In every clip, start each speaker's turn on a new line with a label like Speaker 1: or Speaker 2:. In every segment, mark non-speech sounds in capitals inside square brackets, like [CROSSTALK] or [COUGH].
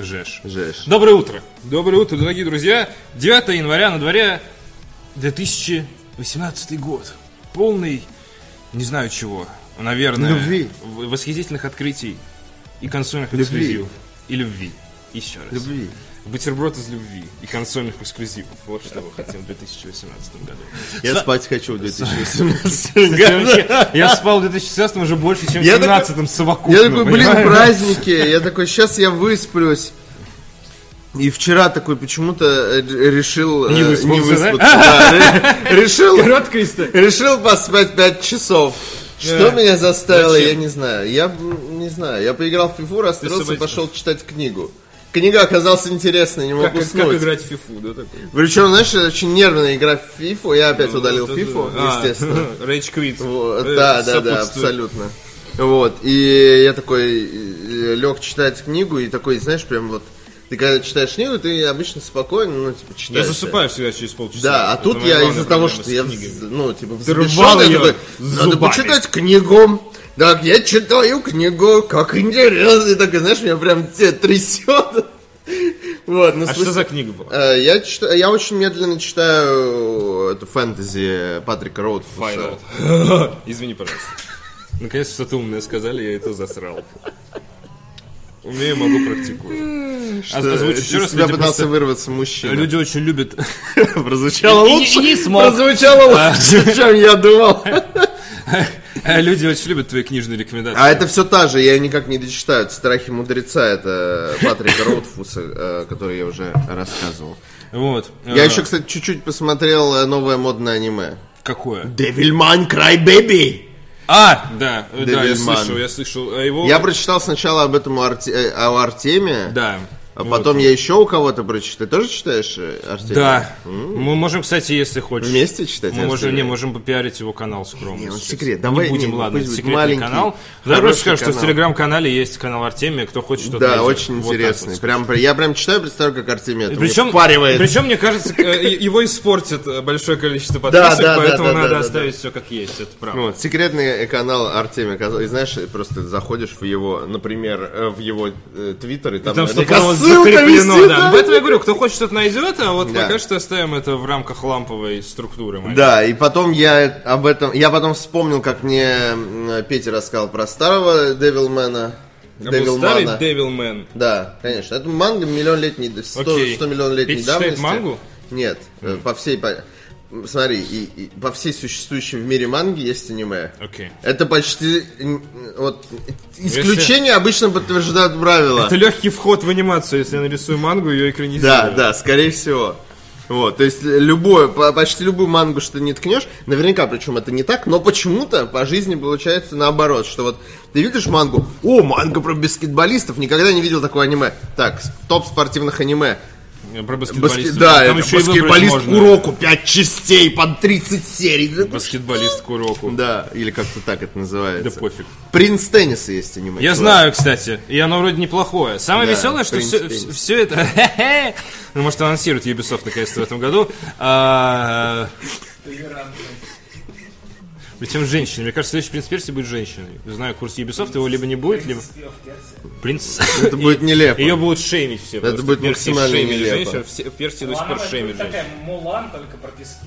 Speaker 1: Жеш.
Speaker 2: Жеш.
Speaker 1: Доброе утро. Доброе утро, дорогие друзья. 9 января на дворе 2018 год. Полный, не знаю чего, наверное,
Speaker 2: Любви.
Speaker 1: в- восхитительных открытий и консольных
Speaker 2: Любви.
Speaker 1: эксклюзивов. И любви. Еще раз.
Speaker 2: Любви.
Speaker 1: Бутерброд из любви и консольных эксклюзивов. Вот что мы хотим в 2018 году.
Speaker 2: Я спать хочу в 2018
Speaker 1: Я- Я спал в 2016 уже больше, чем в
Speaker 2: а- Я такой-
Speaker 1: 2017 совокупно.
Speaker 2: Я такой, блин,
Speaker 1: понимаешь?
Speaker 2: праздники. Я такой, сейчас я высплюсь. И вчера такой почему-то э, решил э,
Speaker 1: Не выспался, да?
Speaker 2: да. Ре- Решил,
Speaker 1: Короткая история.
Speaker 2: решил поспать 5 часов. Что меня заставило,
Speaker 1: Зачем?
Speaker 2: я не знаю. Я м, не знаю. Я поиграл в фифу, расстроился,
Speaker 1: собой-
Speaker 2: пошел читать книгу. Книга оказалась интересной, не мог
Speaker 1: Как, как
Speaker 2: уснуть.
Speaker 1: играть в фифу, да, такой?
Speaker 2: Причем, знаешь, очень нервная игра в фифу. Я
Speaker 1: Ну,
Speaker 2: опять удалил
Speaker 1: Вот это-
Speaker 2: фифу,
Speaker 1: а,
Speaker 2: естественно.
Speaker 1: [LAUGHS] Rage Quit.
Speaker 2: Вот,
Speaker 1: Э,
Speaker 2: да, да, да,
Speaker 1: сопутствует.
Speaker 2: абсолютно. Вот, и я такой лег читать книгу, и такой, знаешь, прям вот, ты когда читаешь книгу, ты обычно спокойно, ну, типа,
Speaker 1: Я
Speaker 2: читаешь.
Speaker 1: засыпаю всегда через полчаса.
Speaker 2: Да, а
Speaker 1: Это
Speaker 2: тут
Speaker 1: моя
Speaker 2: я
Speaker 1: главная
Speaker 2: из-за того,
Speaker 1: проблема
Speaker 2: что
Speaker 1: с
Speaker 2: я, [LAUGHS]
Speaker 1: книгами.
Speaker 2: вз- ну, типа,
Speaker 1: рвал
Speaker 2: взбешен, я
Speaker 1: её
Speaker 2: такой, надо
Speaker 1: зубами».
Speaker 2: почитать книгу. Так, я читаю книгу, как интересно, и так, и, знаешь, меня прям те- трясет. Вот, ну,
Speaker 1: А
Speaker 2: спустя-
Speaker 1: что за книга была?
Speaker 2: Э, Я, читаю, я очень медленно читаю эту фэнтези Патрика Роудфуса.
Speaker 1: Final. [LAUGHS] Извини, пожалуйста. Наконец что-то умное сказали, я это засрал. Умею, могу, практикую. А Озвучу еще раз.
Speaker 2: Я
Speaker 1: люди
Speaker 2: пытался
Speaker 1: просто-
Speaker 2: вырваться мужчина.
Speaker 1: А Люди очень любят...
Speaker 2: [LAUGHS]
Speaker 1: [LAUGHS]
Speaker 2: Прозвучало
Speaker 3: И- и-
Speaker 2: лучше.
Speaker 3: и смог.
Speaker 2: Прозвучало
Speaker 1: А.
Speaker 2: лучше, чем
Speaker 1: [LAUGHS]
Speaker 2: я думал.
Speaker 1: Люди очень любят твои книжные рекомендации.
Speaker 2: А это все та же, я её никак не дочитаю. Страхи мудреца это Патрика Роудфуса, э, который я уже рассказывал.
Speaker 1: Вот.
Speaker 2: Я
Speaker 1: А,
Speaker 2: еще, кстати, чуть-чуть посмотрел э, новое модное аниме.
Speaker 1: Какое?
Speaker 2: Devilman Crybaby.
Speaker 1: А! Да, э, да, я
Speaker 2: Девильман.
Speaker 1: слышал, я слышал. А его...
Speaker 2: Я прочитал сначала об этом Арте- э, о Артеме.
Speaker 1: Да.
Speaker 2: А
Speaker 1: Вот.
Speaker 2: потом я еще у кого-то прочитал. Ты тоже читаешь э, Артемия?
Speaker 1: Да. Мы можем, кстати, если хочешь.
Speaker 2: Вместе читать?
Speaker 1: Мы можем,
Speaker 2: Артемия?
Speaker 1: не, можем попиарить его канал скромно.
Speaker 2: Не, он
Speaker 1: сейчас.
Speaker 2: секрет. Давай,
Speaker 1: не будем,
Speaker 2: не,
Speaker 1: ладно, это
Speaker 2: пусть будет
Speaker 1: секретный
Speaker 2: маленький,
Speaker 1: канал. Да, я просто
Speaker 2: хороший
Speaker 1: скажу, что в
Speaker 2: канал.
Speaker 1: телеграм-канале есть канал Артемия, кто хочет что-то
Speaker 2: Да,
Speaker 1: найдет.
Speaker 2: очень
Speaker 1: Вот так
Speaker 2: интересный.
Speaker 1: вот.
Speaker 2: прям, при- я прям читаю, представляю, как Артемия это
Speaker 1: Причем,
Speaker 2: мне впаривает.
Speaker 1: причем, мне кажется, э, и- его испортит э, большое количество подписок,
Speaker 2: да, да,
Speaker 1: поэтому
Speaker 2: да, да,
Speaker 1: надо
Speaker 2: да, да.
Speaker 1: оставить все как есть, это правда.
Speaker 2: Вот, секретный э, канал Артемия. Каза- И знаешь, просто заходишь в его, например, э, в его э, твиттер, и там,
Speaker 1: Там
Speaker 2: наверняка
Speaker 1: что-то оно
Speaker 2: ссылка
Speaker 1: закреплено,
Speaker 2: висит,
Speaker 1: да.
Speaker 2: да.
Speaker 1: Поэтому я говорю, кто хочет, что-то найдет, а вот
Speaker 2: Да.
Speaker 1: пока что оставим это в рамках ламповой структуры. моей.
Speaker 2: Да, и потом я об этом... Я потом вспомнил, как мне м, Петя рассказал про старого Девилмена.
Speaker 1: А был старый
Speaker 2: Девилмана.
Speaker 1: Девилмен.
Speaker 2: Да, конечно. Это манга миллион летней, 100,
Speaker 1: Окей.
Speaker 2: 100 миллион летней
Speaker 1: Петя читает
Speaker 2: давности.
Speaker 1: мангу?
Speaker 2: Нет, э, по всей... по- Смотри, и- и по всей существующей в мире манги есть аниме.
Speaker 1: Окей.
Speaker 2: Это почти м, вот исключения обычно подтверждают правила.
Speaker 1: Это легкий вход в анимацию, если я нарисую мангу, ее экранизирую.
Speaker 2: Да, да, скорее всего. Вот, то есть любое, по- почти любую мангу, что ты не ткнешь, наверняка, причем это не так, но почему-то по жизни получается наоборот, что вот ты видишь мангу, о, манга про баскетболистов, никогда не видел такое аниме. Так, с- топ спортивных аниме.
Speaker 1: Про
Speaker 2: Баске-
Speaker 1: баскетболистов.
Speaker 2: Да,
Speaker 1: ну, Там
Speaker 2: это
Speaker 1: еще и выбрать
Speaker 2: баскетболист
Speaker 1: можно.
Speaker 2: Куроку, 5 частей под 30 серий.
Speaker 1: Баскетболист Куроку.
Speaker 2: Да, или как-то так это
Speaker 1: Да
Speaker 2: называется.
Speaker 1: пофиг.
Speaker 2: Принц тенниса есть аниме.
Speaker 1: Я
Speaker 2: чувак.
Speaker 1: знаю, кстати, и оно вроде неплохое. Самое
Speaker 2: Да,
Speaker 1: веселое, что
Speaker 2: в
Speaker 1: все,
Speaker 2: принципе.
Speaker 1: это... [LAUGHS] Ну, может, анонсирует Ubisoft наконец-то в этом году. А, Причем женщина. Мне кажется, следующий принц Перси будет женщиной. Знаю курс Ubisoft, его либо не будет, либо...
Speaker 2: [LAUGHS]
Speaker 1: Принц...
Speaker 2: Это будет нелепо.
Speaker 1: Ее будут шеймить все. потому что
Speaker 2: будет
Speaker 1: в Персии
Speaker 2: максимально
Speaker 1: шеймили
Speaker 2: нелепо.
Speaker 1: женщин, все- В Персии до сих пор
Speaker 4: Она
Speaker 1: шеймит женщин.
Speaker 4: такая Мулан, только про пески.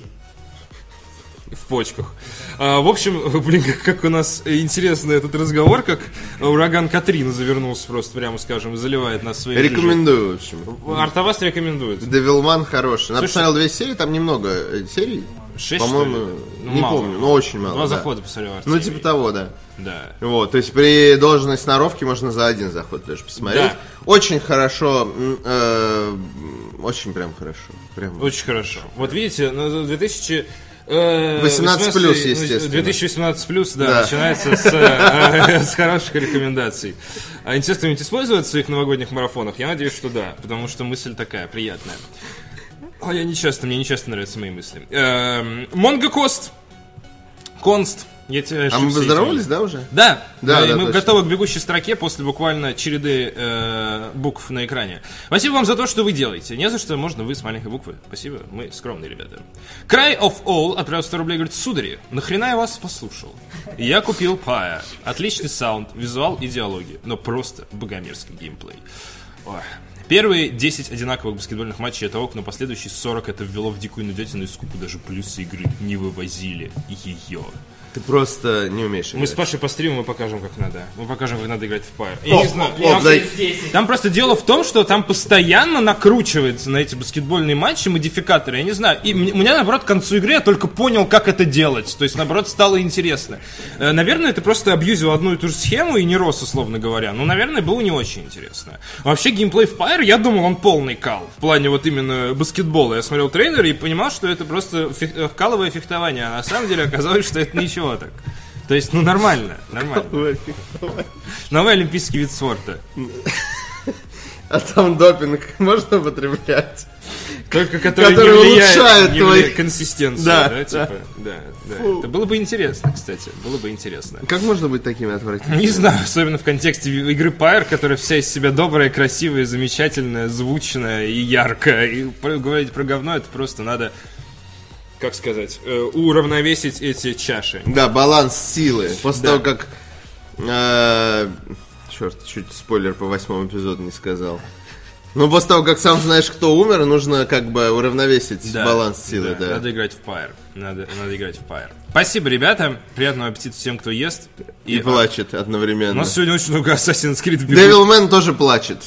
Speaker 1: в почках. А, в общем, [LAUGHS] блин, как- как у нас интересный этот разговор, как ураган Катрина завернулся просто, прямо скажем, и заливает нас своей
Speaker 2: Рекомендую, в общем.
Speaker 1: жижей. Артовас рекомендует.
Speaker 2: Девилман хороший. Она
Speaker 1: Слушай,
Speaker 2: посмотрела две серии, там немного э, серий.
Speaker 1: Шесть, что ли?
Speaker 2: По-моему,
Speaker 1: Ну,
Speaker 2: не
Speaker 1: мало.
Speaker 2: помню, но очень мало.
Speaker 1: Два
Speaker 2: да.
Speaker 1: захода посмотрел
Speaker 2: Ну,
Speaker 1: Артемий.
Speaker 2: типа того, да.
Speaker 1: Да.
Speaker 2: Вот, то есть при должной сноровке можно за один заход даже посмотреть.
Speaker 1: Да.
Speaker 2: Очень хорошо, м, э, очень прям хорошо. Прям.
Speaker 1: Очень хорошо. Вот видите, ну, на 2000... э,
Speaker 2: 18
Speaker 1: 18,
Speaker 2: плюс, естественно.
Speaker 1: 2018 плюс, да,
Speaker 2: Да.
Speaker 1: начинается с, э, [LAUGHS] с хороших рекомендаций. А интересно, ведь используют в своих новогодних марафонах? Я надеюсь, что да, потому что мысль такая приятная. А я не часто, мне не часто нравятся мои мысли. Эм, Монго Кост. Конст. Я тебя
Speaker 2: А мы поздоровались, да, уже?
Speaker 1: Да,
Speaker 2: Да,
Speaker 1: да, и
Speaker 2: да,
Speaker 1: мы
Speaker 2: точно.
Speaker 1: готовы к бегущей строке после буквально череды э, букв на экране. Спасибо вам за то, что вы делаете. Не за что, можно вы с маленькой буквы. Спасибо, мы скромные ребята. Cry of All отправил 100 рублей, говорит, судари, нахрена я вас послушал? Я купил Пая. Отличный саунд, визуал и диалоги, но просто богомерзкий геймплей. Ой, Первые 10 одинаковых баскетбольных матчей это ок, но последующие 40 это ввело в дикую нудятину и скуку даже плюсы игры не вывозили ее.
Speaker 2: Ты просто не умеешь
Speaker 1: Мы
Speaker 2: играть.
Speaker 1: с Пашей по стриму мы покажем, как надо. Мы покажем, как надо играть в пар. Я
Speaker 2: Оп,
Speaker 1: не знаю,
Speaker 2: оп,
Speaker 1: я-
Speaker 2: оп, дай.
Speaker 1: Там просто дело в том, что там постоянно накручивается на эти баскетбольные матчи модификаторы. Я не знаю. И мне- у меня, наоборот, к концу игры я только понял, как это делать. То есть, наоборот, стало интересно. Э, Наверное, ты просто объюзил одну и ту же схему и не рос, условно говоря. Ну, наверное, было не очень интересно. Вообще, геймплей в Pyre, я думал, он полный кал. В плане вот именно баскетбола. Я смотрел трейлер и понимал, что это просто фех- э, каловое фехтование. А на самом деле оказалось, что это ничего так. То есть, ну, нормально, нормально.
Speaker 2: Ой,
Speaker 1: Новый олимпийский вид спорта.
Speaker 2: [LAUGHS] А там допинг [LAUGHS] можно употреблять?
Speaker 1: Только который,
Speaker 2: Который
Speaker 1: не влияет,
Speaker 2: улучшает
Speaker 1: не
Speaker 2: твои-
Speaker 1: влияет консистенцию, да,
Speaker 2: Да,
Speaker 1: типа, да, да. Это было бы интересно, кстати, было бы интересно.
Speaker 2: Как можно быть такими отвратительными?
Speaker 1: Не знаю, особенно в контексте ви- игры Pyre, которая вся из себя добрая, красивая, замечательная, звучная и яркая. И про- говорить про говно это просто надо, как сказать, э, уравновесить эти чаши.
Speaker 2: Да, баланс силы. После
Speaker 1: Да.
Speaker 2: того, как... черт, чуть спойлер по восьмому эпизоду не сказал. Ну, после того, как сам знаешь, кто умер, нужно как бы уравновесить
Speaker 1: Да,
Speaker 2: баланс силы, да.
Speaker 1: Надо играть в Pyre. Надо, надо играть в Pyre. Спасибо, ребята. Приятного аппетита всем, кто ест.
Speaker 2: И плачет одновременно.
Speaker 1: У нас сегодня очень много Assassin's Creed в бегу-
Speaker 2: Девилмен тоже плачет.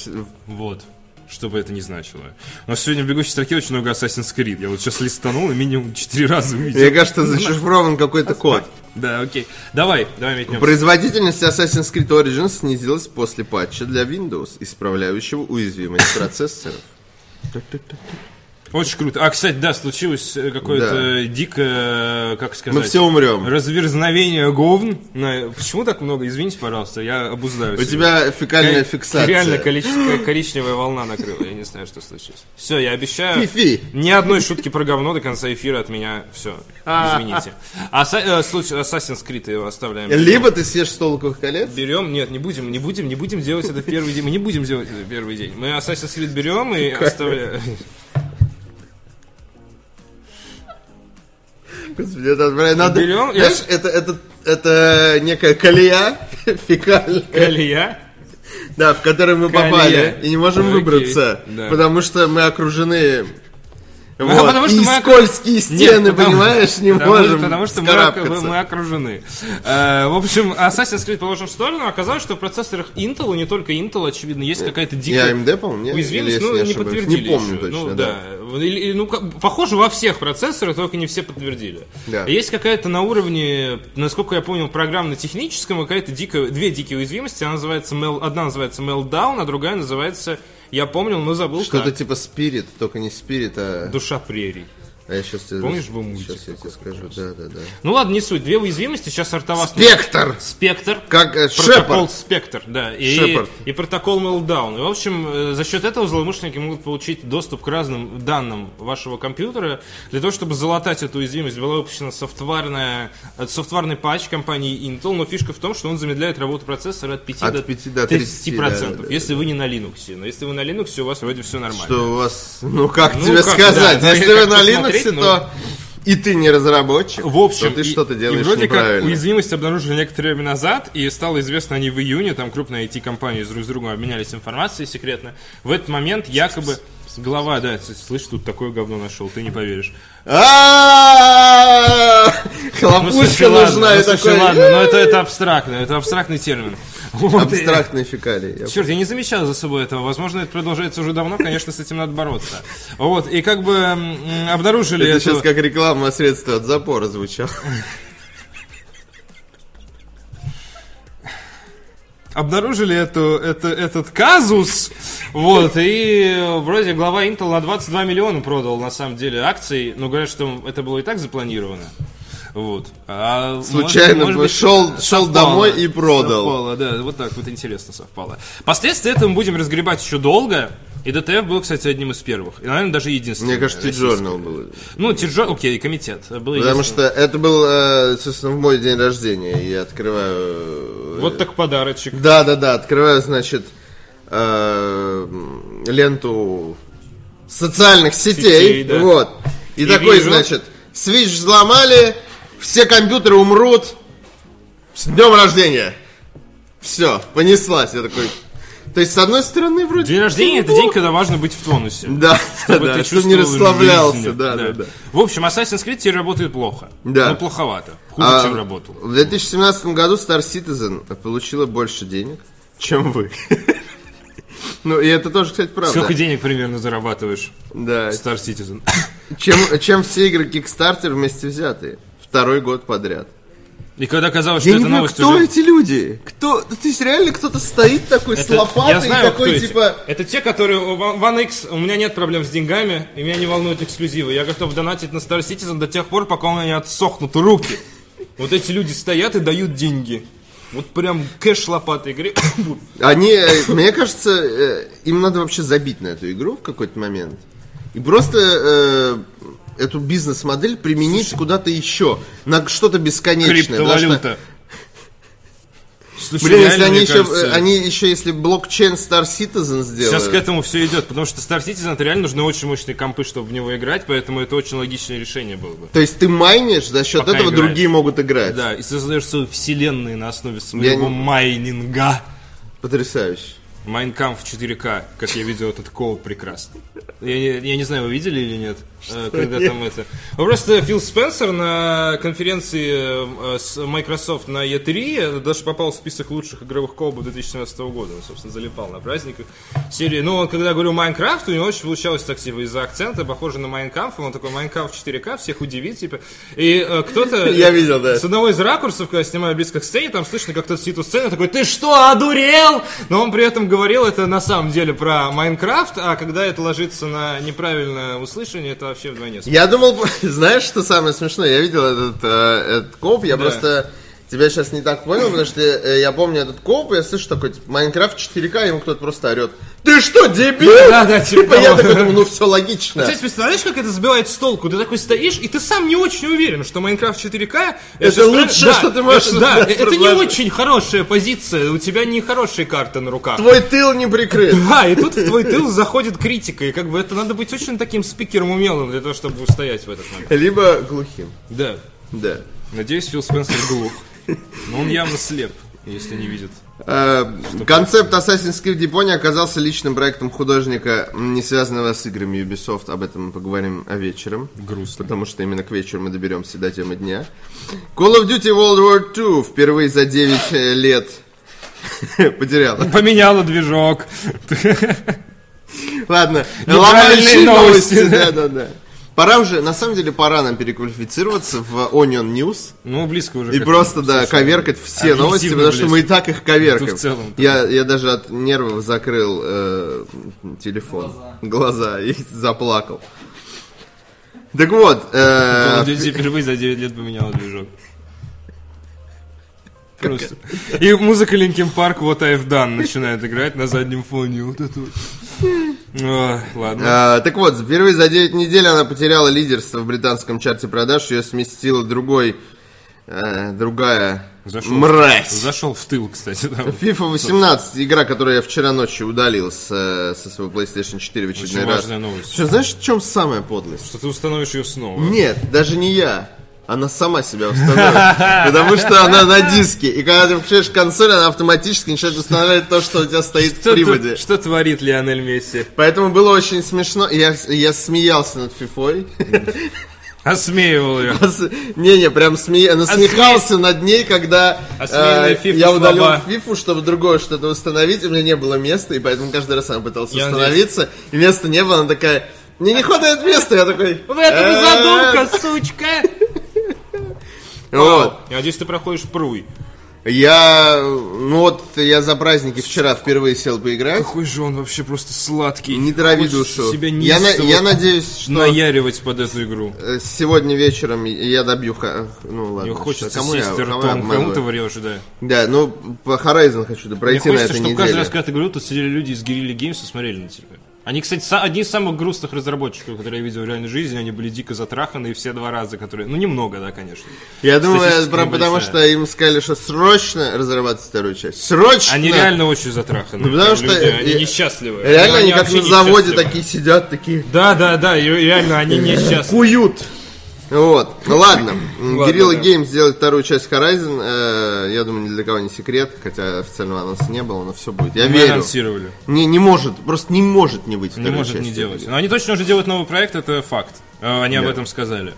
Speaker 1: Вот. Что бы это ни значило. У нас сегодня в бегущей строке очень много Assassin's Creed. Я вот сейчас листанул и минимум четыре раза
Speaker 2: Мне
Speaker 1: увидел.
Speaker 2: кажется, зашифрован какой-то код.
Speaker 1: Да, окей. Давай, давай метнем.
Speaker 2: Производительность Assassin's Creed Origins снизилась после патча для Windows, исправляющего уязвимость процессоров.
Speaker 1: Очень круто. А, кстати, да, случилось э, какое-то дикое, как сказать...
Speaker 2: Мы все умрем.
Speaker 1: Разверзновение говн. На- Почему так много? Извините, пожалуйста, я обуздаю.
Speaker 2: У
Speaker 1: себя.
Speaker 2: тебя фекальная
Speaker 1: Кори-
Speaker 2: фиксация.
Speaker 1: Реально количе- коричневая волна накрыла. Я не знаю, что случилось. Все, я обещаю.
Speaker 2: Фи-фи.
Speaker 1: Ни одной шутки про говно до конца эфира от меня. Все.
Speaker 2: А.
Speaker 1: Извините. Аса- э, случай- Assassin's Creed его оставляем.
Speaker 2: Либо ты съешь столковых колец,
Speaker 1: Берем, нет, не будем, не будем, не будем делать это в первый день. Мы не будем делать это в первый день. Мы Assassin's Creed берем и оставляем.
Speaker 2: Господи, это отвратительно. надо...
Speaker 1: Берем, я-
Speaker 2: Знаешь, это, это, это некая колея [LAUGHS] фекальная,
Speaker 1: Калия.
Speaker 2: да, в которую мы
Speaker 1: Колея.
Speaker 2: попали, и не можем
Speaker 1: Окей,
Speaker 2: выбраться,
Speaker 1: да. Ну,
Speaker 2: потому что мы окружены... Вот.
Speaker 1: потому что
Speaker 2: и
Speaker 1: мы окру-
Speaker 2: скользкие стены,
Speaker 1: Нет, потому-
Speaker 2: понимаешь, не
Speaker 1: потому,
Speaker 2: можем
Speaker 1: Потому что мы, ок-
Speaker 2: скарабкаться.
Speaker 1: мы окружены. Э, в общем, Assassin's Creed положим в сторону. Оказалось, что в процессорах Intel, и не только Intel, очевидно,
Speaker 2: Э,
Speaker 1: есть какая-то
Speaker 2: И
Speaker 1: дикая...
Speaker 2: AMD, по-моему, нет?
Speaker 1: Уязвимость,
Speaker 2: Или, если
Speaker 1: ну, не,
Speaker 2: ошибаюсь.
Speaker 1: подтвердили
Speaker 2: Не помню
Speaker 1: еще.
Speaker 2: точно,
Speaker 1: ну,
Speaker 2: да.
Speaker 1: Или- или, ну, как- похоже, во всех процессорах, только не все подтвердили.
Speaker 2: Да.
Speaker 1: Есть какая-то на уровне, насколько я понял, программно-техническом, какая-то дикая, две дикие уязвимости. Она называется mel- одна называется Meltdown, а другая называется, я помнил, но забыл
Speaker 2: Что-то
Speaker 1: как.
Speaker 2: типа спирит, только не спирит, а...
Speaker 1: Душа прерий.
Speaker 2: а я сейчас тебе...
Speaker 1: Помнишь, был мультик
Speaker 2: Сейчас я тебе
Speaker 1: такой
Speaker 2: скажу, да-да-да.
Speaker 1: Ну ладно, не суть. Две уязвимости, сейчас артовас...
Speaker 2: Спектр!
Speaker 1: Спектр.
Speaker 2: Как э,
Speaker 1: Протокол
Speaker 2: Шепард!
Speaker 1: Спектр, да, и,
Speaker 2: Шепард.
Speaker 1: и протокол Meltdown. И, в общем, э, за счет этого злоумышленники могут получить доступ к разным данным вашего компьютера. Для того, чтобы залатать эту уязвимость, была выпущена софтварная, э, софтварный патч компании Intel, но фишка в том, что он замедляет работу процессора от 5
Speaker 2: От
Speaker 1: до
Speaker 2: 5 до
Speaker 1: 30%,
Speaker 2: 30, да, да, да.
Speaker 1: если вы не на Linux. Но если вы на Linux, у вас вроде все нормально.
Speaker 2: Что у вас... Ну как
Speaker 1: Ну,
Speaker 2: тебе
Speaker 1: как,
Speaker 2: сказать?
Speaker 1: да, да,
Speaker 2: Если вы
Speaker 1: как
Speaker 2: на
Speaker 1: посмотреть,
Speaker 2: Linux,
Speaker 1: ну.
Speaker 2: то... И ты не разработчик,
Speaker 1: В общем,
Speaker 2: то ты
Speaker 1: и-
Speaker 2: что-то
Speaker 1: и
Speaker 2: делаешь
Speaker 1: вроде
Speaker 2: неправильно.
Speaker 1: как уязвимость обнаружили некоторое время назад, и стало известно они в июне, там крупные IT-компании друг с другом обменялись информацией секретно. В этот момент якобы глава, да, с- слышь, тут такое говно нашел, ты не поверишь.
Speaker 2: А-а-а!
Speaker 1: Ну,
Speaker 2: А, Хлопушка
Speaker 1: слушай, ладно,
Speaker 2: нужна,
Speaker 1: ну,
Speaker 2: и
Speaker 1: слушай,
Speaker 2: такой...
Speaker 1: ладно, но это, это абстрактно, это абстрактный термин. Вот, и-
Speaker 2: Абстрактные фекалии. Я-
Speaker 1: Черт, я не замечал за собой этого. Возможно, это продолжается уже давно, конечно, с этим надо бороться. Вот, и как бы м, обнаружили
Speaker 2: Это
Speaker 1: эту-
Speaker 2: сейчас как реклама средства от запора звучало.
Speaker 1: обнаружили эту, это, этот казус, вот, и э, вроде глава Intel на 22 миллиона продал, на самом деле, акций, но говорят, что это было и так запланировано, вот. А может-
Speaker 2: Случайно
Speaker 1: может быть,
Speaker 2: шел, шел
Speaker 1: совпало.
Speaker 2: домой и продал.
Speaker 1: Совпало, да, вот так вот интересно совпало. Последствия этого мы будем разгребать еще долго, и ДТФ был, кстати, одним из первых, и, наверное, даже единственным.
Speaker 2: Мне кажется,
Speaker 1: российским.
Speaker 2: T-Journal был.
Speaker 1: Ну, T-Journal, окей, комитет. Был
Speaker 2: Потому
Speaker 1: единственным.
Speaker 2: что это был, э, собственно, в мой день рождения. И я открываю...
Speaker 1: Вот так подарочек.
Speaker 2: Да-да-да, открываю, значит, э, м, ленту социальных сетей.
Speaker 1: Сетей, да.
Speaker 2: Вот. И,
Speaker 1: И
Speaker 2: такой,
Speaker 1: вижу.
Speaker 2: значит, свич взломали, все компьютеры умрут. С днем рождения! Все, понеслась. Я такой, То есть, с одной стороны, вроде...
Speaker 1: День рождения это день, когда важно быть в тонусе.
Speaker 2: [LAUGHS] Да,
Speaker 1: Чтобы
Speaker 2: да,
Speaker 1: ты
Speaker 2: чтобы
Speaker 1: чувствовал
Speaker 2: не
Speaker 1: жизнь.
Speaker 2: расслаблялся, да, да, да.
Speaker 1: В общем, Assassin's Creed теперь работает плохо.
Speaker 2: Да.
Speaker 1: Ну, плоховато. Хуже,
Speaker 2: А
Speaker 1: чем работал.
Speaker 2: В 2017 году Star Citizen получила больше денег, чем вы. [LAUGHS] Ну, и это тоже, кстати,
Speaker 1: Сколько
Speaker 2: правда.
Speaker 1: денег примерно зарабатываешь
Speaker 2: Да.
Speaker 1: Star Citizen?
Speaker 2: Чем, чем все игры Kickstarter вместе взятые. Второй год подряд.
Speaker 1: И когда казалось,
Speaker 2: Я
Speaker 1: что
Speaker 2: не
Speaker 1: эта
Speaker 2: понимаю,
Speaker 1: новость
Speaker 2: кто
Speaker 1: уже...
Speaker 2: эти люди? Кто? Да То есть реально кто-то стоит такой с
Speaker 1: Это- я
Speaker 2: лопатой и
Speaker 1: знаю, кто
Speaker 2: такой
Speaker 1: эти.
Speaker 2: типа...
Speaker 1: Это те, которые... у One One X, у меня нет проблем с деньгами, и меня не волнуют эксклюзивы. Я готов донатить на Star Citizen до тех пор, пока у меня не отсохнут руки. Вот эти люди стоят и дают деньги. Вот прям кэш лопатой гребут.
Speaker 2: Они, э, мне кажется, э, им надо вообще забить на эту игру в какой-то момент. И просто э, эту бизнес-модель применить куда-то еще. На что-то бесконечное. потому что-
Speaker 1: Криптовалюта. Слушай,
Speaker 2: Блин, если
Speaker 1: реально,
Speaker 2: они
Speaker 1: мне
Speaker 2: еще,
Speaker 1: кажется,
Speaker 2: э, они еще, если блокчейн Star Citizen сделают.
Speaker 1: Сейчас к этому все идет, потому что Star Citizen это реально нужны очень мощные компы, чтобы в него играть, поэтому это очень логичное решение было бы.
Speaker 2: То есть ты майнишь, за счет
Speaker 1: Пока
Speaker 2: этого
Speaker 1: играешь.
Speaker 2: другие могут играть.
Speaker 1: Да, и создаешь свою вселенную на основе своего
Speaker 2: не-
Speaker 1: майнинга.
Speaker 2: Потрясающе.
Speaker 1: Майнкамп в 4К, как я видел, это такого прекрасно. Я не, я не знаю, вы видели или нет, э, когда там это. Ну, Просто Фил Спенсер на конференции э, э, с Microsoft на E3 э, даже попал в список лучших игровых колбов 2017 года. Он, собственно, залипал на праздниках серии. Ну, он, когда говорил Майнкрафт, у него очень получалось так, типа, из-за акцента, похоже на Майнкамп. Он такой, Майнкамп в 4К, всех удивить, типа. И э, кто-то...
Speaker 2: [LAUGHS]
Speaker 1: э,
Speaker 2: Я видел, да.
Speaker 1: С одного из ракурсов, когда снимаю близко к сцене, там слышно, как кто-то сидит у сцены, такой, ты что, одурел? Но он при этом говорил это на самом деле про Майнкрафт, а когда это ложится на неправильное услышание, это вообще вдвойне.
Speaker 2: Я думал, [LAUGHS] знаешь, что самое смешное? Я видел этот, э, этот коп, я просто тебя сейчас не так понял, потому что э, я помню этот коп, и я слышу такой, типа, Майнкрафт 4К, ему кто-то просто орет. Ты что, дебил?
Speaker 1: Да, да, типа
Speaker 2: типа, я
Speaker 1: того.
Speaker 2: такой думаю, ну все логично.
Speaker 1: Кстати, представляешь, как это сбивает с толку? Ты такой стоишь, и ты сам не очень уверен, что Майнкрафт 4К...
Speaker 2: Это
Speaker 1: сейчас
Speaker 2: лучшее, что ты можешь
Speaker 1: это- Да,
Speaker 2: сделать,
Speaker 1: это не
Speaker 2: правда.
Speaker 1: очень хорошая позиция, у тебя не хорошие карты на руках.
Speaker 2: Твой тыл не прикрыт.
Speaker 1: Да, и тут в твой тыл заходит критика, и как бы это надо быть очень таким спикером умелым для того, чтобы устоять в этот момент.
Speaker 2: Либо глухим.
Speaker 1: Да.
Speaker 2: Да.
Speaker 1: Надеюсь, Фил Спенсер глух. Но он явно слеп, если не видит.
Speaker 2: Э, Концепт Assassin's Creed Япония оказался личным проектом художника, м, не связанного с играми Ubisoft. Об этом мы поговорим а, вечером.
Speaker 1: Грустно.
Speaker 2: Потому что именно к вечеру мы доберемся до темы дня. Call of Duty World War II впервые за 9 э, лет [LAUGHS] потеряла.
Speaker 1: Поменяла движок.
Speaker 2: Ладно,
Speaker 1: Неправильные
Speaker 2: ломающие
Speaker 1: новости.
Speaker 2: новости. Да, да, да. Пора уже, на самом деле, пора нам переквалифицироваться в Onion News.
Speaker 1: Ну, близко уже.
Speaker 2: И
Speaker 1: к
Speaker 2: просто,
Speaker 1: этому.
Speaker 2: да, коверкать все
Speaker 1: Объективно,
Speaker 2: новости, потому что
Speaker 1: блядь.
Speaker 2: мы и так их коверкаем.
Speaker 1: Ну, в целом, да.
Speaker 2: я, я даже от нервов закрыл э, телефон. Глаза. и заплакал. Так вот, э,
Speaker 1: Call of Duty впервые за 9 лет поменяла движок. Ну, Просто. И музыка Linkin Park What I've Done начинает играть на заднем фоне. Вот это вот. Ой, Ладно.
Speaker 2: э, так вот, впервые за 9 недель она потеряла лидерство в британском чарте продаж, ее сместила другой, э, другая
Speaker 1: Зашел.
Speaker 2: мразь.
Speaker 1: Зашел в тыл, кстати. там.
Speaker 2: FIFA 18, игра, которую я вчера ночью удалил с, э, со своего PlayStation 4 в очередной раз.
Speaker 1: важная новость.
Speaker 2: Что, знаешь, в чем самая подлость?
Speaker 1: Что ты установишь ее снова.
Speaker 2: Нет, даже не я. Она сама
Speaker 1: [LAUGHS]
Speaker 2: себя устанавливает, потому что она на диске. И когда ты включаешь консоль, она автоматически начинает устанавливать то, что у тебя стоит в
Speaker 1: Что
Speaker 2: приводе.
Speaker 1: тв- Что творит Лионель Месси?
Speaker 2: Поэтому было очень смешно. Я, я смеялся над фифой.
Speaker 1: Осмеивал ее.
Speaker 2: Не-не, прям
Speaker 1: А
Speaker 2: сме- насмехался над ней, когда
Speaker 1: Осмеянная
Speaker 2: э,
Speaker 1: фифа
Speaker 2: я
Speaker 1: А слаба.
Speaker 2: удалил фифу, чтобы другое что-то установить, и у меня не было места, и поэтому каждый раз она пыталась
Speaker 1: Я
Speaker 2: установиться, и места не было, она такая, мне не хватает места, я такой...
Speaker 1: В этом и
Speaker 2: «Э,
Speaker 1: задумка, сучка!
Speaker 2: Вот.
Speaker 1: Я надеюсь, А ты проходишь пруй.
Speaker 2: Я, ну вот, я за праздники вчера впервые сел поиграть.
Speaker 1: Какой же он вообще просто сладкий.
Speaker 2: Не трави
Speaker 1: Хочется
Speaker 2: душу.
Speaker 1: Себя
Speaker 2: Я, на-
Speaker 1: неистово
Speaker 2: я надеюсь, что
Speaker 1: наяривать под эту игру.
Speaker 2: э, сегодня вечером я добью... ха- Ну ладно,
Speaker 1: Мне хочется
Speaker 2: что- кому я-
Speaker 1: сесть
Speaker 2: кому я
Speaker 1: ртом, кому
Speaker 2: обманываю?
Speaker 1: ты врешь, да.
Speaker 2: Да, ну по Horizon хочу
Speaker 1: Мне
Speaker 2: пройти на
Speaker 1: хочется,
Speaker 2: этой
Speaker 1: чтобы каждый
Speaker 2: неделе.
Speaker 1: раз, когда ты говорил, тут сидели люди из Guerrilla Games и смотрели на тебя. Они, кстати, са- одни из самых грустных разработчиков, которые я видел в реальной жизни, они были дико затраханы, и все два раза, которые... Ну, немного, да, конечно.
Speaker 2: Я думаю, это
Speaker 1: Статистика
Speaker 2: про- потому
Speaker 1: небольшая.
Speaker 2: что им сказали, что срочно разрабатывать вторую часть. Срочно!
Speaker 1: Они реально очень затраханы.
Speaker 2: Ну, потому
Speaker 1: Там
Speaker 2: что,
Speaker 1: люди, они
Speaker 2: э,
Speaker 1: несчастливы.
Speaker 2: Реально они, как
Speaker 1: вообще
Speaker 2: на заводе
Speaker 1: несчастливы.
Speaker 2: такие сидят, такие
Speaker 1: Да, да, да, и реально они несчастливы.
Speaker 2: куют. Вот, ну ладно.
Speaker 1: Ладно,
Speaker 2: Guerrilla
Speaker 1: да.
Speaker 2: Games сделает вторую часть Horizon. э, я думаю, ни для кого не секрет, хотя официального анонса не было, но все будет. Я
Speaker 1: Мы
Speaker 2: верю.
Speaker 1: анонсировали.
Speaker 2: Не, не может, просто не может не быть
Speaker 1: Ну, Не
Speaker 2: второй
Speaker 1: может не
Speaker 2: части.
Speaker 1: делать. Но они точно уже делают новый проект, это факт. Э, Они об этом сказали.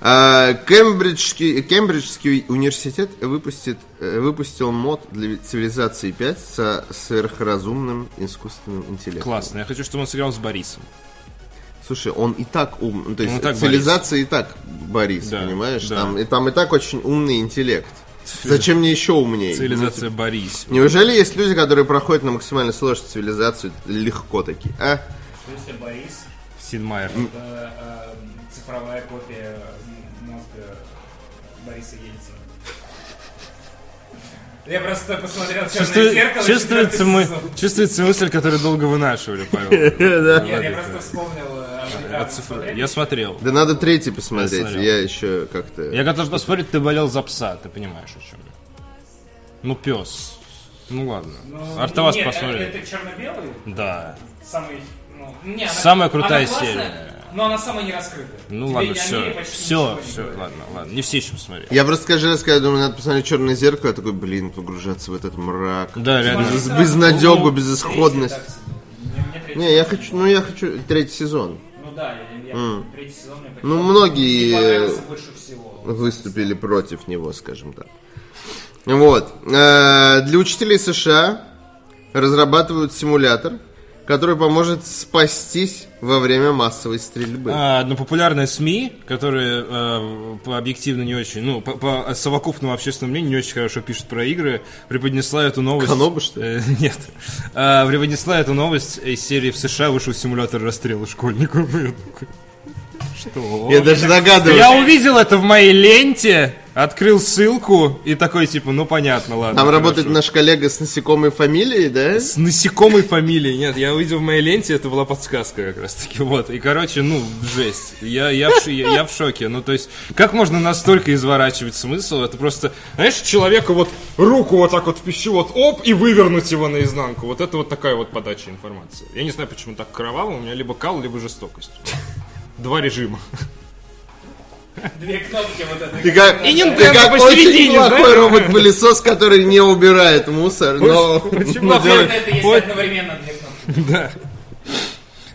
Speaker 2: А, Кембриджский, Кембриджский университет выпустит, э, выпустил мод для цивилизации 5 со сверхразумным искусственным интеллектом.
Speaker 1: Классно. Я хочу, чтобы он сыграл с Борисом.
Speaker 2: Слушай, он и так ум, ну, то есть
Speaker 1: и так
Speaker 2: цивилизация и так Борис,
Speaker 1: Да,
Speaker 2: понимаешь?
Speaker 1: да.
Speaker 2: Там, и там и так очень умный интеллект. Зачем мне еще
Speaker 1: ну
Speaker 2: умнее?
Speaker 1: Цивилизация Борис.
Speaker 2: Неужели есть люди, которые проходят на максимально сложную цивилизацию легко такие? А?
Speaker 4: Что если Борис
Speaker 1: Сид Майер.
Speaker 4: это э, цифровая копия м, мозга Бориса Ельцина? Я просто посмотрел черное
Speaker 1: Чувствую-
Speaker 4: зеркало.
Speaker 1: чувствуется,
Speaker 4: четвертый
Speaker 1: мы,
Speaker 4: сезон.
Speaker 1: чувствуется мысль, которую долго вынашивали, [LAUGHS] Павел.
Speaker 4: Нет, я просто вспомнил. э, вы недавно
Speaker 1: Оцифру-
Speaker 4: смотрели?
Speaker 1: А, Я смотрел.
Speaker 2: Да надо третий посмотреть,
Speaker 1: смотрел.
Speaker 2: я еще как-то...
Speaker 1: Я готов поспорить, ты болел за пса, ты понимаешь, о чем я. Ну, пес. Ну ладно.
Speaker 4: Ну,
Speaker 1: Артовас
Speaker 4: нет,
Speaker 1: посмотрит.
Speaker 4: Это, это черно-белый,
Speaker 1: Да.
Speaker 4: самый, ну, не, она-
Speaker 1: Самая крутая
Speaker 4: она классная,
Speaker 1: серия.
Speaker 4: Но она самая не раскрытая.
Speaker 1: Ну
Speaker 4: Тебе
Speaker 1: ладно,
Speaker 4: о ней
Speaker 1: все.
Speaker 4: почти
Speaker 1: Все,
Speaker 4: ничего не
Speaker 1: все,
Speaker 4: говорят.
Speaker 1: ладно, ладно. Не все еще посмотрели.
Speaker 2: Я просто каждый раз, когда думаю, надо посмотреть черное зеркало, я такой, блин, погружаться в этот мрак.
Speaker 1: Да, реально.
Speaker 2: Без, безнадегу, безысходность.
Speaker 4: Третий, так себе. Мне- мне третий
Speaker 2: Не, я хочу, ну я хочу третий сезон.
Speaker 4: Ну да, я, я- третий сезон мне почти-
Speaker 2: Ну, многие-
Speaker 4: Мне понравился больше всего.
Speaker 2: Выступили против него, скажем так. Вот. Э, Для учителей США разрабатывают симулятор, который поможет спастись во время массовой стрельбы.
Speaker 1: А, ну, популярные СМИ, которые э, по объективно не очень, ну, по, по совокупному общественному мнению не очень хорошо пишут про игры, преподнесла эту новость.
Speaker 2: Каноба, что
Speaker 1: Э, Нет. А, преподнесла эту новость из серии в США вышел симулятор расстрела школьников. Я такой, Что?
Speaker 2: Я даже догадываюсь.
Speaker 1: Я увидел это в моей ленте, открыл ссылку и такой, типа, ну понятно, ладно.
Speaker 2: Там
Speaker 1: хорошо.
Speaker 2: работает наш коллега с насекомой фамилией, да?
Speaker 1: С насекомой фамилией. Нет, я увидел в моей ленте, это была подсказка как раз таки. Вот. И, короче, ну, жесть. Я, я, в, ш- я, я в шоке. Ну, то есть, как можно настолько изворачивать смысл? Это просто, знаешь, человеку вот руку вот так вот в пищевод, оп, и вывернуть его наизнанку. Вот это вот такая вот подача информации. Я не знаю, почему так кроваво. У меня либо кал, либо жестокость. Два режима.
Speaker 4: Две кнопки вот это.
Speaker 2: Ты как,
Speaker 1: И
Speaker 2: ты
Speaker 1: Nintendo
Speaker 2: как очень
Speaker 1: посередине,
Speaker 2: [LAUGHS] плохой
Speaker 1: знаешь?
Speaker 2: робот-пылесос, который не убирает мусор, но...
Speaker 1: Очень
Speaker 2: но
Speaker 1: плохо.
Speaker 2: делает-
Speaker 4: Наверное, это есть
Speaker 1: Вот.
Speaker 4: одновременно две кнопки.
Speaker 1: Да.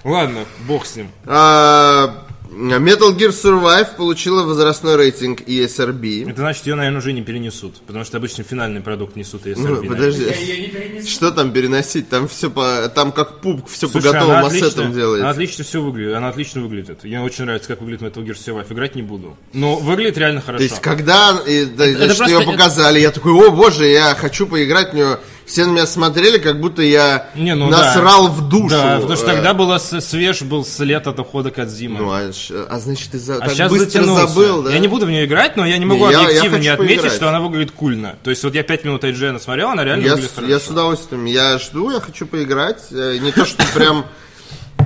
Speaker 1: Ладно, бог с ним.
Speaker 2: А, Metal Gear Survive получила возрастной рейтинг E ESRB.
Speaker 1: Это значит, ее, наверное, уже не перенесут. Потому что обычно финальный продукт несут, если
Speaker 2: Ну,
Speaker 4: Я
Speaker 2: Подожди,
Speaker 4: ее не перенесу.
Speaker 2: что там переносить? Там все по... Там как пуп, все по
Speaker 1: Слушай,
Speaker 2: готовым
Speaker 1: она отлично-
Speaker 2: ассетам
Speaker 1: Она
Speaker 2: делается.
Speaker 1: отлично все выглядит. Она отлично выглядит. Мне очень нравится, как выглядит Metal Gear Survive. Играть не буду. Но выглядит реально
Speaker 2: То
Speaker 1: хорошо.
Speaker 2: есть, когда и, да,
Speaker 1: Это
Speaker 2: значит, ее
Speaker 1: просто-
Speaker 2: показали, я такой, о боже, я хочу поиграть в нее. Все на меня смотрели, как будто я
Speaker 1: Не, ну да.
Speaker 2: насрал в душу.
Speaker 1: Да, потому что
Speaker 2: Э,
Speaker 1: тогда было с- свеж был след от ухода Кадзима.
Speaker 2: Ну, а, щ- а значит, ты за...
Speaker 1: а
Speaker 2: так
Speaker 1: сейчас
Speaker 2: быстро
Speaker 1: затянулся.
Speaker 2: забыл, да?
Speaker 1: Я не буду в нее играть, но я не могу
Speaker 2: Не, я- я
Speaker 1: объективно
Speaker 2: хочу
Speaker 1: не отметить,
Speaker 2: поиграть.
Speaker 1: что она выглядит кульно. То есть вот я 5 минут IGN смотрел, она реально
Speaker 2: Я,
Speaker 1: выглядит
Speaker 2: с-
Speaker 1: хорошо.
Speaker 2: я с удовольствием, я жду, я хочу поиграть. Э, Не то, что прям,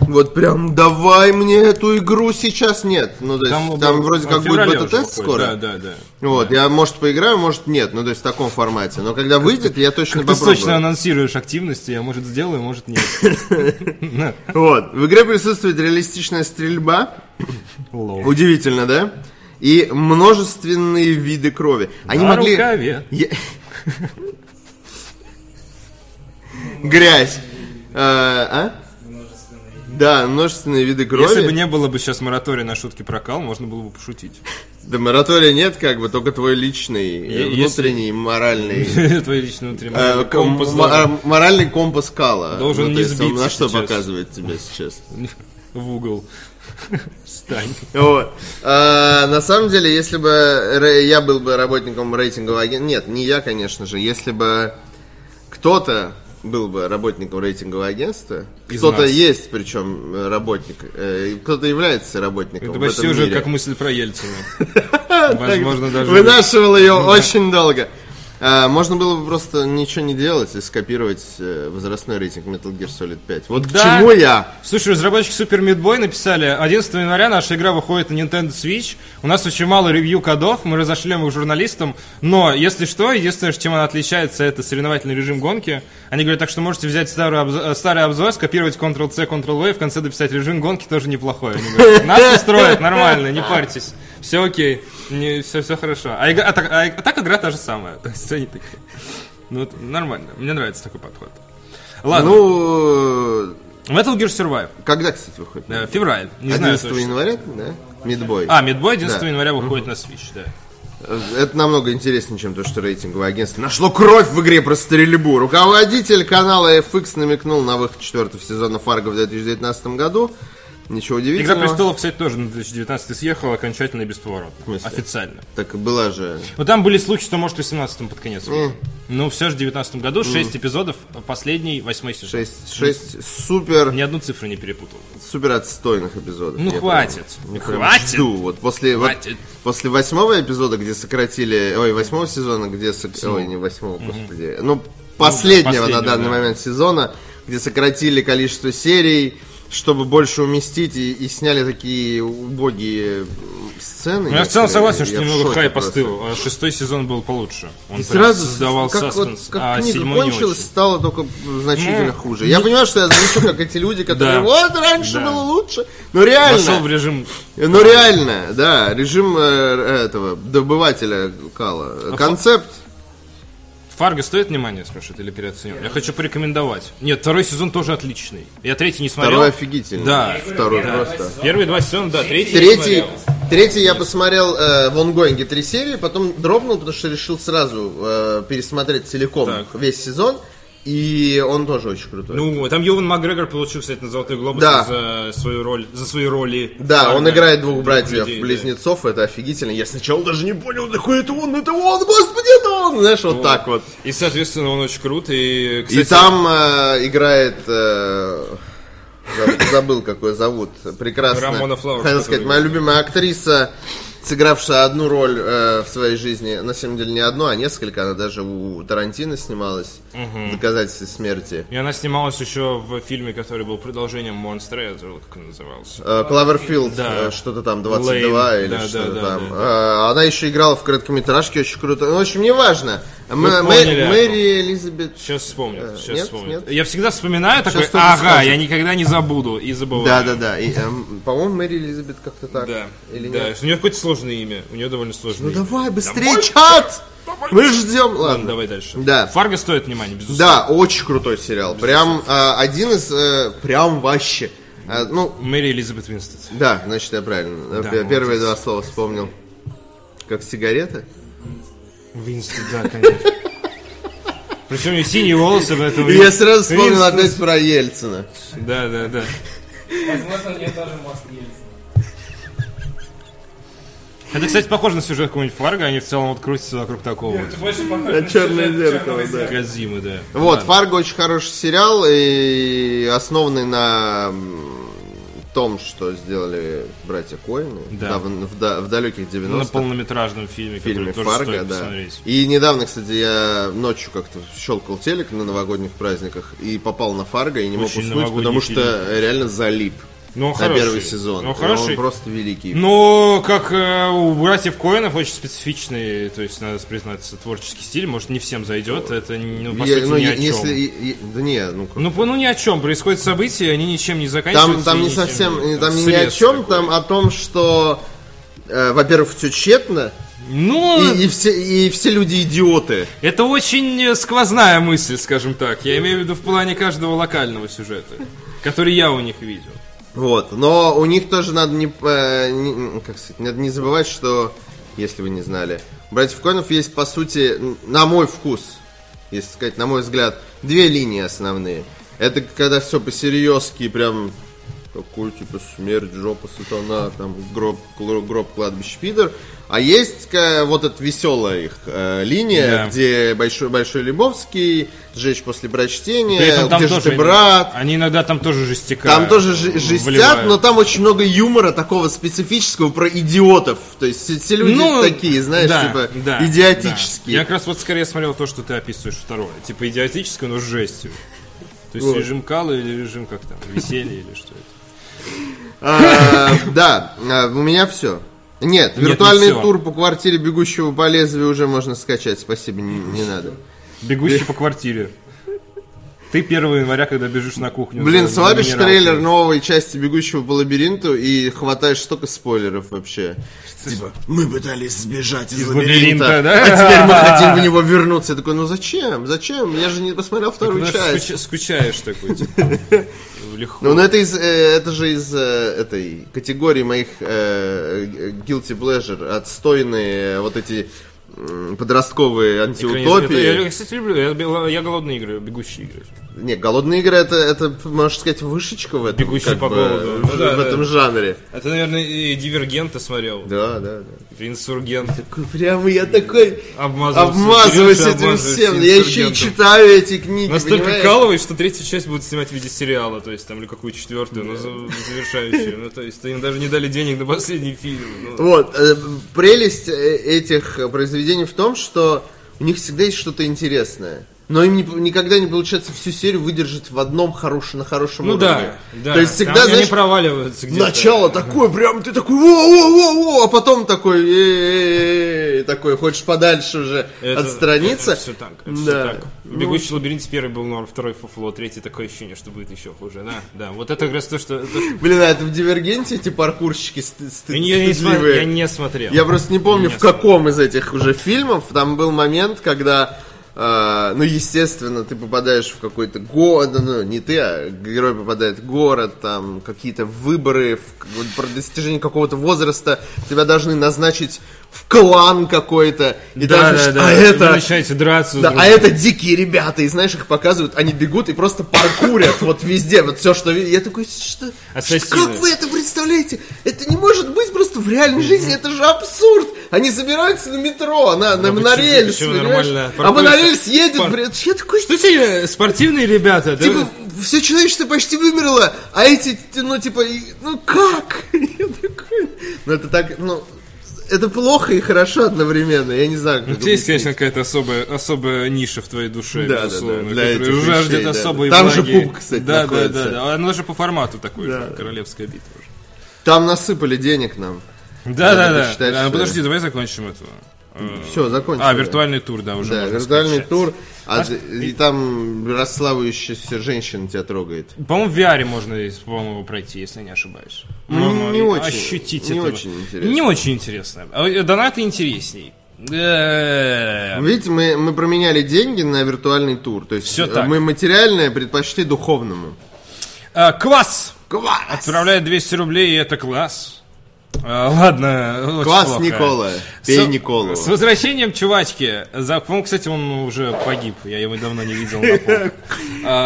Speaker 2: вот прям, давай мне эту игру сейчас, нет. Ну, то есть, там,
Speaker 1: был-
Speaker 2: вроде
Speaker 1: в
Speaker 2: как будет
Speaker 1: феврале уже
Speaker 2: бета-тест
Speaker 1: выходит. Да,
Speaker 2: скоро.
Speaker 1: да, да.
Speaker 2: Вот, я, может, поиграю, может, нет. Ну, то есть, в таком формате. Но когда выйдет, я точно
Speaker 1: Ты
Speaker 2: попробую.
Speaker 1: сочно анонсируешь активности, я, может, сделаю, может,
Speaker 2: [LAUGHS]
Speaker 1: нет.
Speaker 2: Вот. В игре присутствует реалистичная стрельба.
Speaker 1: Лол.
Speaker 2: Удивительно, да? И множественные виды крови. Они
Speaker 1: На
Speaker 2: могли...
Speaker 1: рукаве.
Speaker 2: Я- Грязь. Э, А? Да, множественные виды крови.
Speaker 1: Если бы не было бы сейчас моратория на шутки про кал, можно было бы
Speaker 2: [LAUGHS]
Speaker 1: пошутить.
Speaker 2: Да, моратория нет, как бы, только твой личный, э,
Speaker 1: Е- если-
Speaker 2: внутренний, моральный...
Speaker 1: Твой личный внутренний
Speaker 2: э,
Speaker 1: моральный
Speaker 2: ком-
Speaker 1: компас должен
Speaker 2: мо- Моральный компас Кала.
Speaker 1: Должен
Speaker 2: Ну, то
Speaker 1: не
Speaker 2: есть он
Speaker 1: сбиться
Speaker 2: На что
Speaker 1: сейчас.
Speaker 2: показывает тебе
Speaker 1: [LAUGHS]
Speaker 2: сейчас?
Speaker 1: в угол. Стань.
Speaker 2: Вот. А, на самом деле, если бы ре- я был бы работником рейтингового агентства... Нет, не я, конечно же. Если бы кто-то был бы работником рейтингового агентства,
Speaker 1: Из
Speaker 2: кто-то
Speaker 1: нас.
Speaker 2: есть, причем э, работник, э, кто-то является работником
Speaker 1: Это
Speaker 2: в
Speaker 1: почти
Speaker 2: этом
Speaker 1: уже
Speaker 2: мире.
Speaker 1: как мысль про
Speaker 2: [LAUGHS]
Speaker 1: Ельцина. Возможно, даже...
Speaker 2: Вынашивал ее очень долго. А, можно было бы просто ничего не делать и скопировать э, возрастной рейтинг Metal Gear Solid 5. Вот
Speaker 1: Да.
Speaker 2: к чему я?
Speaker 1: Слушай, разработчики Super Meat Boy написали, 11 января наша игра выходит на Nintendo Switch, у нас очень мало ревью кодов, мы разошлем их журналистам, но, если что, единственное, чем она отличается, это соревновательный режим гонки. Они говорят, так что можете взять старый, обзо- э, старый обзор, скопировать Ctrl-C, Ctrl-V, и в конце дописать режим гонки тоже неплохой. Они говорят, нас устроит, нормально, не парьтесь. все окей, не, все, все хорошо. А, игра, а, так, а, а так игра та же самая. То есть они такие. Ну, это нормально. Мне нравится такой подход. Ладно.
Speaker 2: Ну,
Speaker 1: Metal Gear Survive.
Speaker 2: когда, кстати, выходит?
Speaker 1: Э, Февраль. Не знаю
Speaker 2: 11
Speaker 1: точно.
Speaker 2: января, да? Мидбой.
Speaker 1: А, Мидбой 11
Speaker 2: Да.
Speaker 1: января выходит на Switch, да.
Speaker 2: Это намного интереснее, чем то, что рейтинговое агентство нашло кровь в игре про стрельбу. Руководитель канала FX намекнул на выход четвертого сезона Фарго в 2019 году. Ничего
Speaker 1: Игра
Speaker 2: удивительного.
Speaker 1: престолов, кстати, тоже на 2019 съехала окончательно и бесповоротно.
Speaker 2: смысле?
Speaker 1: Официально.
Speaker 2: Так была же.
Speaker 1: Но там были слухи, что может в 18 под конец. выйдет. Но все же в 19 году 6 эпизодов, последний, восьмой сезон.
Speaker 2: 6, шесть супер,
Speaker 1: Ни одну цифру не перепутал.
Speaker 2: супер отстойных эпизодов.
Speaker 1: Ну,
Speaker 2: Я
Speaker 1: хватит.
Speaker 2: прям- я прям
Speaker 1: Хватит.
Speaker 2: жду. Вот после, вот
Speaker 1: Хватит.
Speaker 2: после восьмого эпизода, где сократили... Ой, восьмого сезона, где... сок- Ой, не восьмого, господи. Ну, последнего
Speaker 1: последнего,
Speaker 2: на данный
Speaker 1: да.
Speaker 2: момент сезона, где сократили количество серий, чтобы больше уместить, и, и сняли такие убогие м, сцены.
Speaker 1: Ну, я в целом
Speaker 2: некоторые.
Speaker 1: согласен, что
Speaker 2: Я в
Speaker 1: немного
Speaker 2: шоке
Speaker 1: хайп
Speaker 2: просто.
Speaker 1: остыл. А Шестой сезон был получше. Он
Speaker 2: И
Speaker 1: прям
Speaker 2: сразу
Speaker 1: создавал
Speaker 2: как, вот-
Speaker 1: саспенс,
Speaker 2: как
Speaker 1: а
Speaker 2: книга
Speaker 1: седьмой не
Speaker 2: кончилась,
Speaker 1: очень.
Speaker 2: стало только значительно
Speaker 1: Ну,
Speaker 2: хуже. Я понимаю, что я звучу как эти люди, которые
Speaker 1: Да.
Speaker 2: вот раньше
Speaker 1: Да.
Speaker 2: было лучше. Но реально,
Speaker 1: Вошел в режим
Speaker 2: ну реально, да, режим э, этого добывателя
Speaker 1: А
Speaker 2: кала. Концепт.
Speaker 1: Фарго стоит внимания, спрашивает, или переоценен? Я хочу порекомендовать. Нет, второй сезон тоже отличный. Я третий не смотрел.
Speaker 2: Второй офигительный.
Speaker 1: Да.
Speaker 2: Второй
Speaker 4: Да.
Speaker 2: просто.
Speaker 1: Первые два сезона, да, третий, не
Speaker 2: Третий,
Speaker 1: смотрел.
Speaker 2: третий я посмотрел э, в онгоинге три серии, потом дропнул, потому что решил сразу э, пересмотреть целиком
Speaker 1: Так.
Speaker 2: весь сезон. И он тоже очень крутой.
Speaker 1: Ну, там Йован Макгрегор получил, кстати, на Золотой глобус
Speaker 2: Да.
Speaker 1: за свою роль, за свои роли.
Speaker 2: Да, он
Speaker 1: Фарго.
Speaker 2: играет двух братьев
Speaker 1: людей, да.
Speaker 2: близнецов, это офигительно. Я сначала даже не понял, да хуй это он, это он, господи, это он, знаешь, вот так вот.
Speaker 1: И, соответственно, он очень крут. И,
Speaker 2: И
Speaker 1: кстати,
Speaker 2: там э, играет, э, заб- забыл, как ее зовут, прекрасно.
Speaker 1: Рамона Флауэрс,
Speaker 2: Хотел сказать,
Speaker 1: которая
Speaker 2: моя любимая актриса, сыгравшая одну роль э, в своей жизни, на самом деле не одну, а несколько, она даже у Тарантино снималась в «Доказательстве смерти».
Speaker 1: И она снималась еще в фильме, который был продолжением Монстра, я забыл, как он назывался.
Speaker 2: Э, Кловерфилд,
Speaker 1: Да.
Speaker 2: э, что-то там, 22
Speaker 1: Лейн.
Speaker 2: или
Speaker 1: Да,
Speaker 2: что-то
Speaker 1: да, да,
Speaker 2: там.
Speaker 1: да,
Speaker 2: Э, Она еще играла в короткометражке, очень круто. Ну, в общем, неважно. М- Мэ-
Speaker 1: поняли,
Speaker 2: Мэри Элизабет.
Speaker 1: Сейчас вспомню, сейчас
Speaker 2: Э, нет,
Speaker 1: вспомню.
Speaker 2: нет.
Speaker 1: Я всегда вспоминаю такой,
Speaker 2: кто-то
Speaker 1: ага,
Speaker 2: скажет.
Speaker 1: я никогда не забуду и забываю.
Speaker 2: Да, да, да. И, эм, по-моему, Мэри Элизабет как-то так.
Speaker 1: Да.
Speaker 2: Или
Speaker 1: да.
Speaker 2: нет?
Speaker 1: У нее какое-то сложное имя. У нее довольно сложное
Speaker 2: Ну
Speaker 1: имя.
Speaker 2: давай, быстрее, чат! Мы ждем.
Speaker 1: Ладно,
Speaker 2: Ладно.
Speaker 1: давай дальше.
Speaker 2: Да.
Speaker 1: Фарго стоит внимания, безусловно.
Speaker 2: Да, очень крутой сериал. Прям э, один из... э, Прям вообще. Э, Ну,
Speaker 1: Мэри Элизабет Винстед.
Speaker 2: да, значит, я правильно.
Speaker 1: Да,
Speaker 2: Э, Первые
Speaker 1: молодец.
Speaker 2: два слова вспомнил. Как сигарета?
Speaker 1: Винстед, да, конечно. Причем ее синие волосы, поэтому...
Speaker 2: И я сразу вспомнил
Speaker 1: Винстед.
Speaker 2: опять про Ельцина.
Speaker 1: Да, да, да.
Speaker 4: Возможно, у нее тоже мозг есть.
Speaker 1: Это, кстати, похоже на сюжет какого-нибудь Фарго, они в целом вот крутятся вокруг такого вот.
Speaker 4: Это больше похоже на
Speaker 2: «Черное
Speaker 4: сюжет
Speaker 2: зеркало»,
Speaker 4: «Черного
Speaker 2: да.
Speaker 4: зеркала».
Speaker 1: Казимы, да.
Speaker 2: Вот,
Speaker 1: Ладно.
Speaker 2: Фарго очень хороший сериал, и основанный на м, том, что сделали братья Коины
Speaker 1: Да.
Speaker 2: в, да- в далеких 90-х
Speaker 1: На полнометражном фильме,
Speaker 2: фильме
Speaker 1: который тоже
Speaker 2: Фарго,
Speaker 1: стоит
Speaker 2: да.
Speaker 1: посмотреть.
Speaker 2: И недавно, кстати, я ночью как-то щелкал телек на новогодних праздниках и попал на Фарго и не мог
Speaker 1: Очень
Speaker 2: уснуть,
Speaker 1: новогодний
Speaker 2: потому что реально залип
Speaker 1: Но
Speaker 2: на
Speaker 1: хороший.
Speaker 2: первый сезон.
Speaker 1: Но
Speaker 2: И
Speaker 1: хороший.
Speaker 2: Он просто великий.
Speaker 1: Ну, как э, у братьев Коинов очень специфичный, то есть, надо признаться, творческий стиль. Может, не всем зайдет. Это, ну, по
Speaker 2: Я-
Speaker 1: сути,
Speaker 2: ну,
Speaker 1: ни
Speaker 2: е-
Speaker 1: о чем.
Speaker 2: если е- е- да не, ну как-
Speaker 1: Ну, по- ну ни о чем. Происходят события, они ничем не заканчиваются.
Speaker 2: Там, там
Speaker 1: и
Speaker 2: не
Speaker 1: ничем
Speaker 2: совсем,
Speaker 1: не-
Speaker 2: и там не ни
Speaker 1: срез
Speaker 2: о чем,
Speaker 1: такой.
Speaker 2: там о том, что, э, во-первых, все тщетно,
Speaker 1: Ну,
Speaker 2: и, и все, и все люди идиоты.
Speaker 1: это очень э, сквозная мысль, скажем так. Я имею в виду в плане каждого локального сюжета, который я у них видел.
Speaker 2: Вот. Но у них тоже надо не, э, не- как сказать, надо не забывать, что, если вы не знали, у братьев Конов есть, по сути, н- на мой вкус, если сказать, на мой взгляд, две линии основные. Это когда все по-серьезки, прям такой, типа, смерть, жопа, сатана, там, гроб, кл- гроб кладбище, пидор. А есть э, вот эта веселая их э, линия,
Speaker 1: Да.
Speaker 2: где Большой, Большой Лебовский, «Сжечь после прочтения»,
Speaker 1: При этом там
Speaker 2: Э, «Где же
Speaker 1: тоже
Speaker 2: ты, брат?»
Speaker 1: Они иногда там тоже жестикают.
Speaker 2: Там тоже жи- жестят,
Speaker 1: вливают.
Speaker 2: но там очень много юмора такого специфического про идиотов. То есть все, все люди
Speaker 1: Ну,
Speaker 2: такие, знаешь,
Speaker 1: да,
Speaker 2: типа
Speaker 1: да, да. Я
Speaker 2: идиотические.
Speaker 1: как раз вот скорее смотрел то, что ты описываешь второе. Типа идиотическое, но с жестью. То есть
Speaker 2: Вот.
Speaker 1: режим кала или режим как там, веселье или что это.
Speaker 2: [LAUGHS] А, Да, а, у меня все. Нет,
Speaker 1: не
Speaker 2: виртуальный
Speaker 1: всё.
Speaker 2: тур по квартире бегущего по лезвию уже можно скачать. Спасибо, не, не надо.
Speaker 1: Бегущий по квартире. Ты 1 января, когда бежишь на кухню.
Speaker 2: Блин,
Speaker 1: за
Speaker 2: слабишь
Speaker 1: минералкой.
Speaker 2: трейлер новой части «Бегущего по лабиринту» и хватаешь столько спойлеров вообще. Типа, мы пытались сбежать из, лабиринта,
Speaker 1: лабиринта, да?
Speaker 2: а теперь мы хотим
Speaker 1: [LAUGHS]
Speaker 2: в него вернуться. Я такой, ну зачем? Зачем? Я же не посмотрел вторую
Speaker 1: Знаешь,
Speaker 2: часть.
Speaker 1: скуча- Скучаешь такой, типа.
Speaker 2: [LAUGHS]
Speaker 1: легко.
Speaker 2: Ну, ну это, из, э, это же из э, этой категории моих э, э, guilty pleasure, отстойные э, вот эти м, подростковые
Speaker 1: Конечно, это- Я,
Speaker 2: антиутопии.
Speaker 1: кстати, люблю. Я, бел- я голодные игры, бегущие игры.
Speaker 2: Не, голодные игры это, это, можно сказать, вышечка в этом,
Speaker 1: Бегущий
Speaker 2: как
Speaker 1: по
Speaker 2: бы,
Speaker 1: голоду.
Speaker 2: в,
Speaker 1: Ну да,
Speaker 2: в
Speaker 1: да.
Speaker 2: этом жанре.
Speaker 1: А ты, наверное, и Дивергента смотрел.
Speaker 2: Да, да, да.
Speaker 1: Инсургент.
Speaker 2: Такой прямо я такой
Speaker 1: Обмазывался.
Speaker 2: обмазываюсь
Speaker 1: Сережа
Speaker 2: этим
Speaker 1: обмазывается
Speaker 2: всем. Я еще и
Speaker 1: «Инсургентом».
Speaker 2: читаю эти книги,
Speaker 1: Настолько
Speaker 2: понимаешь?
Speaker 1: калывает, что третью часть будут снимать в виде сериала, то есть там или какую четвертую, но за- завершающую. Ну, то есть им даже не дали денег на последний фильм. Ну,
Speaker 2: Вот, э, прелесть э, этих э, произведений в том, что у них всегда есть что-то интересное. Но им не п- никогда не получается всю серию выдержать в одном хорошем, на хорошем
Speaker 1: Ну
Speaker 2: уровне.
Speaker 1: да, да.
Speaker 2: То есть
Speaker 1: Там
Speaker 2: всегда,
Speaker 1: они
Speaker 2: знаешь,
Speaker 1: проваливаются где-то.
Speaker 2: начало такое, прям ты такой, во-во-во-во, а потом такой, «Э-э-э-э», такой, хочешь подальше уже
Speaker 1: Это-
Speaker 2: отстраниться.
Speaker 1: Это все так. это всё
Speaker 2: Да. Ну,
Speaker 1: так. Бегущий лабиринт первый был норм, второй фуфло, третий такое ощущение, что будет еще хуже. Да, да. Вот это как раз то, что... то, что-
Speaker 2: Блин, а это в Дивергенте эти паркурщики сты- сты-
Speaker 1: Я не смо-
Speaker 2: стыдливые?
Speaker 1: я не смотрел.
Speaker 2: Я просто не помню,
Speaker 1: Не
Speaker 2: в каком из этих уже фильмов там был момент, когда, э, ну, естественно, ты попадаешь в какой-то город, ну, не ты, а герой попадает в город, там, какие-то выборы, в- вот про достижение какого-то возраста, тебя должны назначить в клан какой-то, и там,
Speaker 1: Да, да,
Speaker 2: значит,
Speaker 1: да.
Speaker 2: а
Speaker 1: Вы
Speaker 2: это...
Speaker 1: начинаете драться.
Speaker 2: Да,
Speaker 1: друг
Speaker 2: а
Speaker 1: с
Speaker 2: это дикие ребята, и знаешь, их показывают, они бегут и просто паркурят вот везде, вот все, что... ви- Я такой, что...
Speaker 1: Ассасины.
Speaker 2: Как вы это представляете? Это не может быть просто в реальной жизни, это же абсурд! Они забираются на метро, на, на
Speaker 1: Ну, почему-
Speaker 2: монорельс,
Speaker 1: почему
Speaker 2: понимаешь?
Speaker 1: нормально?
Speaker 2: а
Speaker 1: Паркуются.
Speaker 2: монорельс едет,
Speaker 1: Пар-
Speaker 2: блин, я такой,
Speaker 1: Что тебе, спортивные ребята, да?
Speaker 2: Типа, все человечество почти вымерло, а эти, ну, типа, и- ну как? [LAUGHS] Я такой, Ну, это так, ну, это плохо и хорошо одновременно, я не знаю, как
Speaker 1: У тебя есть,
Speaker 2: объяснить.
Speaker 1: конечно, какая-то особая, особая ниша в твоей душе,
Speaker 2: Да, да, да,
Speaker 1: безусловно,
Speaker 2: для
Speaker 1: которая
Speaker 2: этих
Speaker 1: жаждет
Speaker 2: вещей, да, да.
Speaker 1: особой
Speaker 2: Там же
Speaker 1: влаги.
Speaker 2: пуп, кстати,
Speaker 1: да, да, да,
Speaker 2: находится.
Speaker 1: да. Оно же по формату такое же, королевская битва. уже.
Speaker 2: Там насыпали денег нам.
Speaker 1: Да, да,
Speaker 2: ты
Speaker 1: да.
Speaker 2: считаешь,
Speaker 1: А,
Speaker 2: что-
Speaker 1: Подожди, давай закончим это.
Speaker 2: Все, закончили.
Speaker 1: А, виртуальный тур, да, уже.
Speaker 2: Да,
Speaker 1: можно
Speaker 2: виртуальный
Speaker 1: скачать.
Speaker 2: тур, а, ты- и там расслабывающаяся женщина тебя трогает.
Speaker 1: По-моему, в VR можно, если, по-моему, его пройти, если не ошибаюсь. По-моему,
Speaker 2: Ну, не очень,
Speaker 1: Ощутить
Speaker 2: не
Speaker 1: этого.
Speaker 2: очень интересно.
Speaker 1: Не очень интересно. А, э, Донаты интересней. Э,
Speaker 2: Видите, мы, мы променяли деньги на виртуальный тур. То есть
Speaker 1: Всё
Speaker 2: э,
Speaker 1: так.
Speaker 2: мы материальное предпочли духовному.
Speaker 1: а, Класс!
Speaker 2: Класс!
Speaker 1: Отправляет 200 рублей, и это класс. А, ладно. очень
Speaker 2: Класс,
Speaker 1: плохо.
Speaker 2: Никола.
Speaker 1: С-
Speaker 2: Пей Николу.
Speaker 1: э, С возвращением, чувачки. За, по-моему, кстати, он уже погиб. Я его давно не видел на
Speaker 2: [LAUGHS]
Speaker 1: полках.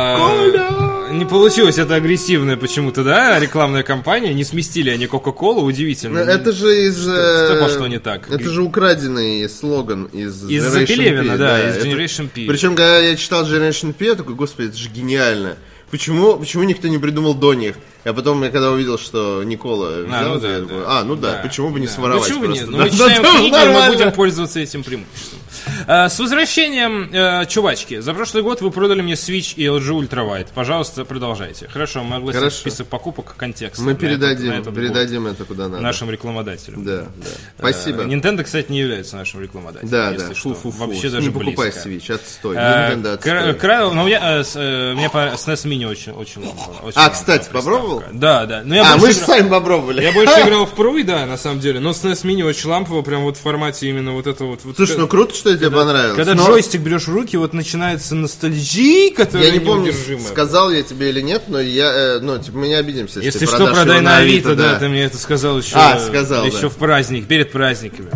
Speaker 1: А, Не получилось, это агрессивная почему-то, да, рекламная кампания. Не сместили они Кока-Колу,
Speaker 2: Ну,
Speaker 1: удивительно.
Speaker 2: Это же из... э,
Speaker 1: что пошло не так?
Speaker 2: Это же украденный слоган из
Speaker 1: Из
Speaker 2: Generation
Speaker 1: Пелевина,
Speaker 2: P,
Speaker 1: да, из Generation P.
Speaker 2: Причем, когда я читал Generation P, я такой, господи, это же гениально. Почему, почему никто не придумал до них? А потом я когда увидел, что Никола взял,
Speaker 1: ну да,
Speaker 2: я
Speaker 1: да.
Speaker 2: такой, а, ну да, почему бы не
Speaker 1: Да.
Speaker 2: своровать
Speaker 1: Почему бы
Speaker 2: просто? [LAUGHS]
Speaker 1: нет? Ну,
Speaker 2: Да,
Speaker 1: мы читаем
Speaker 2: да,
Speaker 1: книги, мы
Speaker 2: нормально.
Speaker 1: будем пользоваться этим преимуществом. А, С возвращением, э, чувачки. За прошлый год вы продали мне Switch и LG Ultra Wide. Пожалуйста, продолжайте. Хорошо, мы огласим
Speaker 2: Хорошо.
Speaker 1: список покупок контекста. на
Speaker 2: Мы
Speaker 1: этот-
Speaker 2: передадим,
Speaker 1: на этот год
Speaker 2: передадим это куда надо.
Speaker 1: нашим рекламодателям.
Speaker 2: Да, да.
Speaker 1: Э,
Speaker 2: Спасибо.
Speaker 1: Nintendo, кстати, не является нашим рекламодателем.
Speaker 2: Да,
Speaker 1: если
Speaker 2: да,
Speaker 1: что.
Speaker 2: фу-фу-фу.
Speaker 1: Вообще даже
Speaker 2: не покупай
Speaker 1: близко.
Speaker 2: Switch, отстой.
Speaker 1: Э,
Speaker 2: Nintendo
Speaker 1: кра-
Speaker 2: отстой.
Speaker 1: кра- ну, у меня, э, с, э, мне по SNES Mini очень, очень лампово, очень
Speaker 2: А,
Speaker 1: ламповая
Speaker 2: кстати, попробовал?
Speaker 1: приставка. Да, да. Но я
Speaker 2: А,
Speaker 1: больше
Speaker 2: мы же
Speaker 1: играл-
Speaker 2: сами попробовали.
Speaker 1: я больше играл в Пруи, да, на самом деле, но SNES Mini очень лампово, прям вот в формате именно вот этого вот. вот
Speaker 2: Слушай, ну круто, что тебе понравилось.
Speaker 1: когда
Speaker 2: но
Speaker 1: джойстик берешь в руки, вот начинается ностальжи, которая
Speaker 2: Я не помню,
Speaker 1: неудержимая.
Speaker 2: сказал я тебе или нет, но я, э, ну, типа, мы не обидимся, если,
Speaker 1: Если
Speaker 2: ты
Speaker 1: что,
Speaker 2: продашь
Speaker 1: продай
Speaker 2: его
Speaker 1: на Авито, да, ты мне это сказал э, еще,
Speaker 2: А, сказал,
Speaker 1: еще
Speaker 2: да.
Speaker 1: в праздник, перед праздниками.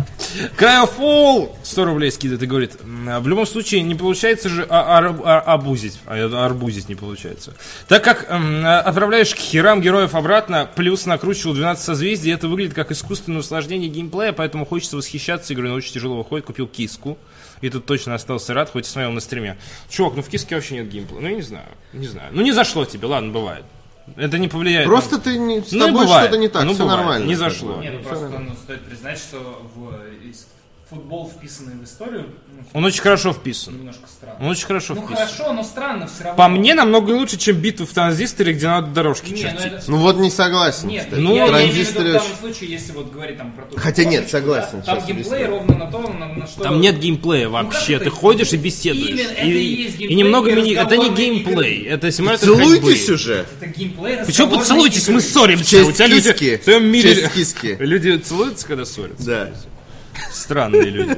Speaker 1: Кайфол! 100 рублей скидывает и говорит, «М, а в любом случае не получается же а- ар- а- абузить, А, э, арбузить не получается. Так как м, а, отправляешь к херам героев обратно, плюс накручивал 12 созвездий, это выглядит как искусственное усложнение геймплея, поэтому хочется восхищаться игрой, но очень тяжело выходит, купил киску. И тут точно остался рад, хоть и смотрел на стриме. Чувак, ну в киске вообще нет геймплея. Ну я не знаю, не знаю. Ну не зашло тебе, ладно, бывает. Это не повлияет. на-
Speaker 2: Просто ты не, с
Speaker 1: Ну,
Speaker 2: тобой
Speaker 1: бывает.
Speaker 2: что-то не так,
Speaker 1: Ну,
Speaker 2: все
Speaker 1: бывает.
Speaker 2: нормально.
Speaker 1: Не зашло.
Speaker 4: Нет, ну просто ну, стоит признать, что в, э, из футбол, вписанный в историю, ну,
Speaker 1: Он очень хорошо вписан.
Speaker 4: немножко странно.
Speaker 1: Он очень хорошо
Speaker 4: Ну
Speaker 1: вписан.
Speaker 4: хорошо, но странно все равно.
Speaker 1: По мне намного лучше, чем битва в транзисторе, где надо дорожки
Speaker 4: Не, ну
Speaker 1: чертить.
Speaker 4: это-
Speaker 2: Ну вот не согласен.
Speaker 4: Нет,
Speaker 2: кстати.
Speaker 1: Ну,
Speaker 4: я, я имею в виду
Speaker 2: транзисторы
Speaker 4: в данном
Speaker 2: очень-
Speaker 4: случае, если вот говорить там про то,
Speaker 2: Хотя
Speaker 4: что
Speaker 2: нет,
Speaker 4: помнишь,
Speaker 2: согласен,
Speaker 4: да, Там
Speaker 2: щас
Speaker 4: геймплей
Speaker 2: объясню.
Speaker 4: ровно на то, на, на что...
Speaker 1: Там нет геймплея
Speaker 4: Ну,
Speaker 1: вообще.
Speaker 4: как
Speaker 1: ты
Speaker 4: это?
Speaker 1: ходишь и беседуешь.
Speaker 4: Именно это
Speaker 1: и,
Speaker 4: и есть
Speaker 1: и
Speaker 4: геймплей,
Speaker 1: немного
Speaker 4: и
Speaker 1: мини... Это не
Speaker 4: разговорные
Speaker 1: геймплей, это симулятор
Speaker 2: Целуйтесь
Speaker 1: ходьбы.
Speaker 2: уже!
Speaker 4: Это геймплей
Speaker 1: Почему
Speaker 4: разговорной
Speaker 1: поцелуйтесь?
Speaker 4: игры.
Speaker 1: Мы ссоримся.
Speaker 2: Честь
Speaker 1: У тебя люди
Speaker 2: киски.
Speaker 1: в твоем мире...
Speaker 2: Честь киски.
Speaker 1: [LAUGHS] Люди целуются, когда ссорятся.
Speaker 2: Да.
Speaker 1: Странные
Speaker 2: [LAUGHS]
Speaker 1: люди.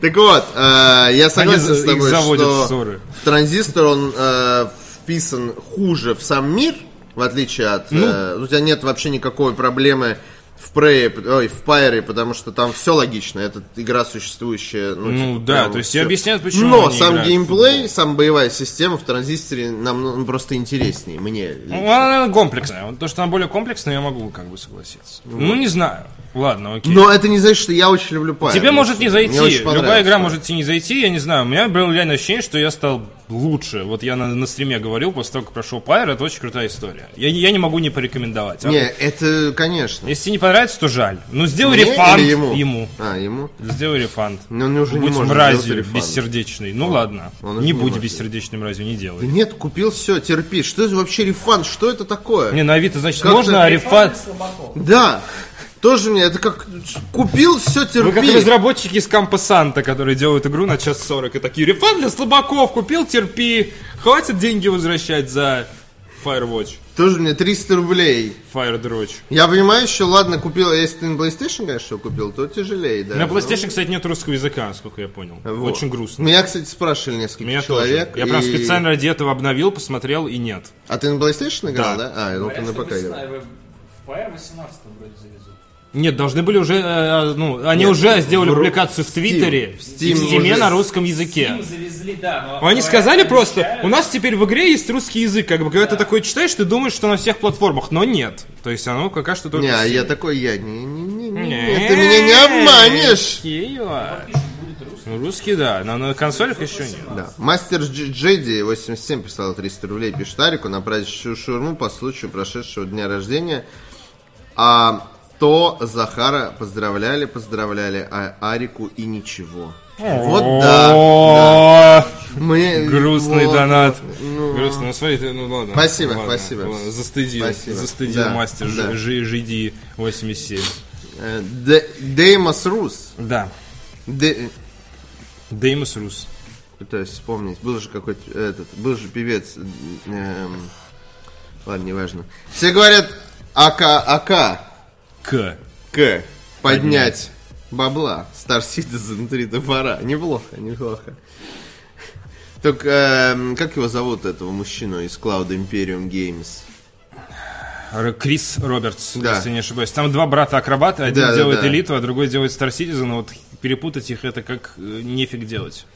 Speaker 2: Так вот, э, я согласен
Speaker 1: Они
Speaker 2: с тобой,
Speaker 1: их заводят
Speaker 2: что
Speaker 1: ссоры.
Speaker 2: в транзистор он э, вписан хуже в сам мир, в отличие от...
Speaker 1: Ну.
Speaker 2: э, у тебя нет вообще никакой проблемы в прее, ой, в пайре, потому что там все логично. Это игра существующая.
Speaker 1: Ну
Speaker 2: типа,
Speaker 1: да,
Speaker 2: прям
Speaker 1: то есть
Speaker 2: всё.
Speaker 1: объясняют, почему
Speaker 2: Но
Speaker 1: они
Speaker 2: сам
Speaker 1: играют в
Speaker 2: геймплей,
Speaker 1: футбол.
Speaker 2: сам боевая система в транзисторе нам ну, просто интереснее. Мне.
Speaker 1: Ну, Она, наверное, комплексная. Вот То, что она более комплексная, я могу как бы согласиться. Ну, не знаю. Ладно, окей.
Speaker 2: Но это не значит, что я очень люблю пайр.
Speaker 1: Тебе может не зайти. Любая игра
Speaker 2: может
Speaker 1: может тебе не зайти, я не знаю. У меня было реально ощущение, что я стал лучше. Вот я на, на стриме говорил, после того, как прошел Pyre, это очень крутая история. Я, я не могу не порекомендовать. А
Speaker 2: Не, это, конечно.
Speaker 1: Если тебе не понравится, то жаль. Ну, сделай
Speaker 2: Мне
Speaker 1: рефанд
Speaker 2: или
Speaker 1: ему.
Speaker 2: А, ему.
Speaker 1: Сделай рефанд.
Speaker 2: Но он уже не
Speaker 1: будь
Speaker 2: может
Speaker 1: мразью
Speaker 2: сделать рефанд.
Speaker 1: бессердечный. Ну ладно.
Speaker 2: он уже
Speaker 1: не
Speaker 2: не
Speaker 1: будь
Speaker 2: может.
Speaker 1: бессердечным мразью, не делай.
Speaker 2: Да нет, купил все, терпи. Что это вообще рефан? Что это такое?
Speaker 1: Не, на Авито, значит,
Speaker 2: Как
Speaker 1: можно,
Speaker 2: ты-
Speaker 1: а рефанд...
Speaker 4: Слабаков.
Speaker 2: Да. Тоже мне, это как купил все, терпи.
Speaker 1: Вы как разработчики из Кампа Санта, которые делают игру на час сорок и такие, рефан для слабаков, купил, терпи, хватит деньги возвращать за Firewatch,
Speaker 2: Тоже мне 300 рублей.
Speaker 1: Fire Drudge.
Speaker 2: Я понимаю, что ладно, купил, если ты на PlayStation, конечно, купил, то тяжелее, да.
Speaker 1: На
Speaker 2: но-
Speaker 1: PlayStation, кстати, нет русского языка, насколько я понял.
Speaker 2: Вот.
Speaker 1: Очень грустно.
Speaker 2: Меня, кстати, спрашивали несколько
Speaker 1: Меня
Speaker 2: человек.
Speaker 1: тоже. Я прям
Speaker 2: и-
Speaker 1: специально ради этого обновил, посмотрел и нет.
Speaker 2: А ты на PlayStation играл,
Speaker 1: Да.
Speaker 2: да? А, ну ты
Speaker 4: Говорят,
Speaker 2: на
Speaker 4: что
Speaker 2: ПК играл.
Speaker 4: весна- В ПР 18 вроде завезут.
Speaker 1: Нет, должны были уже, э, э, ну, они
Speaker 2: Нет,
Speaker 1: уже сделали
Speaker 2: в ру-
Speaker 1: публикацию в Твиттере,
Speaker 2: в
Speaker 1: и
Speaker 2: Steam
Speaker 1: в Стиме
Speaker 2: уже-
Speaker 1: на русском языке.
Speaker 4: Им завезли, да.
Speaker 1: А
Speaker 4: Но
Speaker 1: Они
Speaker 4: говорят,
Speaker 1: сказали
Speaker 4: обещают.
Speaker 1: просто, у нас теперь в игре есть русский язык, как бы, когда ты такое читаешь, ты думаешь, что на всех платформах, но нет. То есть оно пока что только... Э,
Speaker 2: Не, а
Speaker 1: в Steam.
Speaker 2: я такой, я не, не, не, не, не,
Speaker 1: Нет,
Speaker 2: ты меня не обманешь.
Speaker 1: Русский, да, но на консолях еще нет.
Speaker 2: Да. Мастер Дж- Джеди 87 писал 300 рублей, пишет Арику на праздничную шурму по случаю прошедшего дня рождения. А то Захара поздравляли, поздравляли, а Арику и ничего. Вот да.
Speaker 1: О,
Speaker 2: да. Мне-
Speaker 1: Грустный
Speaker 2: вот.
Speaker 1: донат. Грустно, ну смотри, ты- ну ладно.
Speaker 2: Спасибо,
Speaker 1: ладно,
Speaker 2: спасибо.
Speaker 1: ладно, Застыдил,
Speaker 2: Спасибо.
Speaker 1: застыдил
Speaker 2: Да,
Speaker 1: мастер
Speaker 2: да.
Speaker 1: GD 87.
Speaker 2: Э, Де- Деймос Рус.
Speaker 1: Да,
Speaker 2: Де-
Speaker 1: Деймос Рус.
Speaker 2: Пытаюсь вспомнить. Был же какой-то этот, был же певец. эм, Ладно, неважно. Все говорят «А АК, АК.
Speaker 1: К.
Speaker 2: К. Поднять бабла. Star Citizen 3 до пора. Неплохо, неплохо. Так, эм, как его зовут, этого мужчину из Cloud Imperium Games?
Speaker 1: Р- Крис Робертс,
Speaker 2: Да.
Speaker 1: если не ошибаюсь. Там два брата-акробата, один
Speaker 2: Да, да,
Speaker 1: делает
Speaker 2: да.
Speaker 1: элиту, а другой делает Star Citizen. Вот перепутать их это как э, нефиг делать.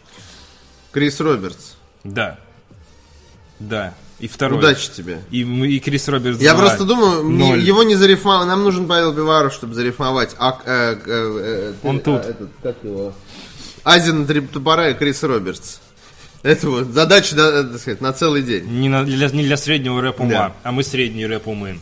Speaker 2: Крис Робертс.
Speaker 1: Да. Да. И второй.
Speaker 2: Удачи тебе.
Speaker 1: И, мы- и Крис Робертс.
Speaker 2: Я
Speaker 1: два,
Speaker 2: просто думаю, мне-
Speaker 1: ноль.
Speaker 2: его не зарифмовать. Нам нужен Павел Пиваров, чтобы зарифмовать. А, э, э, э, ты-
Speaker 1: Он тут.
Speaker 2: а, этот, как его? Азин Три топора и Крис Робертс. Это вот задача, да, э, так сказать, на целый день.
Speaker 1: Не, на- для, не для среднего рэп ума,
Speaker 2: Да.
Speaker 1: а мы средний рэп умы.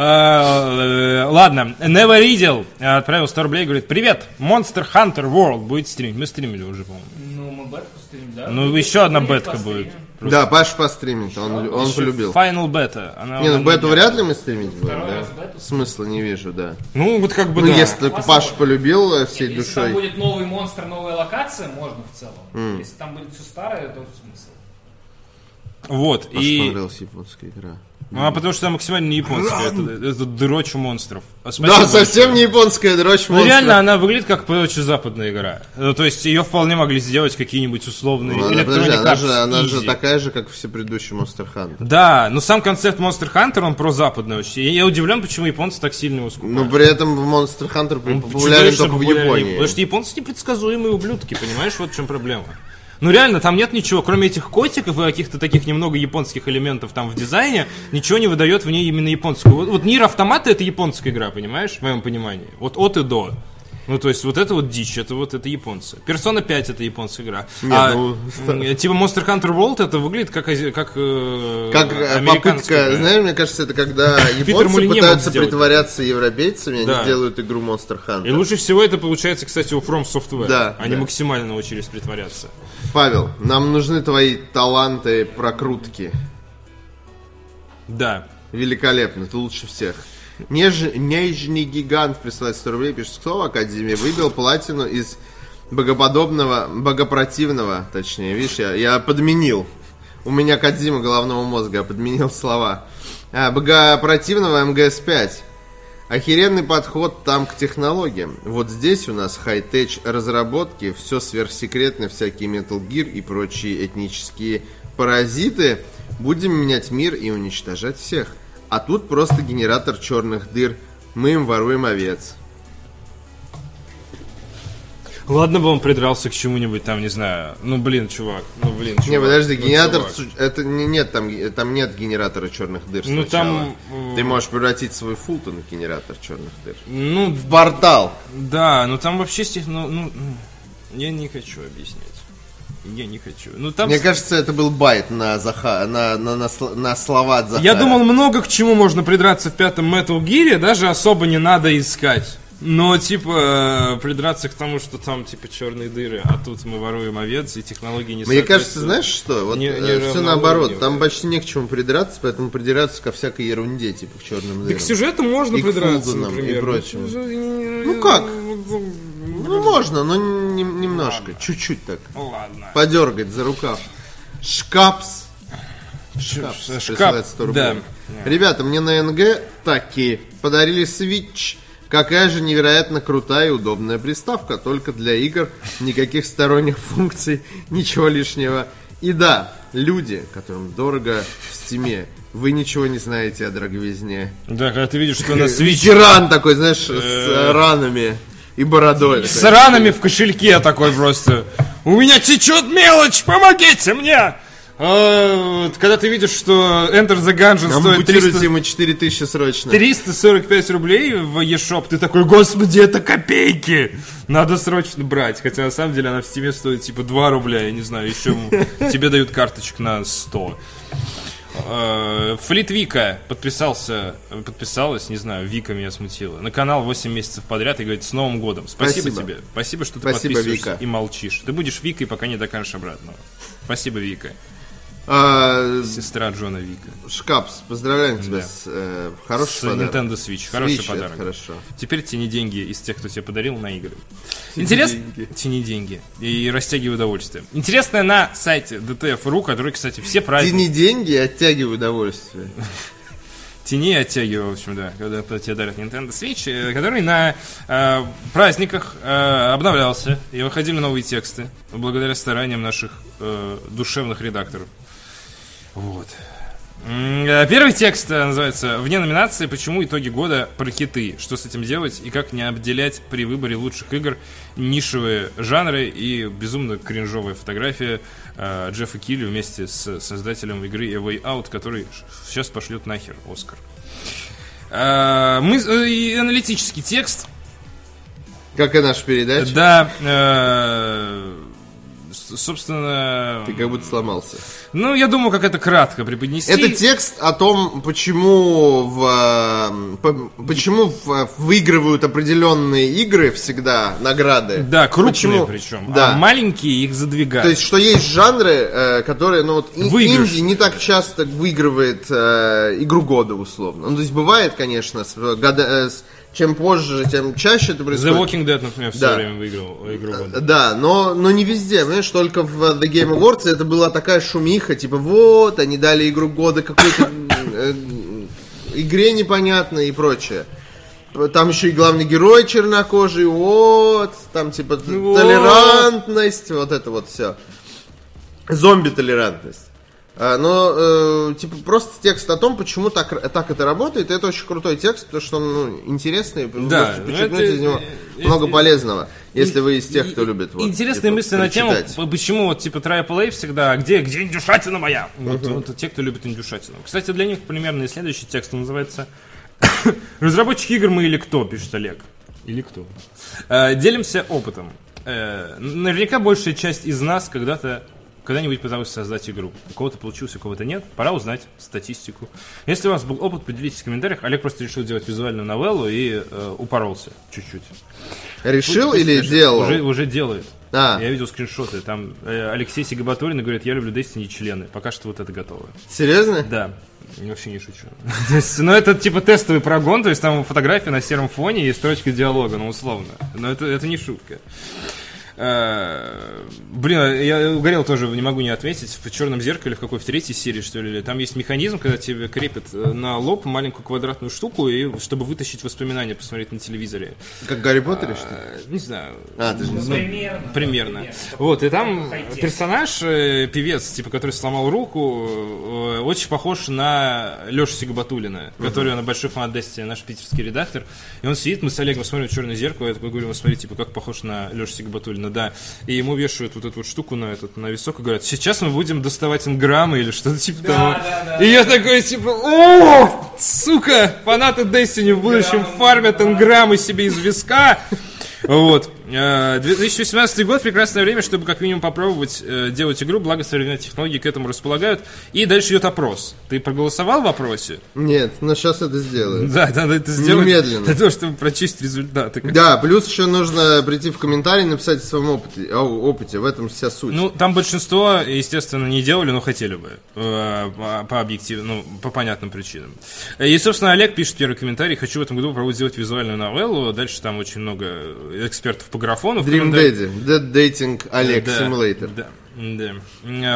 Speaker 1: А, э, Ладно, Never Riddle отправил 100 рублей и говорит Привет, Monster Hunter World будет стримить Мы стримили уже, по-моему
Speaker 4: Ну, мы бетку стримим, да?
Speaker 1: Ну, еще одна
Speaker 4: Или
Speaker 1: бетка
Speaker 4: постримим.
Speaker 1: будет
Speaker 2: Да, Паш постримит, он, он полюбил.
Speaker 1: Final Beta она-
Speaker 2: Не, ну
Speaker 1: она-
Speaker 2: бету вряд ли мы стримить будем,
Speaker 4: Второй
Speaker 2: да?
Speaker 4: раз бету?
Speaker 2: Смысла не вижу, да.
Speaker 1: Ну, вот как бы
Speaker 2: Ну,
Speaker 1: да
Speaker 2: если только Паша полюбил э, всей
Speaker 4: Если там
Speaker 2: душой.
Speaker 4: будет новый монстр, новая локация, можно в целом. Если там будет все старое, то смысл.
Speaker 1: Вот,
Speaker 2: Паша
Speaker 1: и...
Speaker 2: понравилась японская игра.
Speaker 1: Ну, а потому что она максимально не японская Это, это дрочь монстров А спасибо
Speaker 2: Да,
Speaker 1: большое.
Speaker 2: совсем не японская дрочь
Speaker 1: Ну,
Speaker 2: монстра.
Speaker 1: реально, она выглядит как прочь западная игра. Ну, то есть, ее вполне могли сделать какие-нибудь условные
Speaker 2: Ну, она- подожди,
Speaker 1: Electronic
Speaker 2: она
Speaker 1: Arts
Speaker 2: же, она же
Speaker 1: Easy.
Speaker 2: такая же, как все предыдущие Monster Hunter.
Speaker 1: Да, но сам концепт Monster Hunter, он про западный очень. Я, я удивлен, почему японцы так сильно его скупают.
Speaker 2: Но Ну, при этом в Monster Hunter
Speaker 1: Ну,
Speaker 2: популярен
Speaker 1: чудовищно
Speaker 2: только в
Speaker 1: популярен.
Speaker 2: Японии.
Speaker 1: Потому что японцы непредсказуемые ублюдки, понимаешь, вот в чем проблема. Ну реально, там нет ничего, кроме этих котиков и каких-то таких немного японских элементов там в дизайне, ничего не выдает в ней именно японскую. Вот, вот Нир Автомата это японская игра, понимаешь, в моем понимании. Вот от и до. Ну, то есть, вот это вот дичь, это вот это японцы. Persona 5 это японская игра.
Speaker 2: Не,
Speaker 1: а,
Speaker 2: ну,
Speaker 1: м, типа Monster Hunter World это выглядит как, ази- как, э,
Speaker 2: Как э,
Speaker 1: американская
Speaker 2: попытка,
Speaker 1: игра.
Speaker 2: знаешь, мне кажется, это
Speaker 1: [LAUGHS]
Speaker 2: когда
Speaker 1: Мулинье
Speaker 2: японцы
Speaker 1: мог
Speaker 2: пытаются
Speaker 1: сделать
Speaker 2: притворяться европейцами,
Speaker 1: Да.
Speaker 2: они делают игру Monster
Speaker 1: И
Speaker 2: Hunter.
Speaker 1: лучше всего это получается, кстати, у From Software.
Speaker 2: Да,
Speaker 1: Они
Speaker 2: да.
Speaker 1: максимально научились притворяться.
Speaker 2: Павел, нам нужны твои таланты прокрутки.
Speaker 1: Да.
Speaker 2: Великолепно, ты лучше всех. Неж- Нежный гигант присылает 100 рублей, пишет слово Академия, выбил платину из богоподобного, богопротивного, точнее, видишь, я, я подменил. У меня Кадзима головного мозга, я подменил слова. А, богопротивного МГС-5. Охеренный подход там к технологиям. Вот здесь у нас хай-теч разработки, все сверхсекретно, всякие Metal Gear и прочие этнические паразиты. Будем менять мир и уничтожать всех. А тут просто генератор черных дыр. Мы им воруем овец.
Speaker 1: Ладно бы он придрался к чему-нибудь там, не знаю. Ну, блин, чувак. Ну, блин, чувак.
Speaker 2: не, подожди,
Speaker 1: Ну,
Speaker 2: генератор...
Speaker 1: чувак.
Speaker 2: су- Это не- нет, там, ге- там нет генератора черных дыр
Speaker 1: Ну,
Speaker 2: сначала.
Speaker 1: там, э,
Speaker 2: Ты можешь превратить свой фултон в генератор черных дыр.
Speaker 1: Ну,
Speaker 2: В портал.
Speaker 1: да, ну там вообще стих... Ну, ну, я не хочу объяснять. Я не хочу. Ну, там...
Speaker 2: Мне
Speaker 1: с-
Speaker 2: кажется, это был байт на, Заха... на, на, на, сл- на слова от
Speaker 1: Я
Speaker 2: Захара.
Speaker 1: думал, много к чему можно придраться в пятом Metal Gear, даже особо не надо искать. Но, типа, э, придраться к тому, что там, типа, черные дыры, а тут мы воруем овец, и технологии не
Speaker 2: Мне
Speaker 1: соответствуют.
Speaker 2: кажется, знаешь что? Вот
Speaker 1: Не-
Speaker 2: все
Speaker 1: неравноуровневые.
Speaker 2: наоборот. Там почти не к чему придраться, поэтому придираться ко всякой ерунде, типа к черным
Speaker 1: Да
Speaker 2: дырам.
Speaker 1: к сюжету можно
Speaker 2: И к
Speaker 1: придраться,
Speaker 2: Фулденам, и
Speaker 1: например.
Speaker 2: прочему.
Speaker 1: Ну
Speaker 2: как? Ну можно, но не- немножко, чуть-чуть так.
Speaker 1: Ладно.
Speaker 2: Подергать за рукав. Шкапс.
Speaker 1: Шкаф.
Speaker 2: присылает 100 рублей.
Speaker 1: Да.
Speaker 2: Ребята, мне на НГ таки подарили Switch. Какая же невероятно крутая и удобная приставка, только для игр, никаких сторонних [LAUGHS] функций, ничего лишнего. И да, люди, которым дорого в стиме, вы ничего не знаете о дороговизне.
Speaker 1: Да, когда ты видишь, что на свече
Speaker 2: Ветеран такой, знаешь, с э, ранами и бородой.
Speaker 1: с ранами в кошельке такой просто. У меня течет мелочь, помогите мне! А, вот Когда ты видишь, что Enter the Gungeon стоит
Speaker 2: Ампутируйте
Speaker 1: 300
Speaker 2: ему 4000 срочно.
Speaker 1: 345 рублей в eShop, ты такой, господи, это копейки! Надо срочно брать. Хотя на самом деле она в стиме стоит типа 2 рубля, я не знаю, еще
Speaker 2: [LAUGHS]
Speaker 1: тебе дают карточек на 100. Э, Флит Вика подписался, э, подписалась, не знаю, Вика меня смутила. На канал 8 месяцев подряд и говорит, с Новым годом. Спасибо,
Speaker 2: Спасибо.
Speaker 1: тебе. Спасибо, что ты
Speaker 2: Спасибо,
Speaker 1: подписываешься
Speaker 2: Вика.
Speaker 1: и молчишь. Ты будешь Викой, пока не докажешь обратного. Спасибо, Вика.
Speaker 2: А,
Speaker 1: Сестра Джона Вика.
Speaker 2: Шкапс, поздравляем тебя
Speaker 1: Да.
Speaker 2: с э,
Speaker 1: С
Speaker 2: хорошим подарком.
Speaker 1: Nintendo Switch. Хороший
Speaker 2: Switch, это
Speaker 1: подарок.
Speaker 2: Хорошо.
Speaker 1: Теперь тяни деньги из тех, кто тебе подарил, на игры. Интересно?
Speaker 2: деньги.
Speaker 1: Тяни деньги. И растягивай удовольствие. Интересно на сайте DTF.ru, который, кстати, все праздники.
Speaker 2: Тяни деньги и оттягивай удовольствие.
Speaker 1: Тяни и оттягивай, в общем, да, когда т- тебе дарят Nintendo Switch, э, который на э, праздниках э, обновлялся, и выходили новые тексты, благодаря стараниям наших э, душевных редакторов. Вот. М, э, Первый текст э, называется «Вне номинации. Почему итоги года про хиты? Что с этим делать и как не обделять при выборе лучших игр нишевые жанры и безумно кринжовая фотография э, Джеффа Килли вместе с создателем игры A Way Out, который сейчас пошлет нахер Оскар». Э, мы, э, и аналитический текст.
Speaker 2: Как и наша передача.
Speaker 1: Да, э, с- собственно...
Speaker 2: Ты как будто сломался.
Speaker 1: Ну, я думаю, как это кратко преподнести.
Speaker 2: Это текст о том, почему в, э, по- почему в, э, выигрывают определенные игры всегда награды.
Speaker 1: Да, крупные
Speaker 2: Почему?
Speaker 1: причем.
Speaker 2: Да.
Speaker 1: А маленькие их задвигают.
Speaker 2: То есть, что есть жанры, э, которые, ну вот, ин-
Speaker 1: Выигрыш.
Speaker 2: инди не так часто выигрывает э, игру года, условно. Ну, то есть, бывает, конечно, с, э, года- э, с- чем позже, тем чаще это
Speaker 1: The
Speaker 2: происходит.
Speaker 1: Walking Dead, например, все
Speaker 2: Да. Э,
Speaker 1: время выиграл игру года.
Speaker 2: Да, но, но не везде, понимаешь, только в э, The Game Awards это была такая шумиха, типа, вот, они дали игру года какой-то э, игре непонятной и прочее. Там еще и главный герой чернокожий, вот, там типа т-
Speaker 1: Ну вот.
Speaker 2: толерантность, вот это вот все. Зомби-толерантность. А, Но, э, типа, просто текст о том, почему так, р- так это работает, и это очень крутой текст, потому что он ну, интересный,
Speaker 1: Да,
Speaker 2: да,
Speaker 1: ну
Speaker 2: подчеркнуть
Speaker 1: это-
Speaker 2: из него
Speaker 1: э,
Speaker 2: много
Speaker 1: э,
Speaker 2: полезного, если вы из тех, кто
Speaker 1: И-
Speaker 2: любит. вот,
Speaker 1: Интересные
Speaker 2: типа,
Speaker 1: мысли на тему,
Speaker 2: прочитать.
Speaker 1: п- почему вот типа AAA всегда, где, где индюшатина моя? Вот, вот те, кто любит индюшатину. Кстати, для [COUGHS] них примерно и следующий текст он называется «Разработчики игр мы или кто?» пишет Олег. Или кто? Э, Делимся опытом. Э, Наверняка большая часть из нас когда-то когда-нибудь пыталась создать игру. У кого-то получилось, у кого-то нет. Пора узнать статистику. Если у вас был опыт, поделитесь в комментариях. Олег просто решил делать визуальную новеллу и э, упоролся чуть-чуть.
Speaker 2: Решил или делал?
Speaker 1: Уже, уже делает.
Speaker 2: А.
Speaker 1: Я видел скриншоты. Там э, Алексей Сигабатурин говорит, я люблю Destiny и члены. Пока что вот это готово.
Speaker 2: Серьезно?
Speaker 1: Да. Я Вообще не шучу. [LAUGHS] То есть, ну, это типа тестовый прогон, то есть там фотография на сером фоне и строчка диалога, ну, условно. Но это, это не шутка. Э, Блин, я угорел тоже, не могу не отметить. В черном зеркале, в какой, в третьей серии, что ли, там есть механизм, когда тебе крепят э, на лоб маленькую квадратную штуку, и чтобы вытащить воспоминания, посмотреть на телевизоре.
Speaker 2: Как Гарри Поттер, что ли?
Speaker 1: Э, Не знаю.
Speaker 2: А, ты же не
Speaker 4: Ну,
Speaker 2: знаешь.
Speaker 4: примерно.
Speaker 1: Примерно.
Speaker 4: Примерно.
Speaker 1: Вот, и там
Speaker 4: Хай-тек.
Speaker 1: персонаж, э, певец, типа, который сломал руку, э, очень похож на Лешу Сигабатулина, который он большой фанат Destiny, наш питерский редактор. И он сидит, мы с Олегом смотрим черное зеркало, я такой говорю, «Вот смотри, типа, как похож на Лешу Сигабатулина, да. И ему вешают вот эту вот штуку на этот, на висок и говорят, сейчас мы будем доставать инграммы или что-то типа того.
Speaker 4: да, да,
Speaker 1: и я такой, типа, о, сука, фанаты Destiny в будущем
Speaker 4: Инграммы,
Speaker 1: фармят
Speaker 4: да.
Speaker 1: инграммы себе из виска. Вот. Э, 2018 год прекрасное время, чтобы как минимум попробовать э, делать игру, благо современные технологии к этому располагают. И дальше идет опрос. Ты проголосовал в опросе?
Speaker 2: Нет, но сейчас это сделаю.
Speaker 1: Да, надо это сделать.
Speaker 2: Немедленно.
Speaker 1: Для того, чтобы прочистить результаты. Как-
Speaker 2: Да, плюс еще нужно прийти в комментарий и написать о своем опыте. О, опыте, в этом вся суть.
Speaker 1: Ну, там большинство, естественно, не делали, но хотели бы. Э, По по объектив, ну, по понятным причинам. И, собственно, Олег пишет первый комментарий. Хочу в этом году попробовать сделать визуальную новеллу. Дальше там очень много экспертов по графону. В
Speaker 2: Dream
Speaker 1: комментариях-
Speaker 2: Daddy, Dead Dating Олег
Speaker 1: Да,
Speaker 2: Simulator.
Speaker 1: Да, да.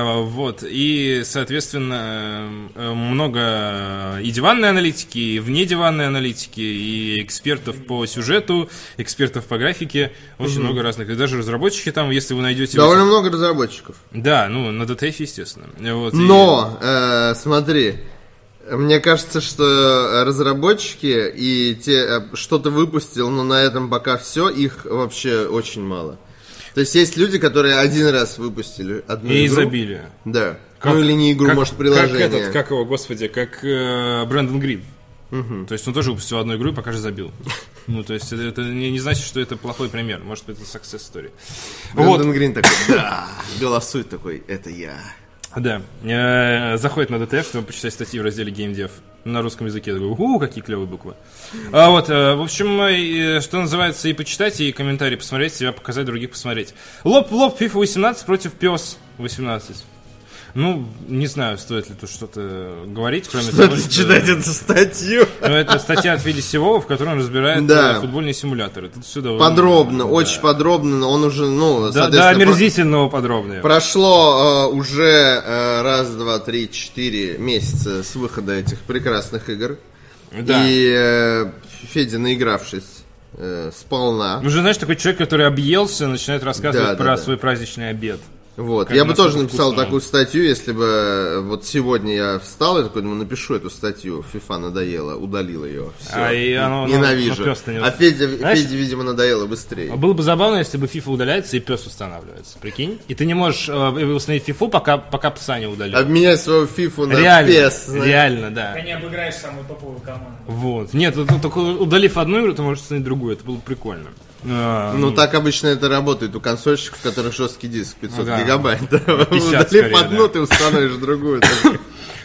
Speaker 1: А, Вот. И, соответственно, э, много и диванной аналитики, и вне диванной аналитики, и экспертов по сюжету, экспертов по графике. Очень много разных. И даже разработчики там, если вы найдете...
Speaker 2: Довольно много разработчиков.
Speaker 1: Да, ну, на DTF, естественно. Вот, и-
Speaker 2: Но, э, смотри, мне кажется, что разработчики и те, э, что-то выпустил, но на этом пока все, их вообще очень мало. То есть есть люди, которые один раз выпустили одну
Speaker 1: И
Speaker 2: игру.
Speaker 1: изобилие.
Speaker 2: Да.
Speaker 1: Как-
Speaker 2: ну или не игру,
Speaker 1: как-
Speaker 2: может, приложение.
Speaker 1: Как этот, как его, господи, как э, Брэндон Грин. То есть он тоже выпустил одну игру и пока же забил. Ну, то есть это, это не, не значит, что это плохой пример. Может быть, это success story.
Speaker 2: Брэндон Грин такой, да, голосует такой, это я.
Speaker 1: Да. Э, Заходит на DTF, чтобы почитать статьи в разделе GameDev на русском языке. Я такой, ууу, какие клевые буквы. А вот, э, в общем, э, что называется, и почитать, и комментарии посмотреть, себя показать, других посмотреть. Лоб в лоб, FIFA 18 против пес 18. Ну, не знаю, стоит ли тут что-то говорить, кроме того, что-
Speaker 2: читать эту статью?
Speaker 1: Ну, это статья от Феди Сивова, в которой он разбирает
Speaker 2: Да.
Speaker 1: э, футбольные симуляторы. Тут все довольно-
Speaker 2: Подробно,
Speaker 1: Да.
Speaker 2: очень подробно, но он уже, ну,
Speaker 1: Да, да,
Speaker 2: соответственно, про-
Speaker 1: омерзительного подробнее.
Speaker 2: Прошло э, уже э, раз, два, три, четыре месяца с выхода этих прекрасных игр.
Speaker 1: Да.
Speaker 2: И э, Федя, наигравшись э, сполна,
Speaker 1: Ну, же знаешь, такой человек, который объелся, начинает рассказывать
Speaker 2: Да, да,
Speaker 1: про
Speaker 2: да.
Speaker 1: свой праздничный обед.
Speaker 2: вот,
Speaker 1: как
Speaker 2: я бы
Speaker 1: насколько
Speaker 2: тоже написал
Speaker 1: вкусно.
Speaker 2: такую статью, если бы э, вот сегодня я встал и такой, думаю, напишу эту статью, FIFA надоела, удалил ее, все,
Speaker 1: А, и оно- оно- оно
Speaker 2: ненавижу.
Speaker 1: пёс-то не-
Speaker 2: а Федя,
Speaker 1: Знаешь-
Speaker 2: Федя, видимо, надоело быстрее.
Speaker 1: А Было бы забавно, если бы FIFA удаляется и пес устанавливается. Прикинь? И ты не можешь э, установить FIFA, пока, пока пса не удалят.
Speaker 2: Обменять свою фифу на
Speaker 1: реально.
Speaker 2: пес. знаешь.
Speaker 1: реально, да.
Speaker 4: Ты не обыграешь самую топовую команду.
Speaker 1: Вот. Нет, вот только удалив одну игру, ты можешь установить другую. Это было бы прикольно. А,
Speaker 2: Ну, так обычно это работает у консольщиков, у которых жесткий диск 500
Speaker 1: Ну Да. [LAUGHS]
Speaker 2: гигабайт. Да.
Speaker 1: 50
Speaker 2: Удалив
Speaker 1: скорее,
Speaker 2: одну,
Speaker 1: да.
Speaker 2: ты установишь
Speaker 1: [LAUGHS]
Speaker 2: другую.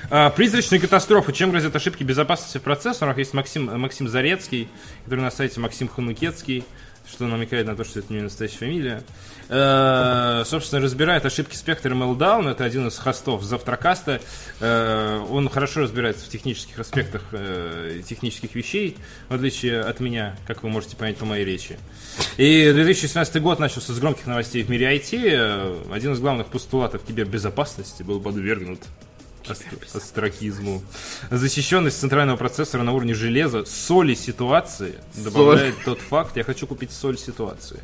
Speaker 1: А, Призрачная катастрофа. Чем грозят ошибки безопасности в процессорах? Есть Максим, э, Максим Зарецкий, который на сайте Максим Ханукецкий, что намекает на то, что это не настоящая фамилия. Э, собственно, разбирает ошибки спектра Meltdown. Это один из хостов завтракаста. Э, он хорошо разбирается в технических аспектах э, и технических вещей, в отличие от меня, как вы можете понять по моей речи. И 2017 год начался с громких новостей в мире IT. Э, Один из главных постулатов кибербезопасности был подвергнут Астр- Астракизму. Защищенность центрального процессора на уровне железа соли ситуации добавляет тот факт, я хочу купить соль ситуации,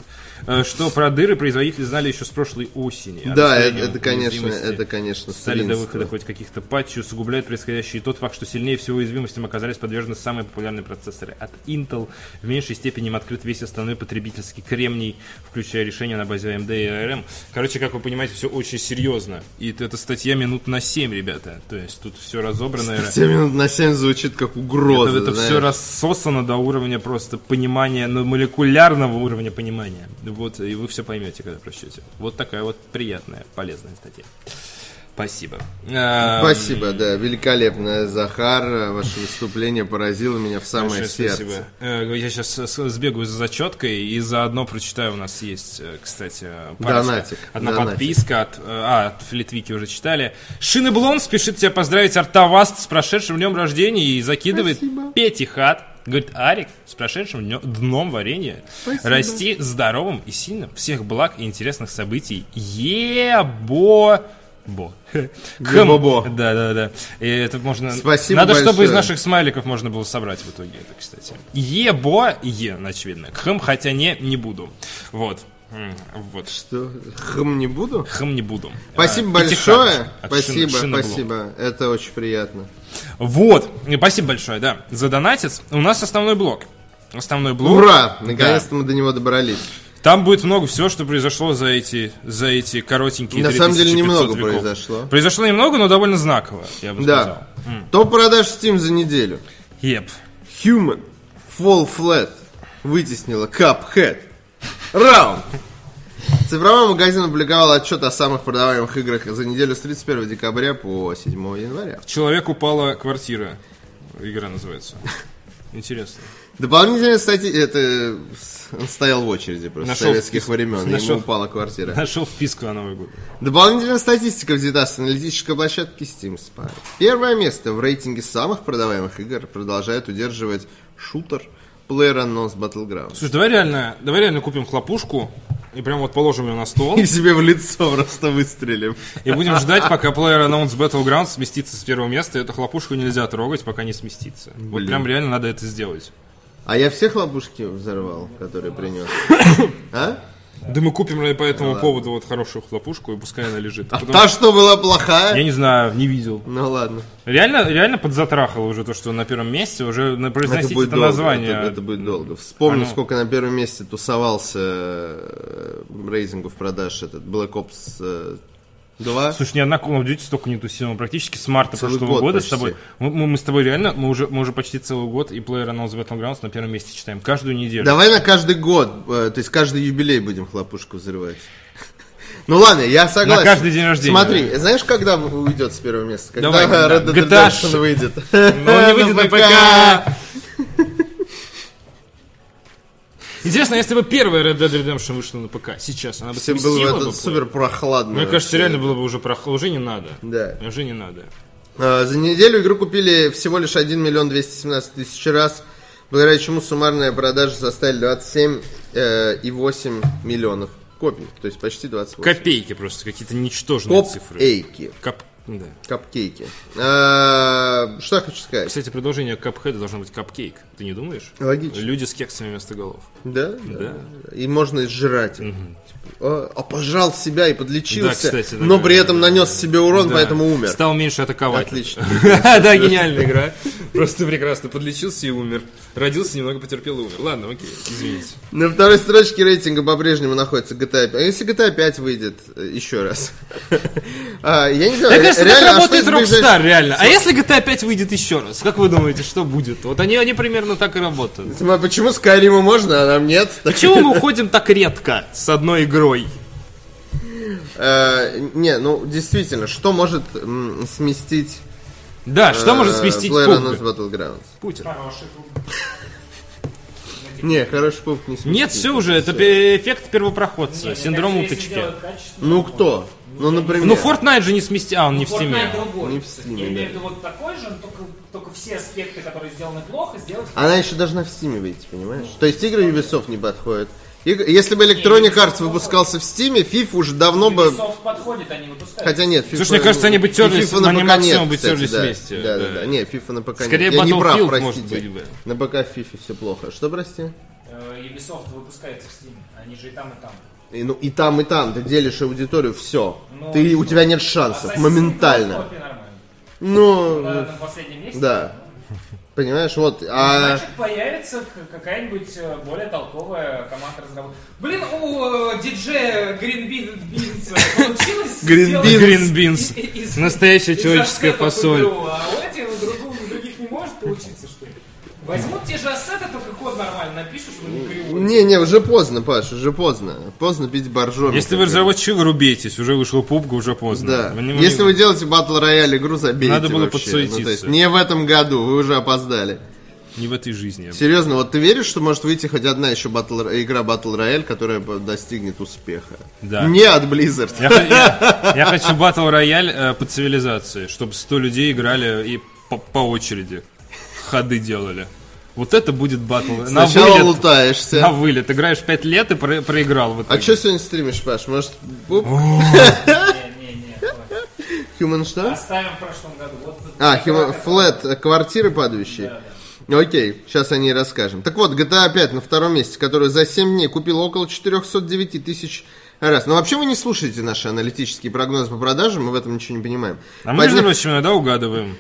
Speaker 1: э, что про дыры производители знали еще с прошлой осени. а
Speaker 2: Да,
Speaker 1: расстояние
Speaker 2: это, это, конечно,
Speaker 1: уязвимости
Speaker 2: это, конечно,
Speaker 1: стали до
Speaker 2: свинство.
Speaker 1: выхода хоть каких-то патчей усугубляет происходящее и тот факт, что сильнее всего уязвимостям оказались подвержены самые популярные процессоры от Intel. В меньшей степени им открыт весь остальной потребительский кремний, включая решения на базе AMD и ARM. Короче, как вы понимаете, все очень серьезно. И это статья минут на 7, ребята. да. То есть тут все разобрано.
Speaker 2: 7 минут на 7 звучит как угроза.
Speaker 1: Это, это
Speaker 2: знаешь.
Speaker 1: все рассосано до уровня просто понимания, на молекулярного уровня понимания. Вот, и вы все поймете, когда прочтете. Вот такая вот приятная, полезная статья. Спасибо. Эм,
Speaker 2: Спасибо, да, великолепно, Захар, ваше выступление поразило меня в самое
Speaker 1: большое
Speaker 2: сердце.
Speaker 1: спасибо. Э, Я сейчас сбегаю за зачеткой и заодно прочитаю. У нас есть, э, кстати, парочка.
Speaker 2: Донатик,
Speaker 1: Одна
Speaker 2: донатик.
Speaker 1: подписка от, э, а, от Флитвики уже читали. Шинеблон спешит тебя поздравить Артаваст с прошедшим днем рождения и закидывает
Speaker 2: Спасибо.
Speaker 1: Пети хат. Говорит, Арик, с прошедшим днем, дном варенья. Расти здоровым и сильным. Всех благ и интересных событий. Ебо. Бо.
Speaker 2: Ебо-бо.
Speaker 1: Хм. Да, да, да. И это можно
Speaker 2: Спасибо
Speaker 1: надо, чтобы
Speaker 2: большое.
Speaker 1: из наших смайликов можно было собрать в итоге это, кстати. Ебо, е, очевидно. Хм, хотя не, не буду. Вот. М, Вот.
Speaker 2: Что? Хм не буду?
Speaker 1: Хм не буду.
Speaker 2: Спасибо
Speaker 1: А, Питихат
Speaker 2: большое.
Speaker 1: от
Speaker 2: спасибо,
Speaker 1: Шин- Шиноблок.
Speaker 2: спасибо. Это очень приятно.
Speaker 1: Вот. И Спасибо большое, да. За донатец. У нас основной блок. Основной блок.
Speaker 2: Ура!
Speaker 1: Да.
Speaker 2: Наконец-то мы до него добрались.
Speaker 1: Там будет много всего, что произошло за эти, за эти коротенькие
Speaker 2: На самом деле
Speaker 1: 3500
Speaker 2: немного
Speaker 1: веков.
Speaker 2: произошло.
Speaker 1: Произошло немного, но довольно знаково, я бы сказал.
Speaker 2: Да. Топ продаж Steam за неделю.
Speaker 1: Еп.
Speaker 2: Human Fall Flat вытеснила Cuphead. Раунд. Цифровой магазин опубликовал отчет о самых продаваемых играх за неделю с 31 декабря по 7 января.
Speaker 1: Человек упала квартира. Игра называется. Интересно.
Speaker 2: Дополнительные статьи... Это с- он стоял в очереди просто
Speaker 1: Нашел
Speaker 2: советских
Speaker 1: список.
Speaker 2: времен.
Speaker 1: Нашел.
Speaker 2: Ему упала квартира.
Speaker 1: Нашел вписку на Новый год.
Speaker 2: Дополнительная статистика взята с аналитической площадки Steam Spy. Первое место в рейтинге самых продаваемых игр продолжает удерживать шутер PlayerUnknown's Battlegrounds.
Speaker 1: Слушай, давай реально, давай реально купим хлопушку и прям вот положим ее на стол
Speaker 2: И себе в лицо просто выстрелим.
Speaker 1: и будем ждать, пока PlayerUnknown's Battlegrounds сместится с первого места. Эту хлопушку нельзя трогать, пока не сместится. Вот
Speaker 2: Блин.
Speaker 1: прям реально надо это сделать.
Speaker 2: А я все хлопушки взорвал,
Speaker 1: [COUGHS]
Speaker 2: которые принес. А?
Speaker 1: Да мы купим наверное, по этому поводу вот хорошую хлопушку и пускай она лежит.
Speaker 2: А
Speaker 1: Потом-
Speaker 2: та, что была
Speaker 1: Я
Speaker 2: плохая?
Speaker 1: не знаю, не видел.
Speaker 2: Ну ладно.
Speaker 1: Реально, реально подзатрахало уже то, что на первом месте уже на- произносить это, название.
Speaker 2: Это, это будет долго. Вспомню,
Speaker 1: Оно-
Speaker 2: сколько на первом месте тусовался э, рейтингов продаж этот Black Ops э, 2.
Speaker 1: Слушай, ни одна Call of Duty столько не тусила. Мы практически с марта
Speaker 2: Целый
Speaker 1: прошлого
Speaker 2: год
Speaker 1: года с
Speaker 2: почти.
Speaker 1: тобой. Мы, мы- мы с тобой реально, мы уже, мы уже почти целый год и PlayerUnknown's Battlegrounds на первом месте читаем. Каждую неделю.
Speaker 2: Давай на каждый год, э, то есть каждый юбилей будем хлопушку взрывать. Ну ладно, я согласен.
Speaker 1: каждый день рождения,
Speaker 2: Смотри, знаешь, когда уйдет с первого места? Когда
Speaker 1: Давай, да.
Speaker 2: Red Dead
Speaker 1: GTA
Speaker 2: Redemption выйдет.
Speaker 1: Но Ну, он не выйдет
Speaker 2: [LAUGHS]
Speaker 1: на ПК. Интересно, если бы первая Red Dead Redemption вышла на ПК сейчас, она бы
Speaker 2: Всем
Speaker 1: сместила
Speaker 2: было бы
Speaker 1: бы
Speaker 2: это
Speaker 1: плей-
Speaker 2: супер прохладно.
Speaker 1: Мне кажется,
Speaker 2: вообще.
Speaker 1: реально было бы уже прохладно. Уже не надо.
Speaker 2: Да.
Speaker 1: Уже не надо.
Speaker 2: Э, За неделю игру купили всего лишь 1 миллион 217 тысяч раз, благодаря чему суммарная продажа составили 27,8 э, миллионов копий. То есть почти 28.
Speaker 1: Копейки просто, какие-то ничтожные цифры.
Speaker 2: Коп-эйки.
Speaker 1: Кап... Да.
Speaker 2: Капкейки. Э, Что я хочу сказать?
Speaker 1: Кстати, продолжение капхеда должно быть капкейк. Ты не думаешь?
Speaker 2: Логично.
Speaker 1: Люди с кексами вместо голов.
Speaker 2: Да? Да. И можно сжирать. их. Типа, А, пожал себя и подлечился,
Speaker 1: Да, кстати, да,
Speaker 2: но
Speaker 1: да,
Speaker 2: при
Speaker 1: да,
Speaker 2: этом
Speaker 1: да,
Speaker 2: нанес себе урон,
Speaker 1: Да.
Speaker 2: поэтому умер.
Speaker 1: Стал меньше атаковать.
Speaker 2: Отлично.
Speaker 1: [LAUGHS] Да, гениальная игра. Просто прекрасно. Подлечился и умер. Родился, немного потерпел и умер. Ладно, окей, извините.
Speaker 2: На второй строчке рейтинга по-прежнему находится GTA 5. А если GTA 5 выйдет э,
Speaker 1: [LAUGHS]
Speaker 2: еще раз? А, Я не знаю.
Speaker 1: Мне кажется,
Speaker 2: реально, а
Speaker 1: так
Speaker 2: что
Speaker 1: работает
Speaker 2: из ближайших-
Speaker 1: Rockstar, реально. А если GTA 5 выйдет еще раз, как вы думаете, что будет? Вот они, они примерно так и работают.
Speaker 2: Тьма, Почему Скайриму можно, а нам нет?
Speaker 1: Почему мы уходим так редко с одной игрой?
Speaker 2: Э, Не, ну действительно, что может м, сместить...
Speaker 1: Да, что
Speaker 2: э,
Speaker 1: может сместить
Speaker 2: PlayerUnknown's
Speaker 1: пункт?
Speaker 2: Battlegrounds?
Speaker 1: Путин.
Speaker 4: Хороший клуб.
Speaker 2: Не, хороший пункт не сместит.
Speaker 1: Нет, все уже, это пе- эффект первопроходца, синдром
Speaker 4: Мне кажется, ну, если
Speaker 1: уточки.
Speaker 4: делать качественно,
Speaker 2: Ну кто? Ну, например...
Speaker 1: Ну, Fortnite же не смести, а он не в стиме.
Speaker 4: Fortnite другой.
Speaker 2: Не в Steam,
Speaker 4: Я
Speaker 2: да.
Speaker 4: имею в виду вот такой же, но только, только все аспекты, которые сделаны плохо, сделать
Speaker 2: Она еще должна в Стиме выйти, понимаешь? То есть игры Ubisoft не подходят. Иг- Если бы Electronic Arts выпускался в Стиме, FIFA уже давно бы...
Speaker 4: Ubisoft подходит, они выпускают.
Speaker 2: Хотя нет, FIFA...
Speaker 1: Слушай, мне кажется, они бы терлись,
Speaker 2: FIFA на
Speaker 1: они
Speaker 2: ПК
Speaker 1: максимум
Speaker 2: нет,
Speaker 1: бы
Speaker 2: кстати,
Speaker 1: терлись
Speaker 2: да.
Speaker 1: вместе,
Speaker 2: Да, да,
Speaker 1: да.
Speaker 2: да. Не, FIFA на ПК нет.
Speaker 1: Скорее
Speaker 2: Я не прав,
Speaker 1: Battlefield, может
Speaker 2: простите.
Speaker 1: быть,
Speaker 2: На ПК в FIFA все плохо. Что, прости?
Speaker 4: Э, Ubisoft выпускается в Steam, они же и там, и там.
Speaker 2: И, ну, и там, и там. Ты делишь аудиторию, все.
Speaker 4: Ну,
Speaker 2: Ты, у тебя нет шансов.
Speaker 4: Assassin's Creed
Speaker 2: Моментально.
Speaker 4: Coffee нормально.
Speaker 2: Ну,
Speaker 4: На, на последнем месте.
Speaker 2: да. Понимаешь, вот. А...
Speaker 1: Э,
Speaker 4: Значит, появится к- какая-нибудь э, более толковая команда разработки. Блин, у э, диджея Гринбинса э, получилось
Speaker 2: Green
Speaker 4: сделать
Speaker 2: Beans.
Speaker 1: Green Beans.
Speaker 4: и- [LAUGHS] из-
Speaker 1: Настоящая
Speaker 4: из
Speaker 1: человеческая
Speaker 4: ассетов
Speaker 1: фасоль.
Speaker 4: игру, А у этих у другого- у других не может получиться, что ли? Возьмут те же ассеты, только код нормально напишут, чтобы не кривой.
Speaker 2: Не, не, уже поздно, Паш, уже поздно. Поздно бить боржоми.
Speaker 1: Если вы разработчик, рубейтесь, уже вышла пупка, уже поздно.
Speaker 2: Ну, Да.
Speaker 1: Вы не-
Speaker 2: Если
Speaker 1: не-
Speaker 2: вы делаете батл рояль игру, забейте
Speaker 1: Надо было
Speaker 2: вообще.
Speaker 1: подсуетиться.
Speaker 2: Ну, то есть не в этом году, вы уже опоздали.
Speaker 1: Не в этой жизни.
Speaker 2: Серьезно, вот ты веришь, что может выйти хоть одна еще батл, игра батл рояль, которая бы достигнет успеха?
Speaker 1: Да.
Speaker 2: Не от Blizzard.
Speaker 1: Я, хо- я- я хочу батл рояль э, по цивилизации, чтобы 100 людей играли и по, по очереди ходы делали. Вот это будет батл. На
Speaker 2: Сначала
Speaker 1: вылет.
Speaker 2: лутаешься.
Speaker 1: На вылет. Играешь 5 лет и про- проиграл. Вот
Speaker 2: А что сегодня стримишь, Паш? Может, пуп?
Speaker 4: Не-не-не.
Speaker 2: Human что?
Speaker 4: Оставим в прошлом году. Вот тут-
Speaker 2: А, Human Flat, э, квартиры падающие. Окей, сейчас о ней расскажем. Так вот, GTA 5 на втором месте, которую за 7 дней купила около 409 тысяч раз. Но вообще вы не слушаете наши аналитические прогнозы по продажам, мы в этом ничего не понимаем.
Speaker 1: А мы, между
Speaker 2: Подня-
Speaker 1: прочим, иногда угадываем.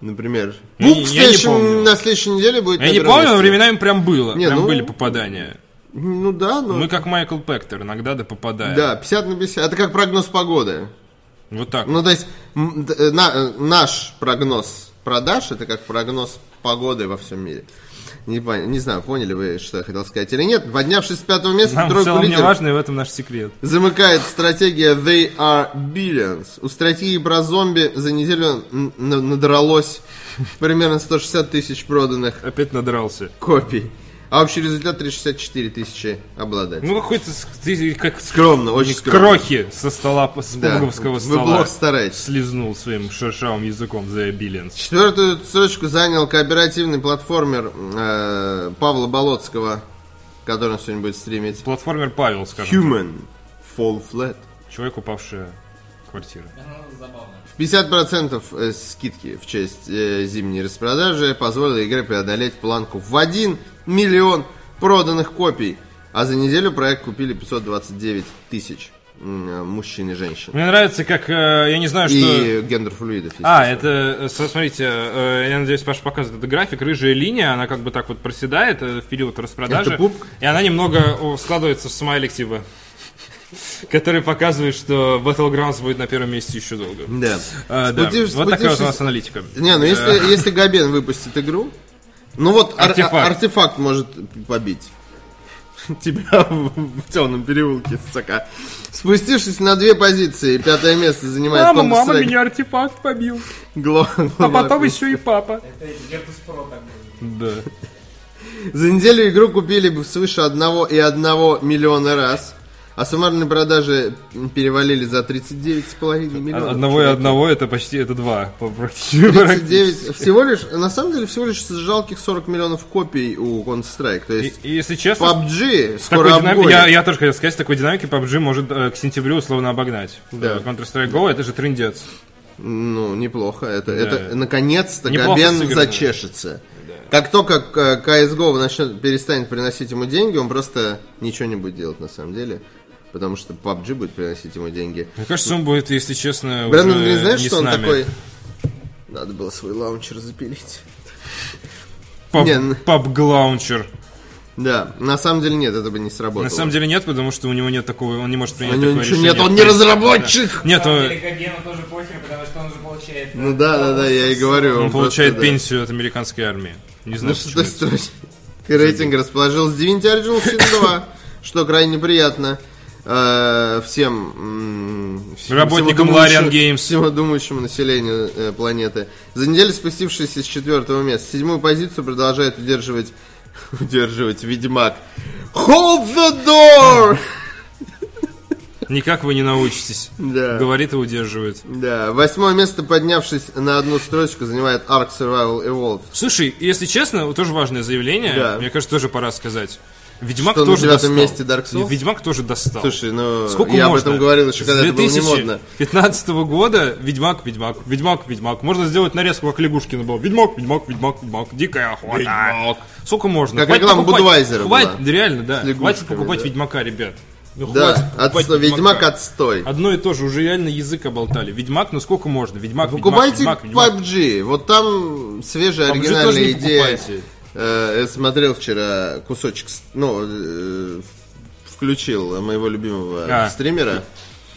Speaker 2: Например,
Speaker 1: Я
Speaker 2: ну,
Speaker 1: не-
Speaker 2: в
Speaker 1: я не
Speaker 2: следующем-
Speaker 1: помню.
Speaker 2: на следующей неделе будет...
Speaker 1: Я не
Speaker 2: Игра
Speaker 1: помню, но
Speaker 2: России.
Speaker 1: временами прям было.
Speaker 2: Не,
Speaker 1: прям
Speaker 2: ну-
Speaker 1: были попадания.
Speaker 2: Ну да, ну...
Speaker 1: Мы как Майкл Пектор, иногда да попадаем.
Speaker 2: Да, 50 на 50. Это как прогноз погоды.
Speaker 1: Вот так.
Speaker 2: Ну, то есть, м, д- э, на- э, наш прогноз продаж, это как прогноз погоды во всем мире. Не, пон- не знаю, поняли вы, что я хотел сказать или нет. Поднявшись с пятого места,
Speaker 1: Нам в
Speaker 2: тройку
Speaker 1: целом не
Speaker 2: лидеров
Speaker 1: важно, и в этом наш секрет.
Speaker 2: замыкает стратегия They Are Billions. У стратегии про зомби за неделю н- н- надралось примерно 160 тысяч проданных
Speaker 1: Опять надрался.
Speaker 2: копий. А общий результат 364 тысячи обладателей.
Speaker 1: Ну, какой-то с- ты как с
Speaker 2: Скромно, очень скромно.
Speaker 1: крохи со стола, с
Speaker 2: Да,
Speaker 1: пуговского
Speaker 2: Вы
Speaker 1: стола.
Speaker 2: плохо стараетесь.
Speaker 1: слизнул своим шершавым языком The Billions.
Speaker 2: Четвертую строчку занял кооперативный платформер э, Павла Болоцкого, который он сегодня будет стримить.
Speaker 1: Платформер Павел, скажем.
Speaker 2: Human Fall Flat.
Speaker 1: Человек, упавший в квартиру.
Speaker 4: Ну, забавно.
Speaker 2: В 50% э, скидки в честь э, зимней распродажи позволила игре преодолеть планку в 1 миллион проданных копий. А за неделю проект купили 529 тысяч м, э, мужчин и женщин.
Speaker 1: Мне нравится, как... э, я не знаю, что...
Speaker 2: И гендерфлюидов,
Speaker 1: А, это, э, со- смотрите, э, я надеюсь, Паша показывает этот график, рыжая линия, она как бы так вот проседает э, в период распродажи.
Speaker 2: Это пупка?
Speaker 1: И она немного о, складывается в смайлик, типа, который показывает, что Battlegrounds будет на первом месте еще долго.
Speaker 2: Да.
Speaker 1: Э, да.
Speaker 2: Спутившись-
Speaker 1: Вот такая вот у
Speaker 2: спутившись-
Speaker 1: нас аналитика.
Speaker 2: Не, ну если, если Габен выпустит игру, ну вот ар-
Speaker 1: Артефакт.
Speaker 2: а- артефакт может побить. [LAUGHS] Тебя в, в темном переулке, сука. Спустившись на две позиции, пятое место занимает
Speaker 1: Мама, мама,
Speaker 2: Counter-Strike.
Speaker 1: меня артефакт побил.
Speaker 2: Гло-
Speaker 1: А
Speaker 2: глобал.
Speaker 1: потом еще и папа.
Speaker 4: Это Гертус Про так было.
Speaker 1: Да.
Speaker 2: За неделю игру купили бы свыше 1,1 миллиона раз. А суммарные продажи перевалили за 39,5 миллионов.
Speaker 1: Одного и
Speaker 2: Чувак.
Speaker 1: одного это почти, это два. по- [LAUGHS] практически.
Speaker 2: 39. Всего лишь, на самом деле, всего лишь жалких 40 миллионов копий у Counter-Strike. То
Speaker 1: И-
Speaker 2: есть,
Speaker 1: и, Если честно,
Speaker 2: PUBG
Speaker 1: С такой
Speaker 2: скоро
Speaker 1: динами-
Speaker 2: обгонит.
Speaker 1: я, я тоже хотел сказать, с такой динамики PUBG может э, к сентябрю условно обогнать.
Speaker 2: Да.
Speaker 1: Э, Counter-Strike Go это же трындец.
Speaker 2: Ну, неплохо. Это, это
Speaker 1: Да.
Speaker 2: наконец-то
Speaker 1: Неплохо
Speaker 2: Габен
Speaker 1: сыграно.
Speaker 2: зачешется. Как только э, к- CSGO начнет, перестанет приносить ему деньги, он просто ничего не будет делать на самом деле. Потому что PUBG будет приносить ему деньги.
Speaker 1: Мне кажется, он будет, если честно,
Speaker 2: Брэндон
Speaker 1: уже
Speaker 2: Грин, знаешь,
Speaker 1: не
Speaker 2: что
Speaker 1: с
Speaker 2: он
Speaker 1: нами.
Speaker 2: такой? Надо было свой лаунчер запилить.
Speaker 1: Паб,
Speaker 2: Не, ну-
Speaker 1: глаунчер.
Speaker 2: Да, на самом деле нет, это бы не сработало.
Speaker 1: На самом деле нет, потому что у него нет такого, он не может принять
Speaker 2: У него
Speaker 1: такое
Speaker 2: ничего
Speaker 1: решение.
Speaker 2: нет, он не
Speaker 1: Нет, э,
Speaker 2: разработчик!
Speaker 4: На самом
Speaker 1: он,
Speaker 4: деле, Габену тоже похер, потому что он же получает... э,
Speaker 2: Ну да, да, да, я и говорю.
Speaker 1: он
Speaker 2: просто,
Speaker 1: получает
Speaker 2: да. Ну
Speaker 1: пенсию от американской армии. Не
Speaker 2: На
Speaker 1: знаю,
Speaker 2: шестой
Speaker 1: почему.
Speaker 2: строчке рейтинг расположилась Divinity Original Sin 2, что крайне приятно э, всем м, всему-
Speaker 1: Работникам
Speaker 2: всему думающему-
Speaker 1: Larian Games.
Speaker 2: всему думающему населению э, планеты. За неделю спустившись с четвертого места, седьмую позицию продолжает удерживать [LAUGHS] удерживать Ведьмак. Hold the door!
Speaker 1: Никак вы не научитесь.
Speaker 2: Да.
Speaker 1: Говорит и удерживает.
Speaker 2: Да, восьмое место, поднявшись на одну строчку, занимает Ark Survival Evolved.
Speaker 1: Слушай, если честно, вот тоже важное заявление.
Speaker 2: Да.
Speaker 1: Мне кажется, тоже пора сказать. Ведьмак
Speaker 2: Что на
Speaker 1: тоже достал.
Speaker 2: девятом месте Dark Souls?
Speaker 1: Ведьмак тоже достал.
Speaker 2: Слушай, ну,
Speaker 1: Сколько
Speaker 2: я
Speaker 1: можно?
Speaker 2: об этом говорил еще, когда
Speaker 1: С
Speaker 2: это было не модно.
Speaker 1: 2015 года Ведьмак, Ведьмак, Ведьмак, Ведьмак. Можно сделать нарезку, как Лягушкина была. Ведьмак, Ведьмак, Ведьмак, Ведьмак. Дикая охота. Сколько можно?
Speaker 2: Как реклама
Speaker 1: покупать.
Speaker 2: Будвайзера
Speaker 1: Хватит,
Speaker 2: была.
Speaker 1: реально, да.
Speaker 2: С лягушками,
Speaker 1: Хватит покупать
Speaker 2: да.
Speaker 1: Ведьмака, ребят. Ну, хватит
Speaker 2: Да,
Speaker 1: покупать
Speaker 2: отстой.
Speaker 1: Ведьмака.
Speaker 2: Ведьмак отстой.
Speaker 1: Одно и то же, уже реально язык оболтали. Ведьмак, ну сколько можно? Ведьмак, Ведьмак,
Speaker 2: Покупайте
Speaker 1: Ведьмак, Ведьмак.
Speaker 2: PUBG. Вот там свежая
Speaker 1: PUBG тоже
Speaker 2: оригинальная
Speaker 1: не
Speaker 2: идея.
Speaker 1: покупайте.
Speaker 2: Э, Я смотрел вчера кусочек, с- ну, э, включил моего любимого
Speaker 1: А.
Speaker 2: стримера.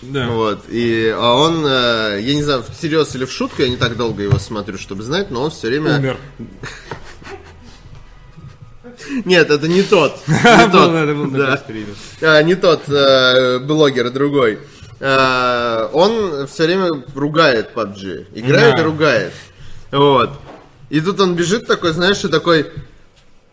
Speaker 1: Да.
Speaker 2: Вот. И, а он, э, я не знаю, всерьез или в шутку, я не так долго его смотрю, чтобы знать, но он все время...
Speaker 1: Умер.
Speaker 2: Нет, это не
Speaker 1: [LAUGHS]
Speaker 2: тот. Не
Speaker 1: Был,
Speaker 2: тот.
Speaker 1: да, был такой
Speaker 2: Да.
Speaker 1: стример.
Speaker 2: А, не тот э, блогер, а другой. Э, он все время ругает PUBG. Играет
Speaker 1: Да.
Speaker 2: и ругает. Вот. И тут он бежит такой, знаешь, и такой...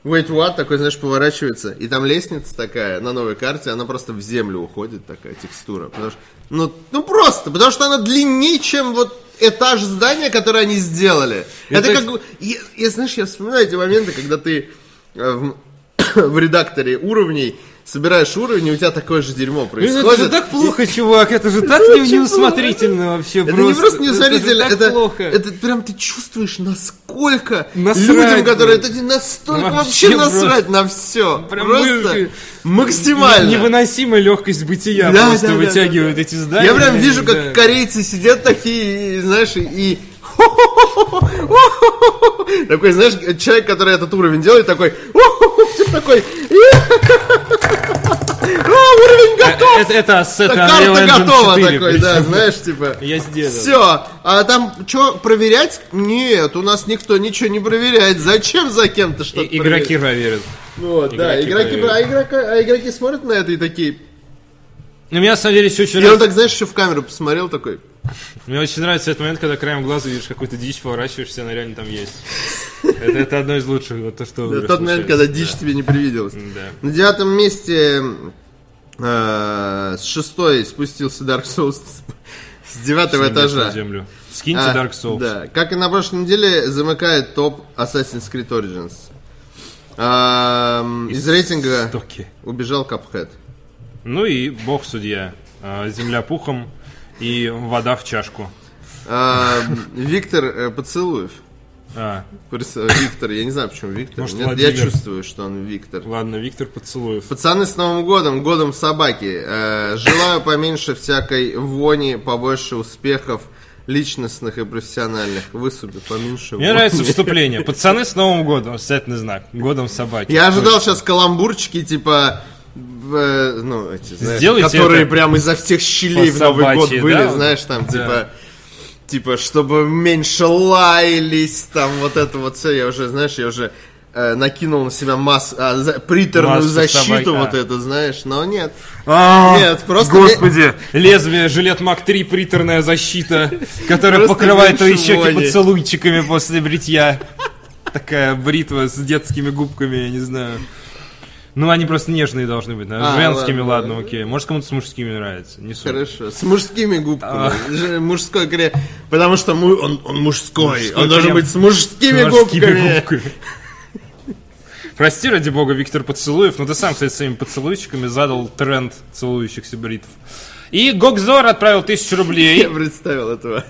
Speaker 2: Wait, what? Такой, знаешь, поворачивается. И там лестница такая на новой карте, она просто в землю уходит, такая текстура. Потому что, ну, ну просто, потому что она длиннее, чем вот этаж здания, которое они сделали. Это,
Speaker 1: Это-
Speaker 2: как... бы- Я, я, знаешь, я вспоминаю эти моменты, когда ты э, в, [COUGHS] в редакторе уровней собираешь уровень, и у тебя такое же дерьмо
Speaker 1: Блин,
Speaker 2: происходит.
Speaker 1: Ну, Это же так плохо, чувак, это же так
Speaker 2: Это
Speaker 1: не-
Speaker 2: очень плохо.
Speaker 1: неусмотрительно вообще.
Speaker 2: Это не просто неусмотрительно,
Speaker 1: Это же
Speaker 2: это,
Speaker 1: так плохо.
Speaker 2: это прям ты чувствуешь, насколько
Speaker 1: Насрать,
Speaker 2: людям, которые
Speaker 1: блин.
Speaker 2: это не настолько
Speaker 1: Ну, вообще
Speaker 2: вообще, насрать на все.
Speaker 1: Прям
Speaker 2: просто
Speaker 1: вы-
Speaker 2: максимально.
Speaker 1: Невыносимая легкость бытия
Speaker 2: Да,
Speaker 1: просто
Speaker 2: да, да,
Speaker 1: вытягивает
Speaker 2: да, да.
Speaker 1: эти здания.
Speaker 2: Я прям
Speaker 1: Да,
Speaker 2: вижу, как
Speaker 1: да.
Speaker 2: корейцы сидят такие, и, знаешь, и... [LAUGHS] Такой, знаешь, человек, который этот уровень делает, такой... [LAUGHS] типа Такой... [LAUGHS] А, Уровень готов!
Speaker 1: Это, А, это ассет Unreal
Speaker 2: Карта
Speaker 1: Engine
Speaker 2: готова
Speaker 1: 4,
Speaker 2: такой, да,
Speaker 1: причём.
Speaker 2: знаешь, типа...
Speaker 1: Я сделал.
Speaker 2: Все, а там что, проверять? Нет, у нас никто ничего не проверяет. Зачем за кем-то что-то
Speaker 1: И- Игроки проверят.
Speaker 2: проверять? Вот, да,
Speaker 1: игроки
Speaker 2: игроки, а, игрока, а игроки смотрят на это и такие...
Speaker 1: Ну, меня, на самом деле, еще очень
Speaker 2: И он
Speaker 1: нравится.
Speaker 2: так, знаешь, еще в камеру посмотрел такой...
Speaker 1: Мне очень нравится этот момент, когда краем глаза видишь какую-то дичь, поворачиваешься, она реально там есть. Это, это одно из лучших, вот то, что...
Speaker 2: Да,
Speaker 1: уже
Speaker 2: тот момент, когда
Speaker 1: случается,
Speaker 2: дичь тебе не привиделась.
Speaker 1: Да.
Speaker 2: На девятом месте м, э, с шестой спустился Dark Souls с- с девятого
Speaker 1: Да.
Speaker 2: этажа.
Speaker 1: На землю. Скиньте
Speaker 2: А,
Speaker 1: Dark Souls.
Speaker 2: Да. Как и на прошлой неделе, замыкает топ Assassin's Creed Origins. Ам, из рейтинга
Speaker 1: Стоки.
Speaker 2: убежал Cuphead.
Speaker 1: Ну и бог судья. А, Земля пухом и вода в чашку.
Speaker 2: Ам, А, Виктор э, Поцелуев.
Speaker 1: А,
Speaker 2: Прис- э, Виктор, я не знаю, почему Виктор.
Speaker 1: Может,
Speaker 2: Нет, я
Speaker 1: Владимир?
Speaker 2: чувствую, что он Виктор.
Speaker 1: ладно, Виктор Поцелуев.
Speaker 2: Пацаны, с Новым годом, годом собаки. Э, желаю поменьше всякой вони, побольше успехов личностных и профессиональных. Высуби поменьше.
Speaker 1: Мне
Speaker 2: вони.
Speaker 1: нравится вступление. Пацаны, с Новым годом. Обязательный знак. Годом собаки.
Speaker 2: Я ожидал сейчас каламбурчики, типа... э, ну, эти, знаешь,
Speaker 1: Сделайте
Speaker 2: которые
Speaker 1: это
Speaker 2: прям изо всех щелей в Новый год
Speaker 1: по-собачьи,
Speaker 2: были,
Speaker 1: да?
Speaker 2: знаешь, там,
Speaker 1: Да.
Speaker 2: типа... Типа, чтобы меньше лаялись, там, вот это вот все. Я уже, знаешь, я уже э, накинул на себя масс, а, за- приторную
Speaker 1: Маску собаки,
Speaker 2: защиту
Speaker 1: а.
Speaker 2: вот эту, знаешь, но нет.
Speaker 1: А,
Speaker 2: Нет, просто
Speaker 1: Господи! Лезвие жилет Мак 3, приторная защита, которая
Speaker 2: Просто
Speaker 1: покрывает твои
Speaker 2: меньше
Speaker 1: щеки
Speaker 2: вони.
Speaker 1: поцелуйчиками после бритья. Такая бритва с детскими губками, я не знаю. Ну, они просто нежные должны быть, да?
Speaker 2: А,
Speaker 1: Женскими,
Speaker 2: ладно.
Speaker 1: ладно, окей. Может, кому-то с мужскими нравится. Не суть.
Speaker 2: Хорошо, с мужскими губками.
Speaker 1: А.
Speaker 2: Ж- Мужской крем. Потому что му- он, он мужской.
Speaker 1: Мужской
Speaker 2: он должен
Speaker 1: крем.
Speaker 2: быть с мужскими,
Speaker 1: Морскими
Speaker 2: губками.
Speaker 1: губками. Прости, ради бога, Виктор Поцелуев, но ты сам, кстати, своими поцелуйчиками задал тренд целующихся бритв. И Гокзор отправил тысячу рублей.
Speaker 2: Я представил этого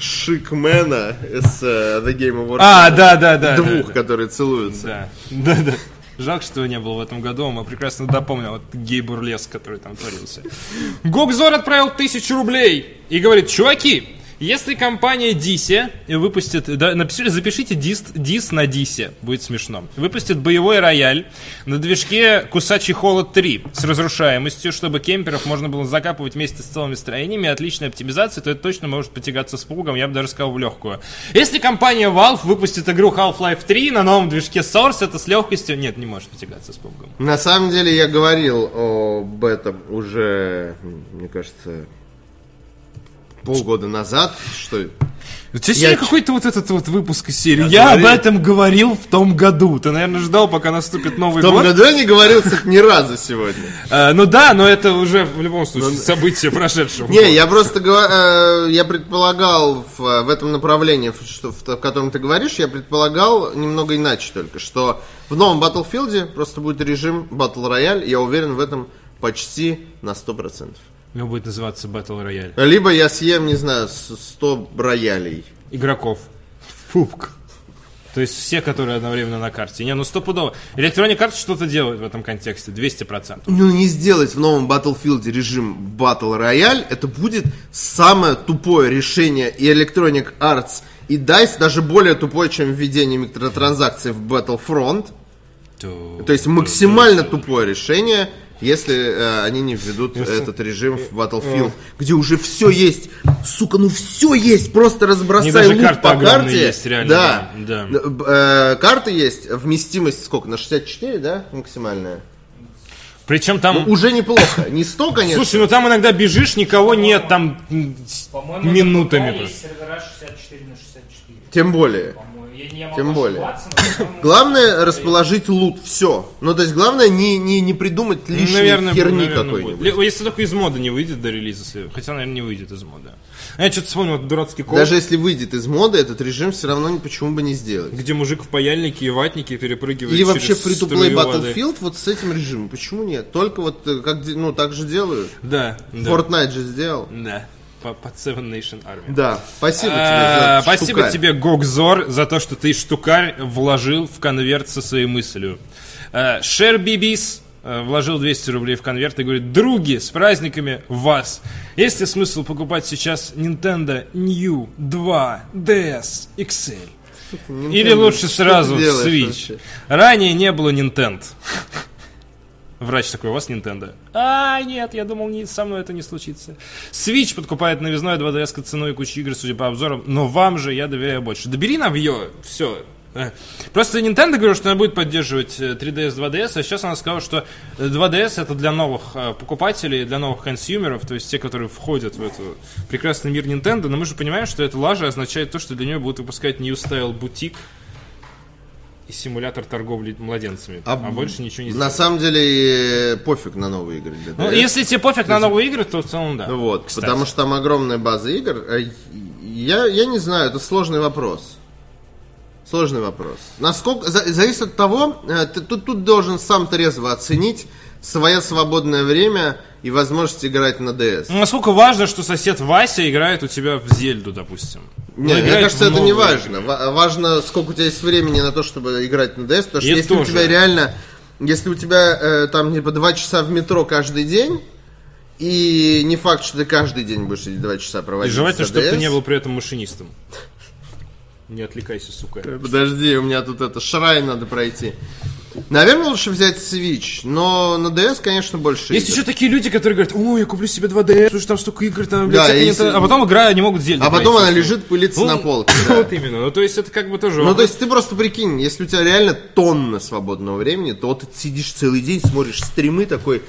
Speaker 2: шикмена из э, The Game Awards.
Speaker 1: А, да, да, да. да,
Speaker 2: Двух,
Speaker 1: да.
Speaker 2: которые целуются.
Speaker 1: Да, да, да. Жалко, что его не было в этом году, он бы прекрасно допомнил вот гей-бурлеск, который там творился. Гокзор отправил тысячу рублей и говорит, чуваки, если компания Дисе выпустит, да, напиши- запишите дис, дис на Дисе, будет смешно, выпустит боевой рояль на движке Кусачий Холод 3 с разрушаемостью, чтобы кемперов можно было закапывать вместе с целыми строениями, и отличная оптимизация, то это точно может потягаться с пугом, я бы даже сказал в легкую. Если компания Valve выпустит игру Half-Life 3 на новом движке Source, это с легкостью, нет, не может потягаться с пугом.
Speaker 2: На самом деле я говорил об этом уже, мне кажется, полгода назад, что
Speaker 1: У тебя сегодня
Speaker 2: ч-
Speaker 1: какой-то вот этот вот выпуск из серии. Я,
Speaker 2: говорил.
Speaker 1: об этом говорил в том году. Ты, наверное, ждал, пока наступит Новый
Speaker 2: в том
Speaker 1: год.
Speaker 2: году я не говорил, кстати, ни разу сегодня.
Speaker 1: А, ну да, но это уже в любом случае [LAUGHS] событие прошедшего. года.
Speaker 2: Не, я просто гова- э, я предполагал в, э, в этом направлении, в, что, в, то- в котором ты говоришь, я предполагал немного иначе только, что в новом Battlefield просто будет режим Battle Royale, я уверен в этом почти на 100%.
Speaker 1: У него будет называться Battle Royale.
Speaker 2: Либо я съем, не знаю, с- 100 роялей.
Speaker 1: Игроков. Фук. То есть все, которые одновременно на карте. Не, ну стопудово. Electronic Arts что-то делает в этом контексте, 200%.
Speaker 2: Ну, не сделать в новом Battlefield режим Battle Royale, это будет самое тупое решение и Electronic Arts, и DICE даже более тупое, чем введение микротранзакций в Battlefront.
Speaker 1: То-
Speaker 2: То есть максимально тупое решение, если э, они не введут этот режим в Battlefield,
Speaker 1: Э.
Speaker 2: где уже все есть. Сука, ну все есть, просто разбросай
Speaker 1: Не, даже
Speaker 2: лут
Speaker 1: карты
Speaker 2: по
Speaker 1: огромные
Speaker 2: карте.
Speaker 1: есть, реально,
Speaker 2: Да,
Speaker 1: да, да.
Speaker 2: Н- э, карты есть, вместимость сколько? На 64, да, максимальная?
Speaker 1: Причем там...
Speaker 2: Уже неплохо, не 100, конечно.
Speaker 1: Слушай, ну там иногда бежишь, никого нет, там м, с
Speaker 4: По-моему,
Speaker 1: минутами
Speaker 4: это в Китае есть
Speaker 1: просто.
Speaker 4: сервера 64 на 64.
Speaker 2: Тем более.
Speaker 4: По-моему, я не могу
Speaker 2: Тем более.
Speaker 4: ошибаться, но, по-моему,
Speaker 2: Главное расположить лут, все. Ну, то есть, главное не, не, не придумать
Speaker 1: Ну,
Speaker 2: лишней
Speaker 1: наверное,
Speaker 2: херни
Speaker 1: наверное,
Speaker 2: какой-нибудь.
Speaker 1: будет. Ли- Если только из мода не выйдет до релиза, если- хотя, наверное, не выйдет из мода. А Я что-то вспомнил этот дурацкий кол,
Speaker 2: Даже если выйдет из моды, этот режим все равно ни- почему бы не сделать.
Speaker 1: где мужик в паяльнике и ватнике перепрыгивает
Speaker 2: Или вообще
Speaker 1: через
Speaker 2: free-to-play
Speaker 1: струю воды.
Speaker 2: Battlefield вот с этим режимом. Почему нет? Только вот э, как де- ну так же делают.
Speaker 1: Да, да.
Speaker 2: Fortnite же сделал.
Speaker 1: Да. По- Под Seven Nation Army.
Speaker 2: Да. Спасибо
Speaker 1: А,
Speaker 2: тебе. за
Speaker 1: Спасибо
Speaker 2: штукарь.
Speaker 1: тебе, Гогзор, за то, что ты штукарь вложил в конверт со своей мыслью. А, Шер Бибис а, вложил 200 рублей в конверт и говорит, други, с праздниками вас. Есть ли смысл покупать сейчас Nintendo New 2 DS XL?
Speaker 2: Nintendo,
Speaker 1: Или лучше
Speaker 2: что ты
Speaker 1: сразу
Speaker 2: делаешь
Speaker 1: Switch.
Speaker 2: вообще?
Speaker 1: Ранее не было Nintendo. Врач такой, у вас Nintendo? А, нет, я думал, не, со мной это не случится. Switch подкупает новизной 2DS ценой и кучу игр, судя по обзорам, но вам же я доверяю больше. Да бери навье, все. Просто Nintendo говорил, что она будет поддерживать э, 3DS, 2DS, а сейчас она сказала, что э, 2DS это для новых э, покупателей, для новых консюмеров, то есть те, которые входят в этот прекрасный мир Nintendo, но мы же понимаем, что эта лажа означает то, что для нее будут выпускать New Style бутик и симулятор торговли младенцами, а,
Speaker 2: А
Speaker 1: больше ничего не
Speaker 2: На
Speaker 1: сделают.
Speaker 2: самом деле э, пофиг на новые игры. для
Speaker 1: Ну,
Speaker 2: DS.
Speaker 1: если тебе пофиг на новые игры, то в целом да.
Speaker 2: Ну Вот,
Speaker 1: Кстати.
Speaker 2: потому что там огромная база игр. А и- Я, я не знаю, это сложный вопрос. Сложный вопрос. Насколько за- зависит от того, э, ты тут, тут должен сам трезво оценить свое свободное время и возможность играть на DS.
Speaker 1: Ну, Насколько важно, что сосед Вася играет у тебя в Зельду, допустим.
Speaker 2: Не,
Speaker 1: Он
Speaker 2: мне
Speaker 1: играет
Speaker 2: кажется,
Speaker 1: в
Speaker 2: это
Speaker 1: новые
Speaker 2: не
Speaker 1: игры.
Speaker 2: важно. Ва- важно, сколько у тебя есть времени на то, чтобы играть на DS, потому что
Speaker 1: Я
Speaker 2: если у
Speaker 1: тоже.
Speaker 2: тебя реально, если у тебя э, там типа два часа в метро каждый день, и не факт, что ты каждый день будешь эти два часа
Speaker 1: И
Speaker 2: проводить.
Speaker 1: желательно,
Speaker 2: за
Speaker 1: чтобы ты
Speaker 2: DS.
Speaker 1: не был при этом машинистом. Не отвлекайся, сука.
Speaker 2: Э, Подожди, у меня тут это шрай надо пройти. Наверное, лучше взять Switch, но на DS, конечно, больше.
Speaker 1: Есть
Speaker 2: игр.
Speaker 1: еще такие люди, которые говорят, о, я куплю себе 2DS, потому что там столько игр, там,
Speaker 2: Да,
Speaker 1: библиотека нет».
Speaker 2: если-
Speaker 1: а потом игра, не могут Зельду
Speaker 2: А потом
Speaker 1: пройти.
Speaker 2: она лежит, пылится
Speaker 1: Ну,
Speaker 2: на полке. да.
Speaker 1: Вот именно. Ну, то есть это как бы тоже...
Speaker 2: Ну,
Speaker 1: вопрос.
Speaker 2: то есть ты просто прикинь, если у тебя реально тонна свободного времени, то ты сидишь целый день, смотришь стримы такой,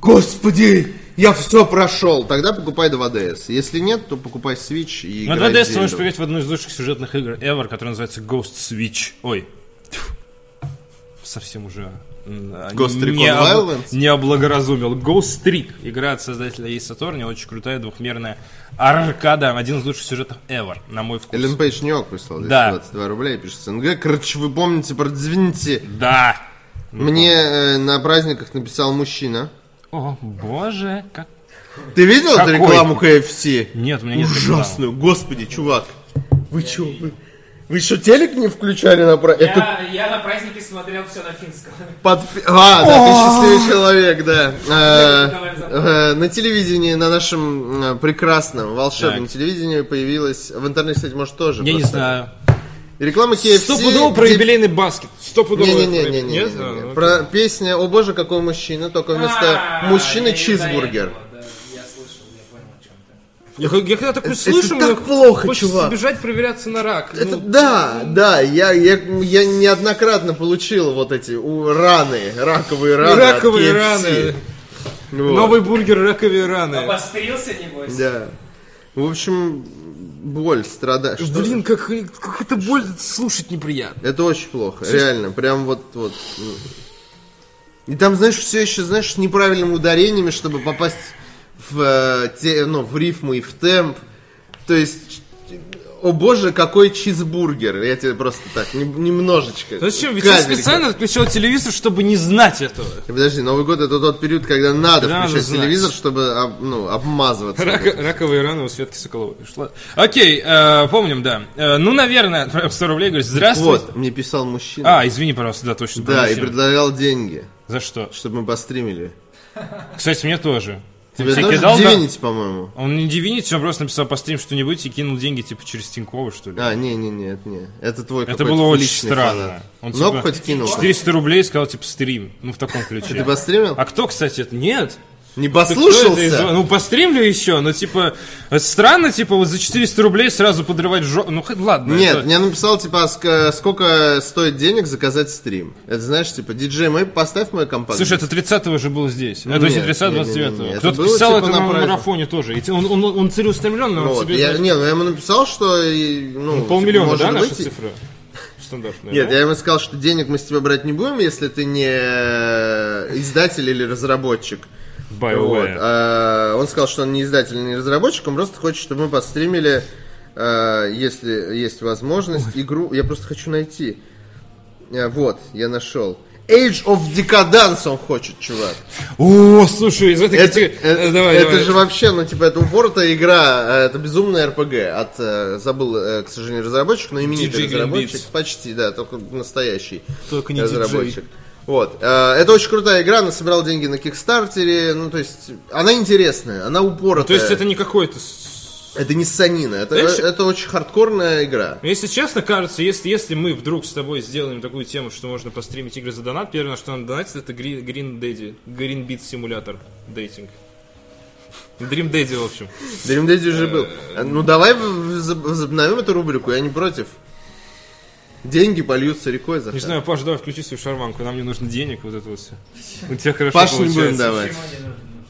Speaker 2: господи, я все прошел. Тогда покупай 2DS. Если нет, то покупай Switch и
Speaker 1: На
Speaker 2: играй
Speaker 1: 2DS
Speaker 2: в
Speaker 1: ты можешь
Speaker 2: Zelda.
Speaker 1: поиграть в одну из лучших сюжетных игр ever, которая называется Ghost Switch. Ой. Тьфу. Совсем уже... м, а,
Speaker 2: Ghost Recon
Speaker 1: не, об-
Speaker 2: Wildlands?
Speaker 1: не облагоразумил. Ghost Trick. Игра от создателя Ace Attorney. Очень крутая двухмерная аркада. Один из лучших сюжетов ever, на мой вкус.
Speaker 2: Эллен Пейдж Ньюк прислал
Speaker 1: Да.
Speaker 2: 22 рубля и пишет СНГ. Короче, вы помните, продвиньте.
Speaker 1: Ну, Да.
Speaker 2: Мне э, на праздниках написал мужчина.
Speaker 1: О, боже, как...
Speaker 2: Ты видел эту
Speaker 1: Какой?
Speaker 2: рекламу KFC?
Speaker 1: Нет, у меня нет
Speaker 2: Ужасную, господи, чувак. Вы чё, вы, вы что, телек не включали на пра... Это
Speaker 4: Я, я на празднике смотрел все на финском.
Speaker 2: под... А, да, ты счастливый человек, да. Э, э, На телевидении, на нашем э, прекрасном, волшебном
Speaker 1: Так.
Speaker 2: телевидении появилась... В интернете, кстати, может, тоже.
Speaker 1: рекламы. Я не
Speaker 2: просто.
Speaker 1: знаю.
Speaker 2: Реклама KFC...
Speaker 1: Стопудово про
Speaker 2: где-
Speaker 1: юбилейный баскет. Стопудово. про- Нет? А,
Speaker 2: Не-не-не-не-не.
Speaker 1: ну,
Speaker 2: Про песня «О боже, какой мужчина», только вместо
Speaker 4: А,
Speaker 2: мужчины
Speaker 4: я не
Speaker 2: чизбургер.
Speaker 4: до этого, да, Я слышал, я понял, о чем
Speaker 1: Я,
Speaker 4: ты.
Speaker 1: я когда такой слышу,
Speaker 2: так
Speaker 1: мне
Speaker 2: плохо,
Speaker 1: хочется
Speaker 2: чувак.
Speaker 1: бежать проверяться на рак.
Speaker 2: Это,
Speaker 1: Ну,
Speaker 2: да, да, я, я, я неоднократно получил вот эти у, раны, раковые раны. от
Speaker 1: Раковые
Speaker 2: KFC.
Speaker 1: раны.
Speaker 2: Вот.
Speaker 1: Новый бургер раковые раны.
Speaker 4: Обострился, небось?
Speaker 2: Да. В общем, боль, страдаешь.
Speaker 1: Блин, как, как это боль слушать неприятно.
Speaker 2: Это очень плохо, реально, прям вот, вот. И там, знаешь, все еще, знаешь, с неправильными ударениями, чтобы попасть в, э, те, ну, в рифму и в темп. То есть, о боже, какой чизбургер. Я тебе просто так, не- немножечко.
Speaker 1: Ну, Зачем? Ведь я
Speaker 2: капелька.
Speaker 1: специально отключил телевизор, чтобы не знать этого.
Speaker 2: Подожди, Новый год это тот период, когда надо
Speaker 1: Надо
Speaker 2: включать
Speaker 1: знать.
Speaker 2: телевизор, чтобы об- ну, обмазываться.
Speaker 1: Рак- раковые раны у Светки Соколовой. Шла. Окей, э, помним, да. Э, ну, наверное, [LAUGHS] отправил 100 рублей, говорит, здравствуй.
Speaker 2: Вот, мне писал мужчина.
Speaker 1: А, извини, пожалуйста, да, точно.
Speaker 2: да, и
Speaker 1: помню.
Speaker 2: предлагал деньги,
Speaker 1: За что?
Speaker 2: чтобы мы постримили.
Speaker 1: Кстати, мне тоже. Он
Speaker 2: Тебе
Speaker 1: тебе
Speaker 2: тоже
Speaker 1: кидал, да?
Speaker 2: Divinity, по-моему.
Speaker 1: Он не дивинити, он просто написал по стрим что-нибудь и кинул деньги, типа, через Тинькова, что ли.
Speaker 2: А, не, не, не, это не. Это твой
Speaker 1: Это
Speaker 2: какой-то
Speaker 1: было очень
Speaker 2: личный
Speaker 1: странно.
Speaker 2: фанат.
Speaker 1: Он,
Speaker 2: Много
Speaker 1: типа,
Speaker 2: хоть кинул?
Speaker 1: 400 рублей и сказал, типа, стрим. Ну, в таком ключе.
Speaker 2: Ты постримил?
Speaker 1: А кто, кстати, это? Нет.
Speaker 2: Не
Speaker 1: Ты кто это из-
Speaker 2: послушался?
Speaker 1: Ну, постримлю еще, но, типа, это странно, типа, вот за 400 рублей сразу подрывать жо... Ну, хоть ладно.
Speaker 2: Нет,
Speaker 1: это-
Speaker 2: мне написал, типа, а ск- сколько стоит денег заказать стрим. Это знаешь, типа, диджей, мы поставь мою компанию.
Speaker 1: Слушай, это 30-го же было здесь. А, Это
Speaker 2: Нет,
Speaker 1: 30
Speaker 2: не, не, не,
Speaker 1: 29-го.
Speaker 2: не, это
Speaker 1: Кто-то
Speaker 2: было,
Speaker 1: писал
Speaker 2: типа,
Speaker 1: это
Speaker 2: на
Speaker 1: на
Speaker 2: праздник.
Speaker 1: марафоне тоже. И те- Он, он, он целеустремленно,
Speaker 2: Ну
Speaker 1: он
Speaker 2: вот,
Speaker 1: себе...
Speaker 2: я,
Speaker 1: знаешь,
Speaker 2: не, ну я ему написал, что, и, ну, типа,
Speaker 1: Полмиллиона,
Speaker 2: может
Speaker 1: да, наша
Speaker 2: быть, и-
Speaker 1: цифра? Стандартная.
Speaker 2: Нет,
Speaker 1: да?
Speaker 2: я ему сказал, что денег мы с тебя брать не будем, если ты не э, издатель или разработчик. Вот.
Speaker 1: BioWare.
Speaker 2: А, он сказал, что он не издатель, не разработчик, он просто хочет, чтобы мы подстримили, а, если есть возможность, игру. Я просто хочу найти. А, вот, я нашел. Age of Decadence он хочет, чувак.
Speaker 1: О, слушай, из этой
Speaker 2: Это,
Speaker 1: категории-
Speaker 2: э,
Speaker 1: Э, давай,
Speaker 2: это
Speaker 1: давай.
Speaker 2: же вообще, ну, типа, это упоротая игра, э, это безумная РПГ от, э, забыл, э, к сожалению, разработчик, но именитый
Speaker 1: DJ Green
Speaker 2: разработчик.
Speaker 1: Beats.
Speaker 2: Почти, да, только настоящий
Speaker 1: Только не
Speaker 2: разработчик. Вот. э, Это очень крутая игра, она собирала деньги на Кикстартере, ну, то есть, она интересная, она упоротая.
Speaker 1: Ну, То есть это не какой-то... с-
Speaker 2: Это не санина, это,
Speaker 1: Знаешь-
Speaker 2: это очень хардкорная игра.
Speaker 1: Если честно, кажется, если, если мы вдруг с тобой сделаем такую тему, что можно постримить игры за донат, первое, на что надо донатить, это Гри- Green Daddy, Green Beat симулятор, дейтинг. Dream Daddy, в общем.
Speaker 2: Dream Daddy уже был. Ну, давай в- в- возобновим эту рубрику, я не против. Деньги польются рекой за
Speaker 1: Не знаю, Паш, давай включи свою шарманку, нам не нужно денег, вот это вот все. У тебя хорошо
Speaker 2: Паш не будем
Speaker 1: получается.
Speaker 2: давать.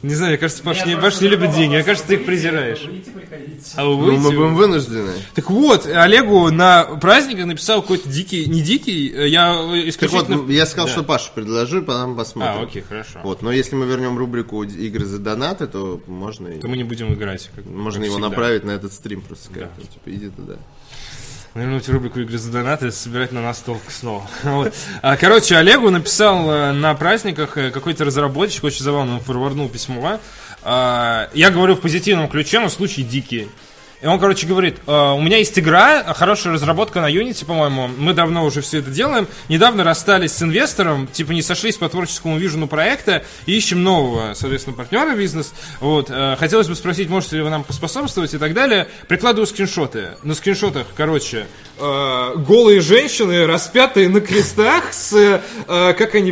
Speaker 1: Не знаю, мне кажется, Паш, не,
Speaker 4: Я
Speaker 1: Паш
Speaker 4: просто
Speaker 1: не любит
Speaker 4: задумался,
Speaker 1: деньги, мне кажется, ты их
Speaker 4: выйти,
Speaker 1: презираешь.
Speaker 4: Выйти, приходите.
Speaker 1: А вы
Speaker 2: Ну, мы
Speaker 1: выйдете?
Speaker 2: будем вынуждены.
Speaker 1: Так вот, Олегу на праздник написал какой-то дикий, не дикий, э, я э,
Speaker 2: Так вот,
Speaker 1: исключительно...
Speaker 2: ну, я сказал,
Speaker 1: Да.
Speaker 2: что Пашу предложу, потом посмотрим.
Speaker 1: А, окей, хорошо.
Speaker 2: Вот, но если мы вернем рубрику д- игры за донаты, то можно, и-
Speaker 1: То мы не будем играть. как-
Speaker 2: можно
Speaker 1: как
Speaker 2: его
Speaker 1: всегда.
Speaker 2: направить на этот стрим просто. сказать, ну, Типа, иди туда.
Speaker 1: Вернуть рубрику игры за донаты, собирать на нас толк снова. [LAUGHS] Вот. А, Короче, Олегу написал э, на праздниках э, какой-то разработчик, очень забавно, он форварднул письмо. А, Я говорю в позитивном ключе, но случай дикий. И он, короче, говорит, «Э, у меня есть игра, хорошая разработка на Unity, по-моему, мы давно уже все это делаем. Недавно расстались с инвестором, типа не сошлись по творческому вижену проекта, и ищем нового, соответственно, партнера бизнес. Вот, э, хотелось бы спросить, можете ли вы нам поспособствовать и так далее. Прикладываю скриншоты. На скриншотах, короче, э, голые женщины, распятые на крестах с, э, как они,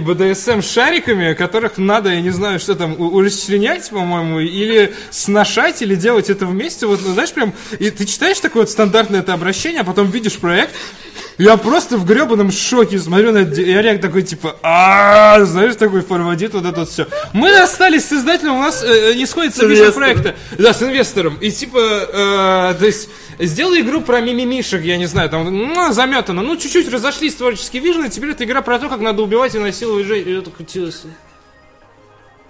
Speaker 1: БДСМ-шариками, которых надо, я не знаю, что там, у- расчленять, по-моему, или сношать, или делать это вместе. Вот, ну, знаешь, прям, и ты читаешь такое вот стандартное это обращение, а потом видишь проект, я просто в гребаном шоке смотрю на это, я реально такой, типа, а знаешь, такой форвадит вот это вот все. Мы остались с издателем, у нас э, не сходится вижен
Speaker 2: инвестором.
Speaker 1: проекта. Да, с инвестором. И типа, э, то есть, сделай игру про мимимишек, я не знаю, там, ну, заметано. Ну, чуть-чуть разошлись творческие вижены, теперь это игра про то, как надо убивать и насиловать женщин. И я такой, типа,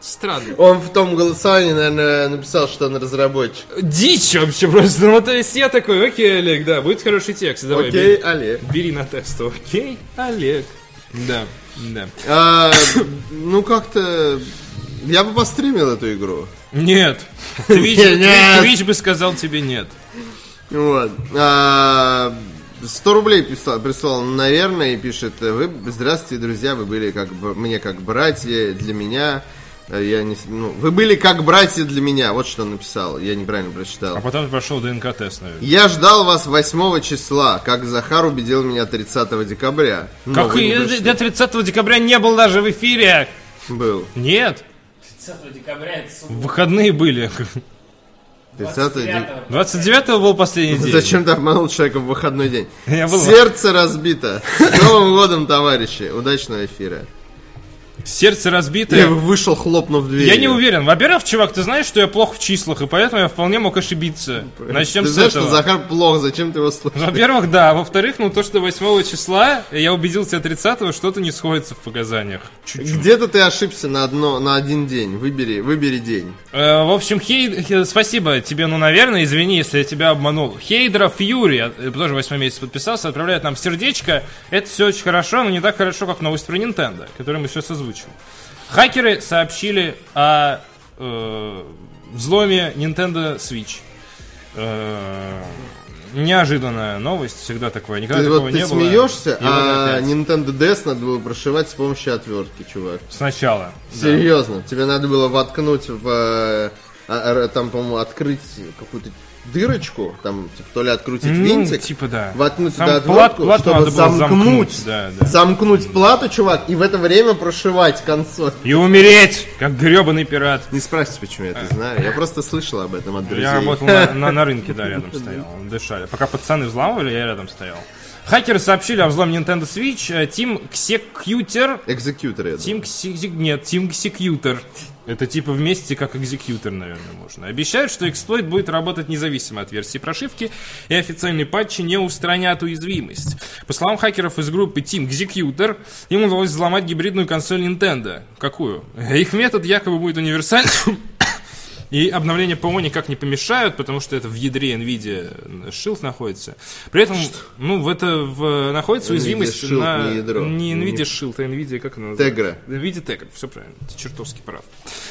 Speaker 1: Странно.
Speaker 2: Он в том голосовании, наверное, написал, что он разработчик.
Speaker 1: Дичь вообще просто. Ну, то есть я такой, окей, Олег, да, будет хороший текст, давай.
Speaker 2: Окей, Олег.
Speaker 1: бери- Бери на тест, окей, Олег. Да, да.
Speaker 2: А, ну, как-то... Я бы постримил эту игру.
Speaker 1: Нет. Твич,
Speaker 2: [LAUGHS] Нет.
Speaker 1: Твич бы сказал тебе нет.
Speaker 2: Вот. А, 100 рублей писал, прислал, наверное, и пишет, вы, здравствуйте, друзья, вы были как бы, мне как братья, для меня, э, я не, с- ну, вы были как братья для меня, вот что он написал, я неправильно прочитал.
Speaker 1: А потом прошел ДНК-тест, наверное.
Speaker 2: Я ждал вас 8 числа, как Захар убедил меня 30 декабря. Но
Speaker 1: Как
Speaker 2: вы
Speaker 1: и
Speaker 2: не
Speaker 1: я
Speaker 2: пришли.
Speaker 1: до 30 декабря не был даже в эфире.
Speaker 2: Был.
Speaker 1: Нет,
Speaker 4: 30 декабря это суббота.
Speaker 1: выходные были.
Speaker 2: 30 декабря.
Speaker 4: 29
Speaker 1: 29-го был последний день.
Speaker 2: Зачем ты обманул человека в выходной день?
Speaker 1: [LAUGHS] Я был-
Speaker 2: Сердце разбито. С Новым годом, товарищи. Удачного эфира.
Speaker 1: Сердце разбитое.
Speaker 2: Я вышел, хлопнув дверь.
Speaker 1: Я не уверен. Во-первых, чувак, ты знаешь, что я плох в числах, и поэтому я вполне мог ошибиться. Начнем
Speaker 2: Ну, Ты
Speaker 1: с
Speaker 2: знаешь,
Speaker 1: этого.
Speaker 2: что Захар плох, зачем ты его
Speaker 1: [LAUGHS]
Speaker 2: слушаешь?
Speaker 1: Во-первых, да. А Во-вторых, ну то, что 8 числа, я убедил тебя 30 что-то не сходится в показаниях. Чуть-чуть.
Speaker 2: Где-то ты ошибся на, одно, на один день. Выбери, выбери день.
Speaker 1: Э, в общем, Хей... Хе- спасибо тебе, ну, наверное, извини, если я тебя обманул. Хейдра Фьюри, э, тоже восьмой месяц подписался, отправляет нам сердечко. Это все очень хорошо, но не так хорошо, как новость про Nintendo, которую мы сейчас озвучим. Хакеры сообщили о э, взломе Nintendo Switch. Э, неожиданная новость, всегда такое, никогда
Speaker 2: Ты,
Speaker 1: такого
Speaker 2: вот,
Speaker 1: не
Speaker 2: ты
Speaker 1: было.
Speaker 2: смеешься,
Speaker 1: И вот
Speaker 2: а
Speaker 1: опять.
Speaker 2: Nintendo DS надо было прошивать с помощью отвертки, чувак.
Speaker 1: Сначала. да.
Speaker 2: Серьезно, тебе надо было воткнуть в... э, а, а, Там, по-моему, открыть какую-то дырочку, там, типа, то ли открутить
Speaker 1: Ну,
Speaker 2: винтик,
Speaker 1: типа да.
Speaker 2: воткнуть
Speaker 1: Там
Speaker 2: туда
Speaker 1: плат-
Speaker 2: отвертку,
Speaker 1: плату
Speaker 2: чтобы
Speaker 1: надо было
Speaker 2: замкнуть,
Speaker 1: замкнуть, да, да.
Speaker 2: замкнуть плату, чувак, и в это время прошивать консоль.
Speaker 1: И умереть, как гребаный пират.
Speaker 2: Не спрашивайте, почему я это знаю, я просто слышал об этом от друзей.
Speaker 1: А. Я работал на, на- на рынке, да, рядом стоял. Дышали. Пока пацаны взламывали, я рядом стоял. Хакеры сообщили о взломе Nintendo Switch. Э, Тим Ксекьютер...
Speaker 2: Экзекьютор это.
Speaker 1: Тим Ксек- Нет, Тим Ксекьютер. Это типа вместе как экзекьютор, наверное, можно. Обещают, что эксплойт будет работать независимо от версии прошивки, и официальные патчи не устранят уязвимость. По словам хакеров из группы Team Executor, им удалось взломать гибридную консоль Nintendo. Какую? Их метод якобы будет универсальным, [COUGHS] и обновление ПО никак не помешают, потому что это в ядре NVIDIA Shield находится. При этом, ну, в это в- находится
Speaker 2: NVIDIA
Speaker 1: уязвимость
Speaker 2: Shield,
Speaker 1: на...
Speaker 2: не ядро.
Speaker 1: Не NVIDIA Shield, а NVIDIA, как она называется?
Speaker 2: Тегра.
Speaker 1: NVIDIA Tegra, все правильно, ты чертовски прав.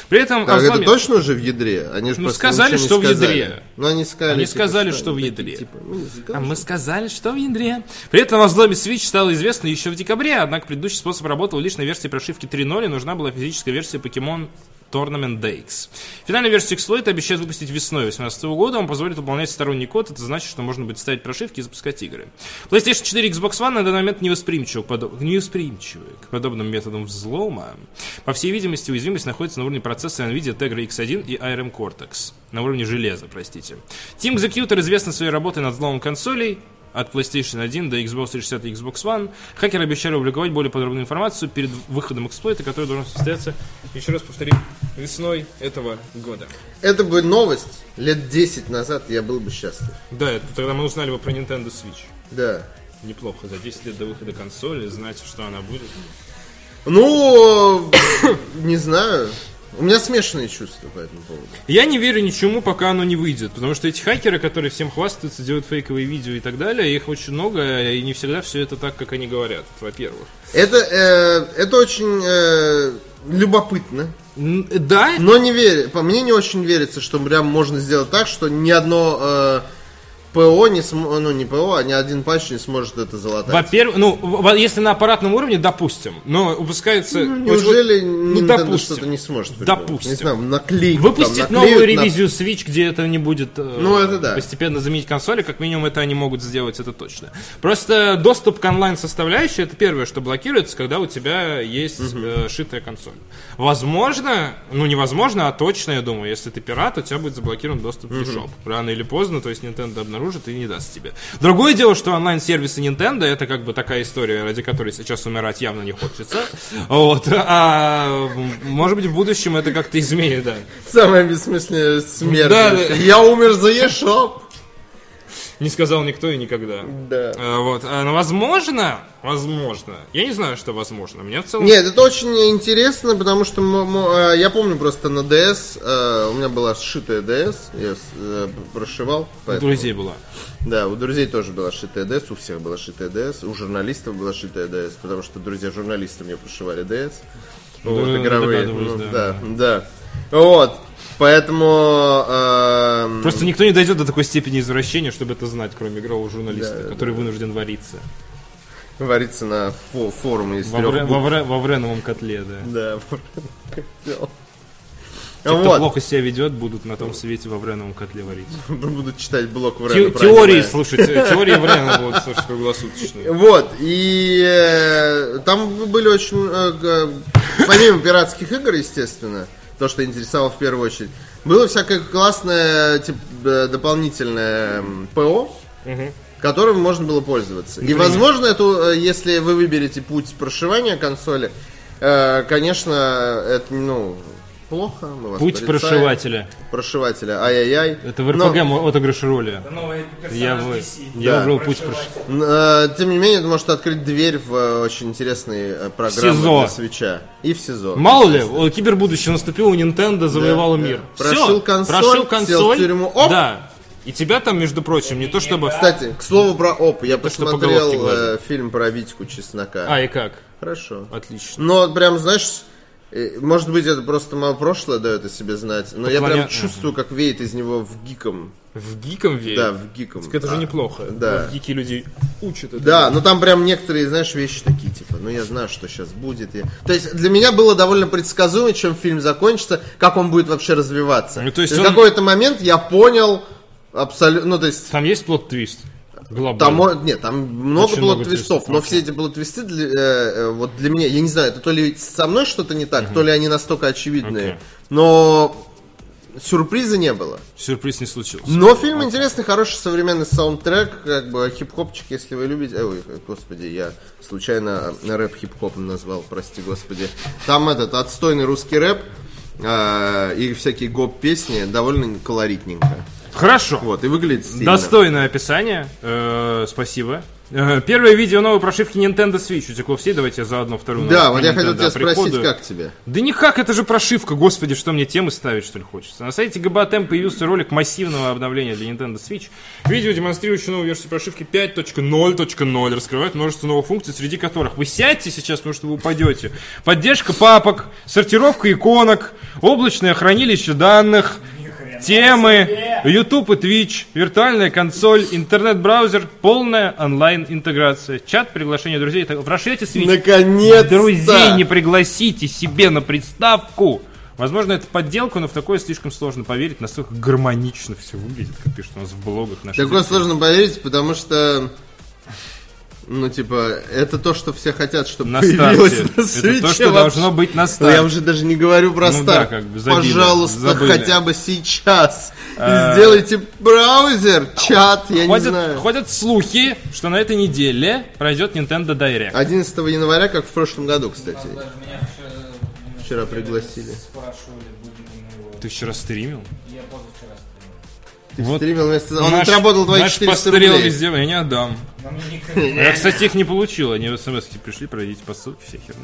Speaker 1: При этом о
Speaker 2: Так, это
Speaker 1: взломе-
Speaker 2: точно уже в ядре? Они же
Speaker 1: Ну,
Speaker 2: просто
Speaker 1: сказали,
Speaker 2: ничего
Speaker 1: что
Speaker 2: не
Speaker 1: в
Speaker 2: сказали.
Speaker 1: ядре.
Speaker 2: Ну, они сказали,
Speaker 1: Они
Speaker 2: типа,
Speaker 1: сказали, что в
Speaker 2: они
Speaker 1: ядре.
Speaker 2: такие, типа, ну,
Speaker 1: А
Speaker 2: сказали.
Speaker 1: мы сказали, что в ядре. При этом о взломе Switch стало известно еще в декабре, однако предыдущий способ работал лишь на версии прошивки 3.0, и нужна была физическая версия Pokemon Tournament DX. Финальную версию эксплойта обещают выпустить весной 2018 года. Он позволит выполнять сторонний код. Это значит, что можно будет ставить прошивки и запускать игры. PlayStation 4 и Xbox One на данный момент невосприимчивы к, подо- невосприимчивы к подобным методам взлома. По всей видимости, уязвимость находится на уровне процесса NVIDIA Tegra X1 и ARM Cortex. На уровне железа, простите. Team Executor известна своей работой над взломом консолей, от PlayStation 1 до Xbox 360 и Xbox One. Хакеры обещали опубликовать более подробную информацию перед выходом эксплойта, который должен состояться, еще раз повторим, весной этого года.
Speaker 2: Это бы новость. Лет 10 назад я был бы счастлив.
Speaker 1: Да, это тогда мы узнали бы про Nintendo Switch.
Speaker 2: Да.
Speaker 1: Неплохо, за 10 лет до выхода консоли знать, что она будет.
Speaker 2: Ну, [COUGHS] не знаю. У меня смешанные чувства по этому поводу.
Speaker 1: Я не верю ничему, пока оно не выйдет, потому что эти хакеры, которые всем хвастаются, делают фейковые видео и так далее, их очень много, э, и не всегда все это так, как они говорят, во-первых.
Speaker 2: Это, э, это очень э, любопытно.
Speaker 1: Н- Да,
Speaker 2: Но не верю. По мне не очень верится, что прям можно сделать так, что ни одно э, ПО не см- ну не ПО, а ни один патч не сможет это залатать.
Speaker 1: Во-первых, ну, в- во- если на аппаратном уровне, допустим, но выпускается... вот-
Speaker 2: Неужели
Speaker 1: ну,
Speaker 2: Nintendo
Speaker 1: допустим.
Speaker 2: что-то не сможет? придумать?
Speaker 1: Допустим.
Speaker 2: Не знаю, наклеить. там,
Speaker 1: Выпустить
Speaker 2: наклеют
Speaker 1: новую
Speaker 2: на-
Speaker 1: ревизию Switch, где это не будет э,
Speaker 2: Ну, это да.
Speaker 1: постепенно заменить консоли, как минимум это они могут сделать, это точно. Просто доступ к онлайн-составляющей это первое, что блокируется, когда у тебя есть э, шитая консоль. Возможно, ну невозможно, а точно, я думаю, если ты пират, у тебя будет заблокирован доступ в eShop. Рано или поздно, то есть Nintendo обнаружит и не даст тебе. Другое дело, что онлайн-сервисы Nintendo это как бы такая история, ради которой сейчас умирать явно не хочется. Вот. А м, может быть в будущем это как-то изменит, да.
Speaker 2: Самая бессмысленная смерть.
Speaker 1: Да, да.
Speaker 2: Я умер за
Speaker 1: [LAUGHS]
Speaker 2: eShop.
Speaker 1: Не сказал никто и никогда.
Speaker 2: Да.
Speaker 1: Э, Вот, А, ну, возможно, возможно. Я не знаю, что возможно. Мне в целом.
Speaker 2: Нет, это очень интересно, потому что мо- мо- э, я помню просто на DS, э, у меня была сшитая DS, я с- э, прошивал.
Speaker 1: У
Speaker 2: поэтому-
Speaker 1: друзей было.
Speaker 2: Да, у друзей тоже была сшитая DS, у всех была сшитая DS, у журналистов была сшитая DS, потому что друзья журналисты мне прошивали DS. Вот,
Speaker 1: да,
Speaker 2: игровые.
Speaker 1: догадываюсь, да.
Speaker 2: Ну, да, да. Вот. Поэтому... эм,
Speaker 1: Просто никто не дойдет до такой степени извращения, чтобы это знать, кроме игрового журналиста,
Speaker 2: Да,
Speaker 1: который вынужден вариться.
Speaker 2: Говорится на фо- форуме из
Speaker 1: Во,
Speaker 2: трёх
Speaker 1: вре-
Speaker 2: букв.
Speaker 1: во вре- во вреновом котле, да.
Speaker 2: Да, вот.
Speaker 1: Те, кто плохо себя ведет, будут на том свете во вреновом котле варить.
Speaker 2: Буду читать блок в
Speaker 1: Те- теории слушать, э, теории врена будут слушать круглосуточно.
Speaker 2: Вот, и э, там были очень, э, г- помимо пиратских игр, естественно, то, что интересовало в первую очередь, было всякое классное тип, э, дополнительное м, ПО, которым можно было пользоваться. И, возможно, это, э, если вы выберете путь прошивания консоли, э, э, конечно, это, ну, плохо. Мы вас
Speaker 1: Путь
Speaker 2: порицаем.
Speaker 1: прошивателя.
Speaker 2: Прошивателя, ай-яй-яй.
Speaker 1: Это в
Speaker 2: Но,
Speaker 1: РПГ мо- отыгрыш роли.
Speaker 4: Новый
Speaker 1: Я,
Speaker 4: персонаж
Speaker 1: вы-
Speaker 4: DC.
Speaker 1: я
Speaker 2: Да.
Speaker 1: выбрал путь прошивателя.
Speaker 2: э, Тем не менее, это может открыть дверь в э, очень интересные э, программы
Speaker 1: СИЗО.
Speaker 2: для свеча. И в СИЗО.
Speaker 1: Мало ли, о, кибербудущее наступило, у Nintendo завоевало
Speaker 2: да.
Speaker 1: мир.
Speaker 2: Прошил
Speaker 1: Всё,
Speaker 2: консоль,
Speaker 1: прошил
Speaker 2: сел в
Speaker 1: консоль.
Speaker 2: тюрьму, оп!
Speaker 1: Да. И тебя там, между прочим, не то чтобы...
Speaker 2: Кстати, к слову про ОП.
Speaker 1: что
Speaker 2: Я
Speaker 1: по головке
Speaker 2: посмотрел
Speaker 1: гладит.
Speaker 2: э, фильм про Витьку Чеснока.
Speaker 1: А, и как?
Speaker 2: Хорошо.
Speaker 1: Отлично.
Speaker 2: Но вот прям, знаешь, э, может быть, это просто мое прошлое дает о себе знать, но я
Speaker 1: Поклоня-
Speaker 2: прям чувствую, как веет из него в гиком.
Speaker 1: В гиком веет?
Speaker 2: Да, в гиком.
Speaker 1: Э, Так это же
Speaker 2: А,
Speaker 1: неплохо.
Speaker 2: да.
Speaker 1: Вот Гики люди учат это.
Speaker 2: Да, но там прям некоторые, знаешь, вещи такие, типа, ну я знаю, что сейчас будет. Я- То есть для меня было довольно предсказуемо, чем фильм закончится, как он будет вообще развиваться.
Speaker 1: Ну, то есть
Speaker 2: в
Speaker 1: он-
Speaker 2: какой-то момент я понял абсолютно, ну то есть
Speaker 1: Там есть плод-твист? Глобально.
Speaker 2: Там, мо- нет, там много
Speaker 1: Очень много
Speaker 2: плод-твистов,
Speaker 1: твистов,
Speaker 2: но
Speaker 1: окей.
Speaker 2: все эти плод-твисты для, э, э, вот для меня, я не знаю, это то ли со мной что-то не так, то ли они настолько очевидные,
Speaker 1: Окей.
Speaker 2: но сюрприза не было.
Speaker 1: Сюрприз не случился.
Speaker 2: Но фильм интересный, хороший современный саундтрек, как бы а хип-хопчик, если вы любите. э, Ой, господи, я случайно э, рэп хип-хопом назвал, прости господи. Там этот отстойный русский рэп э, и всякие гоп-песни довольно колоритненько.
Speaker 1: Хорошо.
Speaker 2: Вот, и выглядит стильно.
Speaker 1: Достойное описание. Э, спасибо. Э, Первое видео новой прошивки Nintendo Switch утекло в сеть. Давайте я заодно вторую.
Speaker 2: Да,
Speaker 1: новость
Speaker 2: вот
Speaker 1: про
Speaker 2: я хотел
Speaker 1: Nintendo
Speaker 2: тебя спросить,
Speaker 1: оприходую.
Speaker 2: как тебе?
Speaker 1: Да никак, это же прошивка, господи, что мне темы ставить, что ли, хочется. На сайте GBATM появился ролик массивного обновления для Nintendo Switch. Видео, демонстрирующее новую версию прошивки 5.0.0, раскрывает множество новых функций, среди которых вы сядьте сейчас, потому что вы упадете. Поддержка папок, сортировка иконок, облачное хранилище данных, темы, YouTube и Twitch, виртуальная консоль, интернет-браузер, полная онлайн-интеграция, чат, приглашение друзей. и так- В расширите Switch.
Speaker 2: Наконец-то!
Speaker 1: Друзей не пригласите себе на приставку. Возможно, это подделка, но в такое слишком сложно поверить, настолько гармонично все выглядит, как пишут у нас в блогах наши.
Speaker 2: Такое
Speaker 1: зрители.
Speaker 2: сложно поверить, потому что... Ну, типа, это то, что все хотят, чтобы
Speaker 1: на
Speaker 2: появилось
Speaker 1: старте.
Speaker 2: на
Speaker 1: Это то,
Speaker 2: Switch
Speaker 1: что
Speaker 2: вообще.
Speaker 1: должно быть на
Speaker 2: Ну,
Speaker 1: старте.
Speaker 2: Я уже даже не говорю про
Speaker 1: Ну
Speaker 2: старт.
Speaker 1: да, как бы забили,
Speaker 2: Пожалуйста,
Speaker 1: забыли.
Speaker 2: хотя бы сейчас
Speaker 1: А.
Speaker 2: сделайте браузер, чат, я не
Speaker 1: Ходят,
Speaker 2: знаю.
Speaker 1: ходят слухи, что на этой неделе пройдет Nintendo Direct.
Speaker 2: 11 января, как в прошлом году, кстати.
Speaker 4: Даже меня вчера,
Speaker 2: Вчера пригласили.
Speaker 4: э, спрашивали, будем ли мы его.
Speaker 1: Ты вчера стримил?
Speaker 4: Я позавчера стримил.
Speaker 2: Ты
Speaker 1: Вот
Speaker 2: стримил вместо... Он
Speaker 1: Наш-
Speaker 2: отработал твои
Speaker 1: наш
Speaker 2: 400
Speaker 1: пострел
Speaker 2: рублей.
Speaker 1: везде, я не отдам.
Speaker 4: Но мне
Speaker 1: [LAUGHS]
Speaker 4: никогда-
Speaker 1: Я, кстати, их не получил, они в смс пришли, пройдите по ссылке, вся херня.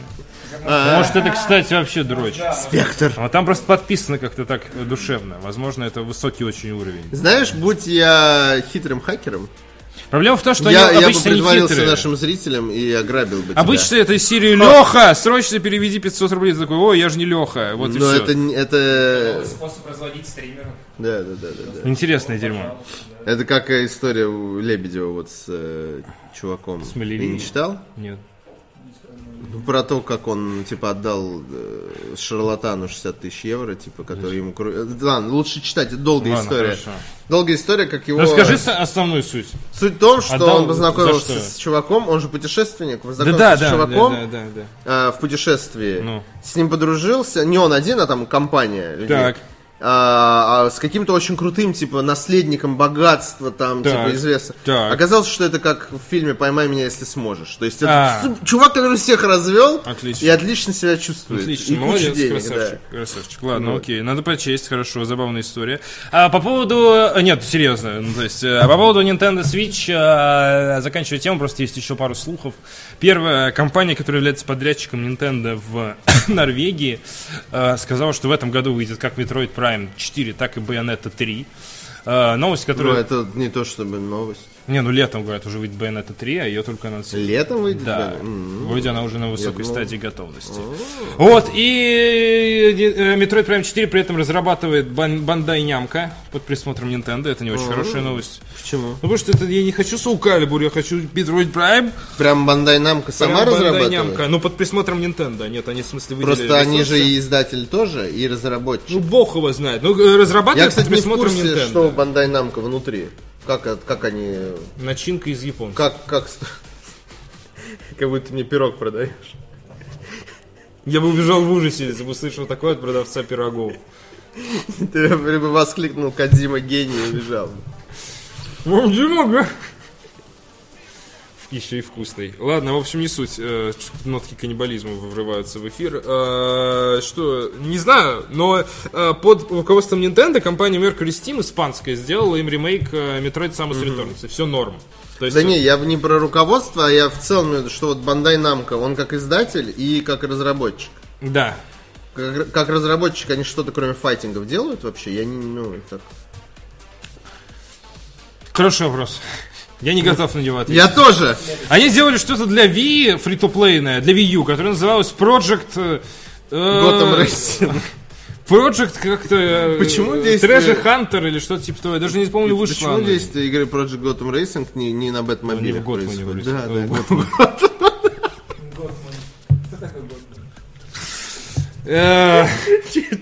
Speaker 2: А.
Speaker 1: Может, это, кстати, вообще дрочь.
Speaker 2: Спектр.
Speaker 1: А там просто подписано как-то так э, душевно. Возможно, это высокий очень уровень.
Speaker 2: Знаешь, будь я хитрым хакером,
Speaker 1: Проблема в том, что
Speaker 2: я,
Speaker 1: они
Speaker 2: я бы
Speaker 1: обычно не
Speaker 2: предварился
Speaker 1: хитрые.
Speaker 2: нашим зрителям и ограбил бы тебя.
Speaker 1: Обычно это из серии Леха, срочно переведи 500 рублей. Ты такой, о, я же не Леха. Вот и
Speaker 2: Но
Speaker 1: все.
Speaker 2: это... не- это...
Speaker 4: Способ разводить стримеров.
Speaker 2: Да, да, да, да, да.
Speaker 1: Интересное дерьмо.
Speaker 2: Это как э, история у Лебедева вот с э, чуваком. Ты
Speaker 1: Малярии.
Speaker 2: не читал?
Speaker 1: Нет.
Speaker 2: Ну, Про то, как он, типа, отдал э, шарлатану 60 тысяч евро, типа, который ему... кру- Э, Ладно, лучше читать, это долгая
Speaker 1: Ладно,
Speaker 2: история.
Speaker 1: хорошо.
Speaker 2: Долгая история, как его...
Speaker 1: Расскажи со- основную суть.
Speaker 2: Суть в том, что
Speaker 1: Отдал
Speaker 2: он познакомился
Speaker 1: за что?
Speaker 2: с чуваком, он же путешественник,
Speaker 1: Да,
Speaker 2: познакомился
Speaker 1: да,
Speaker 2: с
Speaker 1: да, да,
Speaker 2: чуваком,
Speaker 1: да, да, да.
Speaker 2: а, в путешествии.
Speaker 1: Ну.
Speaker 2: С ним подружился. Не он один, а там компания людей.
Speaker 1: Так.
Speaker 2: А, а с каким-то очень крутым, типа, наследником богатства, там,
Speaker 1: Так.
Speaker 2: типа, известно.
Speaker 1: Так.
Speaker 2: Оказалось, что это как в фильме «Поймай меня, если сможешь». То есть, это
Speaker 1: А.
Speaker 2: су- чувак, который всех развел
Speaker 1: Отлично.
Speaker 2: и отлично себя чувствует.
Speaker 1: Отлично,
Speaker 2: и куча
Speaker 1: молодец,
Speaker 2: денег,
Speaker 1: красавчик, красавчик. Ладно,
Speaker 2: Ну.
Speaker 1: окей, надо прочесть, хорошо, забавная история. А, по поводу, э, нет, серьезно, ну, то есть, э, по поводу Nintendo Switch, э, заканчивая тему, просто есть еще пару слухов. Первая компания, которая является подрядчиком Nintendo в [COUGHS] Норвегии, э, сказала, что в этом году выйдет как Metroid Prime 4, так и Bayonetta 3. Э, новость,
Speaker 2: да. Ну,
Speaker 1: которая...
Speaker 2: это не то чтобы новость.
Speaker 1: Не, ну летом, говорят, уже выйдет Bayonetta 3, а ее только анонсировали.
Speaker 2: Летом выйдет?
Speaker 1: Да,
Speaker 2: блин? М.
Speaker 1: вроде она уже на высокой
Speaker 2: М-м-м. думал.
Speaker 1: стадии готовности. Вот, и э, Metroid Prime 4 при этом разрабатывает бан- Бандай Нямка под присмотром Nintendo. Это не очень хорошая новость.
Speaker 2: Почему?
Speaker 1: Ну, потому что это, я не хочу Soul Calibur, я хочу Metroid Prime.
Speaker 2: Прям Бандай Намка сама
Speaker 1: Прям Bandai
Speaker 2: разрабатывает?
Speaker 1: Namco. Ну, под присмотром Nintendo. Нет, они в смысле выделили
Speaker 2: Просто они
Speaker 1: ресурсы.
Speaker 2: же и издатель тоже, и разработчик.
Speaker 1: Ну, бог его знает. Ну, э, разрабатывают
Speaker 2: Я, кстати,
Speaker 1: под
Speaker 2: не в
Speaker 1: присмотром
Speaker 2: курсе,
Speaker 1: Nintendo.
Speaker 2: что у Бандай Намка внутри. Как, от- как они...
Speaker 1: Начинка из Японии.
Speaker 2: Как, как... с- [LAUGHS] Как будто мне пирог продаешь. [LAUGHS]
Speaker 1: Я бы убежал в ужасе, если бы услышал такое от продавца пирогов.
Speaker 2: Ты бы воскликнул
Speaker 1: Ну,
Speaker 2: Кадзима гений и убежал.
Speaker 1: Дима, В еще и вкусный. Ладно, в общем, не суть. Э, нотки каннибализма врываются в эфир. Э, что, не знаю, но э, под руководством Nintendo компания Mercury Steam испанская сделала им ремейк э, Metroid Samus Returns. И все норм. То есть,
Speaker 2: Да не, я не про руководство, а я в целом, что вот Бандай Намка, он как издатель и как разработчик.
Speaker 1: да.
Speaker 2: Как, как разработчик они что-то кроме файтингов делают вообще? Я не, ну, так.
Speaker 1: Хороший вопрос. [LAUGHS] Я не готов на него ответить.
Speaker 2: Я тоже!
Speaker 1: Они сделали что-то для Wii, фри-то-плейное, для Wii U, которое называлось Project... э, э,
Speaker 2: Gotham Racing.
Speaker 1: Project как-то... э,
Speaker 2: Почему
Speaker 1: э,
Speaker 2: здесь,
Speaker 1: Treasure
Speaker 2: э,
Speaker 1: Hunter или что-то типа того. Я даже не вспомню, вышло
Speaker 2: Почему
Speaker 1: оно.
Speaker 2: действие игры Project Gotham Racing не, не на
Speaker 1: Ну, Не
Speaker 2: Бэтмобиле
Speaker 1: в Готмане вроде. Э,
Speaker 2: происходит? Да, да,
Speaker 1: Готман.
Speaker 4: Готман. Кто такой Готман?
Speaker 1: Э,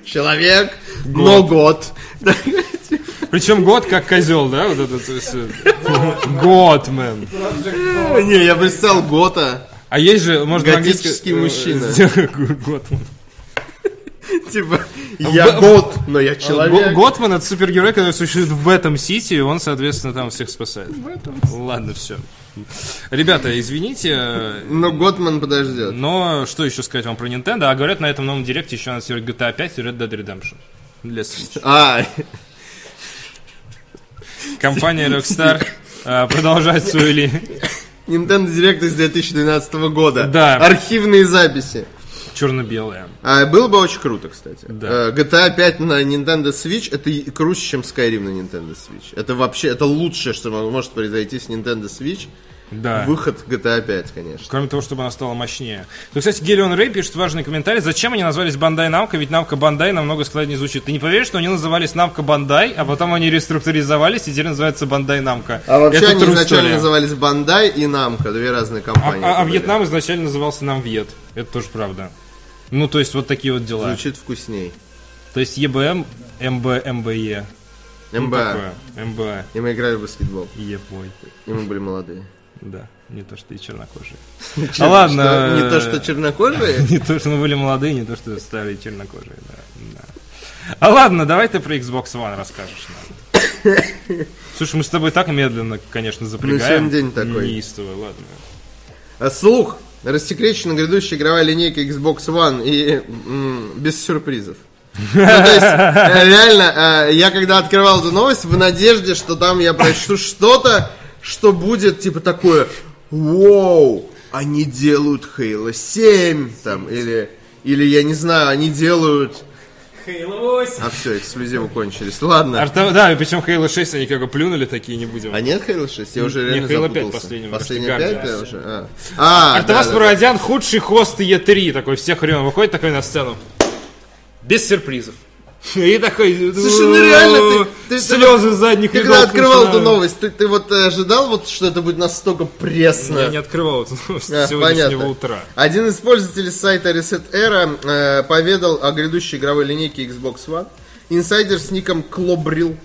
Speaker 2: Человек, но год. Да.
Speaker 1: Причем год как козел, да? Вот этот... то есть, э, Готмен.
Speaker 2: [LAUGHS] Не, я представил Гота. [LAUGHS]
Speaker 1: А есть же, можно э,
Speaker 2: Готический мужчина.
Speaker 1: Готман.
Speaker 2: Типа, я год, но я
Speaker 1: Го-
Speaker 2: человек.
Speaker 1: Готман это супергерой, который существует в этом сити, и он, соответственно, там всех спасает. Ладно, все. Ребята, извините, э,
Speaker 2: Но Готман подождет.
Speaker 1: но что еще сказать вам про Nintendo? А говорят, на этом новом директе еще анонсировать GTA 5 и Red Dead Redemption. Для Switch.
Speaker 2: А, [LAUGHS]
Speaker 1: Компания Rockstar э, продолжает свою линию.
Speaker 2: Nintendo Direct из 2012 года.
Speaker 1: Да.
Speaker 2: Архивные записи.
Speaker 1: Черно-белая.
Speaker 2: А, было бы очень круто, кстати.
Speaker 1: Да.
Speaker 2: Э, GTA 5 на Nintendo Switch это и круче, чем Skyrim на Nintendo Switch. Это вообще, это лучшее, что мо- может произойти с Nintendo Switch.
Speaker 1: Да.
Speaker 2: Выход GTA 5, конечно.
Speaker 1: Кроме того, чтобы она стала мощнее. Ну, кстати, Гелион Рэй пишет важный комментарий. Зачем они назвались Бандай Намка? Ведь Намка Бандай намного складнее звучит. Ты не поверишь, что они назывались Намка Бандай, а потом они реструктуризовались и теперь называются Бандай Намка.
Speaker 2: А вообще
Speaker 1: Это
Speaker 2: они
Speaker 1: true
Speaker 2: изначально
Speaker 1: story.
Speaker 2: назывались Бандай и Намка, две разные
Speaker 1: А,
Speaker 2: компании.
Speaker 1: а- а
Speaker 2: были.
Speaker 1: Вьетнам изначально назывался нам Вьет. Это тоже правда. Ну, то есть, вот такие вот дела.
Speaker 2: Звучит вкусней.
Speaker 1: То есть, ЕБМ, МБ, МБЕ. Ну,
Speaker 2: МБА.
Speaker 1: такое. МБА.
Speaker 2: А. И мы играли в баскетбол.
Speaker 1: Ебой.
Speaker 2: И мы были молодые.
Speaker 1: Да, не то, что и чернокожие. А ладно.
Speaker 2: Что, не то,
Speaker 1: э,
Speaker 2: что чернокожие.
Speaker 1: Не то, что мы были молодые, не то, что стали чернокожие, да. да. А ладно, давай ты про Xbox One расскажешь нам.
Speaker 2: [COUGHS]
Speaker 1: Слушай, мы с тобой так медленно, конечно, запрягаем.
Speaker 2: Ну, сегодня день такой.
Speaker 1: Неистово, ладно.
Speaker 2: А Слух. Рассекречена грядущая игровая линейка Xbox One и м, без сюрпризов. Ну, то есть, э, реально, э, я когда открывал эту новость, в надежде, что там я прочту что-то, что будет, типа, такое, вау, они делают Halo 7, там, или, или, я не знаю, они делают...
Speaker 4: Halo 8.
Speaker 2: А все, эксклюзивы кончились, ладно.
Speaker 1: Арта- да, и причем Halo 6 они как бы плюнули, такие не будем.
Speaker 2: А нет Halo 6? Я уже
Speaker 1: Не, Halo
Speaker 2: реально
Speaker 1: 5
Speaker 2: запутался.
Speaker 1: последнего,
Speaker 2: Последний
Speaker 1: потому что
Speaker 2: 5
Speaker 1: Гардиан.
Speaker 2: уже? А, а да,
Speaker 1: Артавас
Speaker 2: да, да.
Speaker 1: Мурадян худший хост Е3, такой всех времен выходит такой на сцену. Без сюрпризов. И такой...
Speaker 2: Слушай, ну реально, ты- ты- ты-
Speaker 1: Слезы задних
Speaker 2: Ты когда
Speaker 1: рядов
Speaker 2: открывал эту
Speaker 1: начинают.
Speaker 2: новость, ты, ты вот э, ожидал, вот, что это будет настолько пресно?
Speaker 1: Я не открывал эту новость
Speaker 2: А,
Speaker 1: сегодняшнего утра.
Speaker 2: Один из пользователей сайта Reset Era э, поведал о грядущей игровой линейке Xbox One. Инсайдер с ником Клобрил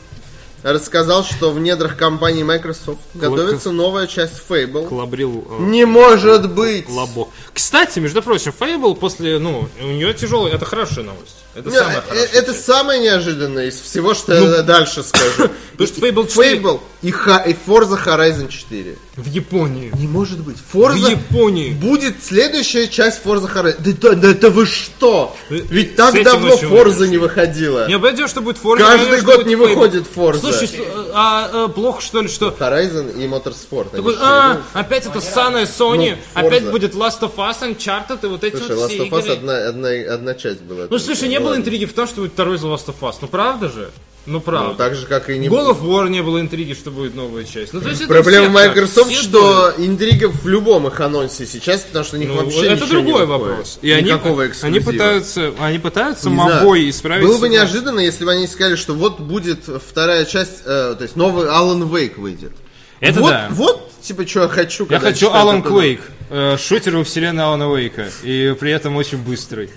Speaker 2: рассказал, что в недрах компании Microsoft готовится новая часть Fable.
Speaker 1: Клабрил... э,
Speaker 2: Не может быть!
Speaker 1: лобок. Кстати, между прочим, Фейбл после, ну, у нее тяжелая, это хорошая новость. Это
Speaker 2: Не,
Speaker 1: самая
Speaker 2: э,
Speaker 1: хорошая.
Speaker 2: это самое неожиданное из всего, что
Speaker 1: Ну,
Speaker 2: я дальше скажу.
Speaker 1: Потому что Fable 4
Speaker 2: Fable и, Ха- и Forza Horizon 4.
Speaker 1: в Японии.
Speaker 2: Не может быть.
Speaker 1: В
Speaker 2: Forza
Speaker 1: Японии.
Speaker 2: Будет следующая часть Forza Horizon. Да, это- да это вы что?
Speaker 1: Э,
Speaker 2: Ведь
Speaker 1: с
Speaker 2: так
Speaker 1: этим
Speaker 2: давно
Speaker 1: ничего не
Speaker 2: Forza не выходила.
Speaker 1: Не обойдешь, что будет Forza.
Speaker 2: Каждый
Speaker 1: обойдешь, что
Speaker 2: год
Speaker 1: будет
Speaker 2: не
Speaker 1: Fable.
Speaker 2: выходит Forza.
Speaker 1: Слушай, с- а э, плохо что ли, что
Speaker 2: Horizon и Motorsport. они
Speaker 1: Такой,
Speaker 2: же
Speaker 1: а,
Speaker 2: придумали.
Speaker 1: опять это ссаная Sony,
Speaker 2: Ну, Forza.
Speaker 1: опять будет Last of Us, Uncharted и вот эти
Speaker 2: Слушай,
Speaker 1: вот
Speaker 2: Last
Speaker 1: все
Speaker 2: of Us
Speaker 1: игры.
Speaker 2: одна, одна, одна часть была.
Speaker 1: Ну, слушай, не было
Speaker 2: Ладно.
Speaker 1: интриги в том, что будет второй The Last of Us. Ну, правда же? Ну,
Speaker 2: Ну,
Speaker 1: правда.
Speaker 2: так же, как и не
Speaker 1: Голов War не было интриги, что будет новая часть. Ну, то есть это
Speaker 2: Проблема
Speaker 1: у всех так,
Speaker 2: Microsoft,
Speaker 1: все думают.
Speaker 2: что интрига в любом их анонсе сейчас, потому что у них
Speaker 1: Ну,
Speaker 2: вообще
Speaker 1: это
Speaker 2: ничего не
Speaker 1: другой
Speaker 2: выходит.
Speaker 1: вопрос.
Speaker 2: Никакого
Speaker 1: они
Speaker 2: эксклюзива.
Speaker 1: пытаются, они пытаются
Speaker 2: Не знаю.
Speaker 1: мобой исправить.
Speaker 2: Было бы
Speaker 1: себя.
Speaker 2: неожиданно, если бы они сказали, что вот будет вторая часть, э, то есть новый Alan Wake выйдет.
Speaker 1: Это
Speaker 2: вот,
Speaker 1: да.
Speaker 2: вот, типа, что я хочу.
Speaker 1: Я
Speaker 2: когда
Speaker 1: хочу
Speaker 2: читаю
Speaker 1: Алан
Speaker 2: такое.
Speaker 1: Квейк, э, шутер во вселенной Алана Уэйка, и при этом очень быстрый.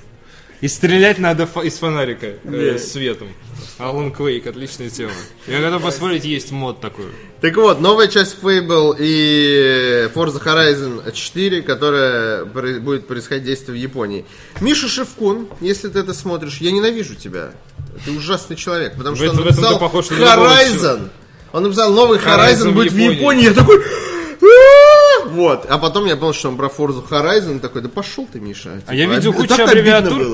Speaker 1: И стрелять надо фа- из фонарика э, светом. Алан Квейк, отличная тема. Я готов посмотреть, есть мод такой.
Speaker 2: Так вот, новая часть Fable и Forza Horizon 4, которая пр- будет происходить действие в Японии. Миша Шевкун, если ты это смотришь, я ненавижу тебя. Ты ужасный человек, потому что
Speaker 1: этом-
Speaker 2: он
Speaker 1: в этом ты
Speaker 2: написал
Speaker 1: похож на любого
Speaker 2: Horizon. Он написал новый
Speaker 1: Horizon
Speaker 2: Horizon,
Speaker 1: в
Speaker 2: будет в
Speaker 1: Японии.
Speaker 2: Японии. Я такой... «А-а-а!» Вот. А потом я понял, что он про Forza Horizon такой, да пошел ты, Миша. типа,
Speaker 1: А я
Speaker 2: Ну,
Speaker 1: видел кучу аббревиатур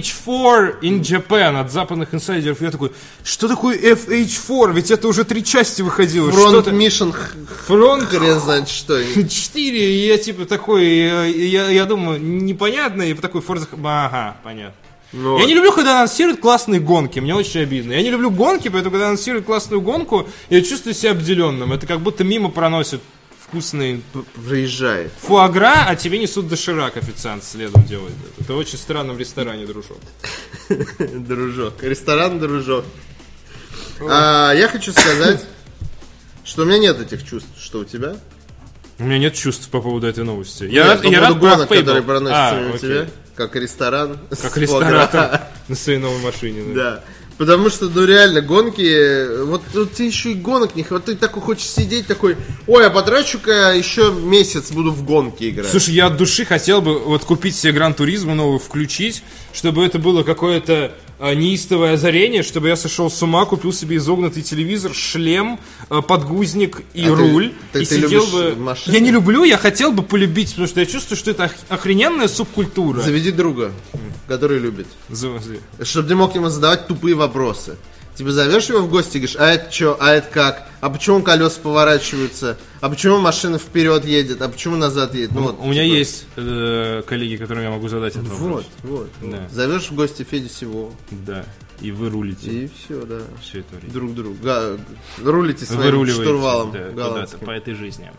Speaker 1: FH4 in Japan от западных инсайдеров. Я такой, что такое FH4? Ведь это уже три части выходило. что
Speaker 2: Фронт
Speaker 1: ты-
Speaker 2: Мишен
Speaker 1: Фронт
Speaker 2: хрен знает что.
Speaker 1: 4, и я типа такой, э, я, я думаю, непонятно, и такой Forza... Ага, понятно.
Speaker 2: Ну,
Speaker 1: Я не люблю, когда анонсируют классные гонки, мне очень обидно. Я не люблю гонки, поэтому, когда анонсируют классную гонку, я чувствую себя обделенным. Это как будто мимо проносят вкусные
Speaker 2: Ну Проезжает.
Speaker 1: фуагра, а тебе несут доширак официант следом делает. Это, Это очень странно в ресторане, дружок.
Speaker 2: [LAUGHS] Дружок. Ресторан дружок. А, я хочу сказать, что у меня нет этих чувств, что у тебя.
Speaker 1: У меня нет чувств по поводу этой новости. Я рад,
Speaker 2: По
Speaker 1: я рад
Speaker 2: ну, поводу гонок,
Speaker 1: про Fable.
Speaker 2: которые проносятся
Speaker 1: А,
Speaker 2: мимо
Speaker 1: окей.
Speaker 2: тебя, как ресторан.
Speaker 1: Как
Speaker 2: с [LAUGHS]
Speaker 1: ресторатор на своей новой машине. да.
Speaker 2: Да. Потому что, ну реально, гонки, э, вот, вот тебе еще и гонок не хватает, ты такой хочешь сидеть, такой, ой, а потрачу-ка еще месяц буду в гонки играть.
Speaker 1: Слушай, я от души хотел бы вот купить себе Гран Туризму новую, включить, чтобы это было какое-то а, неистовое озарение, чтобы я сошел с ума, купил себе изогнутый телевизор, шлем, а, подгузник и
Speaker 2: А ты-
Speaker 1: руль.
Speaker 2: ты-
Speaker 1: и
Speaker 2: ты любишь машины?
Speaker 1: Я не люблю, я хотел бы полюбить, потому что я чувствую, что это ох- охрененная субкультура.
Speaker 2: Заведи друга, который любит,
Speaker 1: Завози.
Speaker 2: чтобы ты мог ему задавать тупые вопросы. Типа зовешь его в гости и говоришь, а это что, а это как, а почему колеса поворачиваются, а почему машина вперед едет, а почему назад едет. Ну, вот,
Speaker 1: У меня
Speaker 2: типа,
Speaker 1: есть э, коллеги, которым я могу задать этот вопрос.
Speaker 2: Вот, вот.
Speaker 1: Да.
Speaker 2: вот. Зовешь в гости Федю Сивова,
Speaker 1: Да. И вы рулите
Speaker 2: и все, да.
Speaker 1: все это время.
Speaker 2: Друг друга. Га- Рулите своим
Speaker 1: Выруливаете
Speaker 2: штурвалом.
Speaker 1: да, куда-то
Speaker 2: голландским.
Speaker 1: по этой жизни.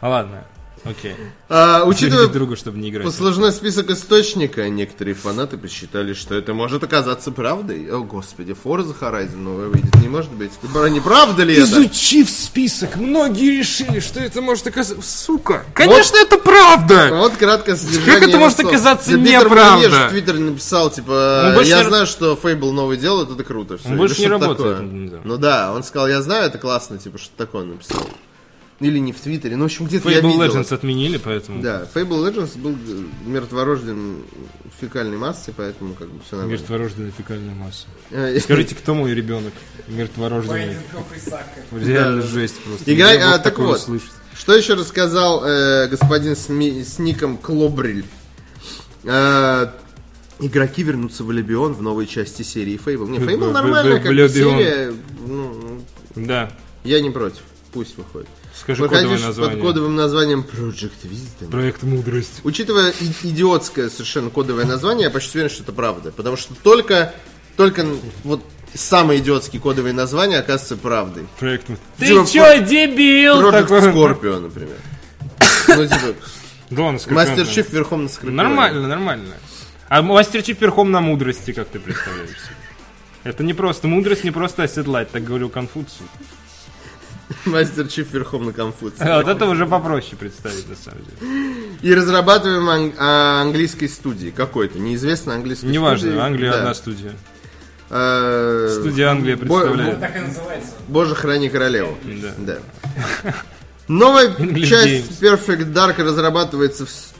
Speaker 1: А ладно,
Speaker 2: [LAUGHS]
Speaker 1: окей.
Speaker 2: А, учитывая
Speaker 1: Заведите друга, чтобы не играть.
Speaker 2: послужной список источника, некоторые фанаты посчитали, что это может оказаться правдой. О, господи, Forza Horizon новая выйдет, не может быть. Бра- Не правда ли это?
Speaker 1: Изучив список, многие решили, что это может оказаться... Сука! Конечно, это правда!
Speaker 2: Вот краткое содержание.
Speaker 1: Как это может
Speaker 2: инфо.
Speaker 1: оказаться
Speaker 2: Да Питер
Speaker 1: неправда?
Speaker 2: Муньеж в Твиттере написал, типа,
Speaker 1: Он больше
Speaker 2: я
Speaker 1: не-
Speaker 2: знаю, что Фейбл новый делает, это круто. всё».
Speaker 1: Он больше
Speaker 2: Или
Speaker 1: не
Speaker 2: что-то
Speaker 1: работает,
Speaker 2: такое.
Speaker 1: ну, да.
Speaker 2: Ну да, он сказал, я знаю, это классно, типа, что такое он написал. Или не в Твиттере, ну, в общем, где-то я
Speaker 1: Fable
Speaker 2: видел.
Speaker 1: Legends отменили, поэтому...
Speaker 2: Да, Fable Legends был э, мертворожден в фекальной массе, поэтому как бы все нормально.
Speaker 1: Мертворожденная фекальная масса.
Speaker 2: Э,
Speaker 1: Скажите, кто мой ребенок? Мертворожденный.
Speaker 4: Байденков и Сака.
Speaker 1: Реально жесть просто.
Speaker 2: Игра-
Speaker 1: Я мог
Speaker 2: а, так
Speaker 1: такое
Speaker 2: вот.
Speaker 1: слышать.
Speaker 2: Что еще рассказал э, господин с, ми- с ником Клобриль? Э, игроки вернутся в Лебион в новой части серии Fable. Не,
Speaker 1: В-
Speaker 2: Fable
Speaker 1: в-
Speaker 2: нормальная
Speaker 1: в- в
Speaker 2: как бы
Speaker 1: Albion.
Speaker 2: серия. ну,
Speaker 1: Да.
Speaker 2: я не против. Пусть выходит.
Speaker 1: Скажи кодовое
Speaker 2: Выходишь под
Speaker 1: название.
Speaker 2: кодовым названием Project Wisdom.
Speaker 1: Проект «Мудрость».
Speaker 2: Учитывая и- идиотское совершенно кодовое название, я почти уверен, что это правда. Потому что только, только вот самые идиотские кодовые названия оказываются правдой.
Speaker 1: Проект «Муд- Ты
Speaker 2: Типа,
Speaker 1: чё, дебил?
Speaker 2: Project
Speaker 1: такой?
Speaker 2: Scorpio, например.
Speaker 1: [LAUGHS]
Speaker 2: Ну, типа,
Speaker 1: Да ладно, Скорпион,
Speaker 2: Мастер
Speaker 1: наверное.
Speaker 2: Чиф верхом на Скорпионе.
Speaker 1: Нормально, нормально. А мастер Чиф верхом на мудрости, как ты представляешь себе? Это не просто мудрость, не просто оседлать, так говорил Конфуций.
Speaker 2: Мастер Чиф верхом на Конфуции.
Speaker 1: А Вот это уже попроще представить, на самом деле.
Speaker 2: И разрабатываем ан- а, английской студии какой-то, неизвестной английской студии.
Speaker 1: Неважно, Англия
Speaker 2: Да.
Speaker 1: одна студия.
Speaker 2: Э,
Speaker 1: Студия Англия
Speaker 2: бо-
Speaker 1: представляет.
Speaker 4: Так и называется.
Speaker 2: Боже, храни королеву.
Speaker 1: Да.
Speaker 2: Новая
Speaker 1: English
Speaker 2: часть Perfect Dark разрабатывается в с-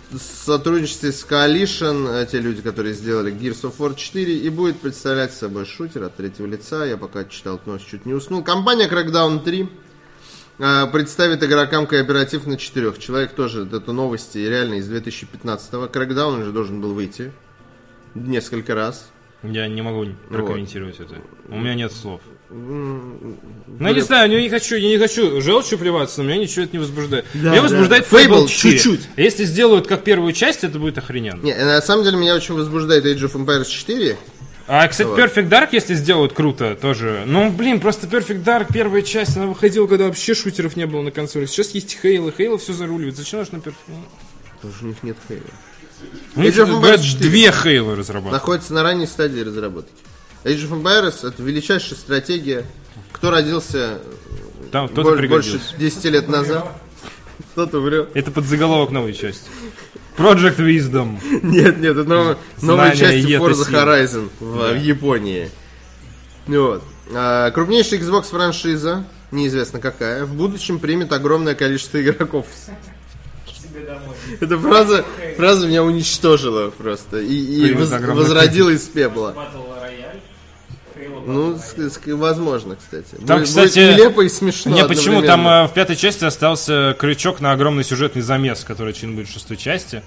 Speaker 2: сотрудничестве с Coalition, э, те люди, которые сделали Gears of War 4, и будет представлять собой шутер от третьего лица. Я пока читал эту новость, чуть не уснул. Компания Crackdown 3 э, представит игрокам кооператив на четырех. Человек тоже, это новости реально из 2015-го. Crackdown уже должен был выйти несколько раз.
Speaker 1: Я не могу прокомментировать это. У меня нет слов. Ну, я
Speaker 2: Блин.
Speaker 1: не знаю, я не хочу, я не хочу желчью плеваться, но меня ничего это не возбуждает.
Speaker 2: Да,
Speaker 1: меня возбуждает
Speaker 2: да. Fable
Speaker 1: Fable 4.
Speaker 2: чуть-чуть.
Speaker 1: Если сделают как первую часть, это будет охрененно.
Speaker 2: Не, э, на самом деле меня очень возбуждает Age of Empires 4.
Speaker 1: А, кстати,
Speaker 2: Вот.
Speaker 1: Perfect Dark, если сделают, круто тоже. Ну, блин, просто Perfect Dark, первая часть, она выходила, когда вообще шутеров не было на консолях. Сейчас есть Halo, Halo все заруливает. Зачем нужно Perfect Dark?
Speaker 2: Потому что у них нет Halo.
Speaker 1: Ну,
Speaker 2: Age of Empires
Speaker 1: говорят,
Speaker 2: 4.
Speaker 1: две Halo разрабатывают.
Speaker 2: находится на ранней стадии разработки. Age of Empires это величайшая стратегия. Кто родился
Speaker 1: Там кто-то
Speaker 2: боль-
Speaker 1: пригодился.
Speaker 2: больше 10 лет назад, кто-то врет.
Speaker 1: Это подзаголовок новой части. Project Wisdom.
Speaker 2: [LAUGHS] Нет, нет, это новая, новая
Speaker 1: Знание
Speaker 2: часть
Speaker 1: это
Speaker 2: Forza
Speaker 1: сила.
Speaker 2: Horizon в, в Японии. Вот. А, крупнейшая Xbox франшиза, неизвестно какая, в будущем примет огромное количество игроков.
Speaker 4: Себе домой.
Speaker 2: Эта фраза, фраза меня уничтожила просто и, и
Speaker 1: Примет
Speaker 2: воз-
Speaker 1: огромное
Speaker 2: возродила из пепла.
Speaker 4: Battle Royale. Halo
Speaker 2: Ну, с- с- возможно, кстати.
Speaker 1: Там,
Speaker 2: Будет-
Speaker 1: кстати,
Speaker 2: будет нелепо и смешно.
Speaker 1: Мне почему там
Speaker 2: одновременно.
Speaker 1: э, в пятой части остался крючок на огромный сюжетный замес, который чин будет в шестой части.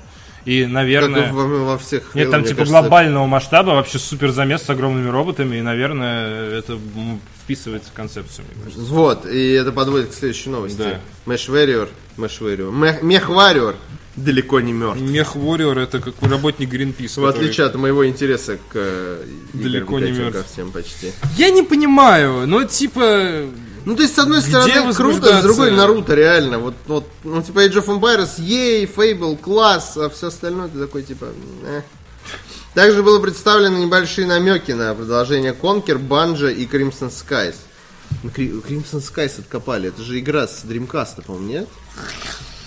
Speaker 1: И,
Speaker 2: Как
Speaker 1: э, наверное...
Speaker 2: и во, во всех...
Speaker 1: Нет,
Speaker 2: фильмах,
Speaker 1: там
Speaker 2: мне
Speaker 1: типа
Speaker 2: кажется,
Speaker 1: глобального масштаба, вообще супер замес с огромными роботами, и, наверное, это м, вписывается в концепцию. мне кажется.
Speaker 2: Вот, и это подводит к следующей новости.
Speaker 1: Да.
Speaker 2: Мэш Вэриор, Мэш Вэриор, Мех- Мех Вариор далеко не мертв.
Speaker 1: Мех Warrior это как работник Greenpeace.
Speaker 2: В отличие от моего интереса к э, Игорю
Speaker 1: Далеко не
Speaker 2: Богатенко
Speaker 1: мертв.
Speaker 2: всем почти.
Speaker 1: Я не понимаю, но типа...
Speaker 2: Ну, то есть, с одной стороны, круто,
Speaker 1: возбуждаться?
Speaker 2: с другой Наруто, реально. Вот, вот, ну, типа Age of Empires, ей, Fable, класс, а все остальное ты такой, типа, э. Также было представлены небольшие намеки на продолжение Конкер, Банжа и Crimson Skies. Ну, Кри- Crimson Skies откопали, это же игра с Dreamcast, по-моему, нет?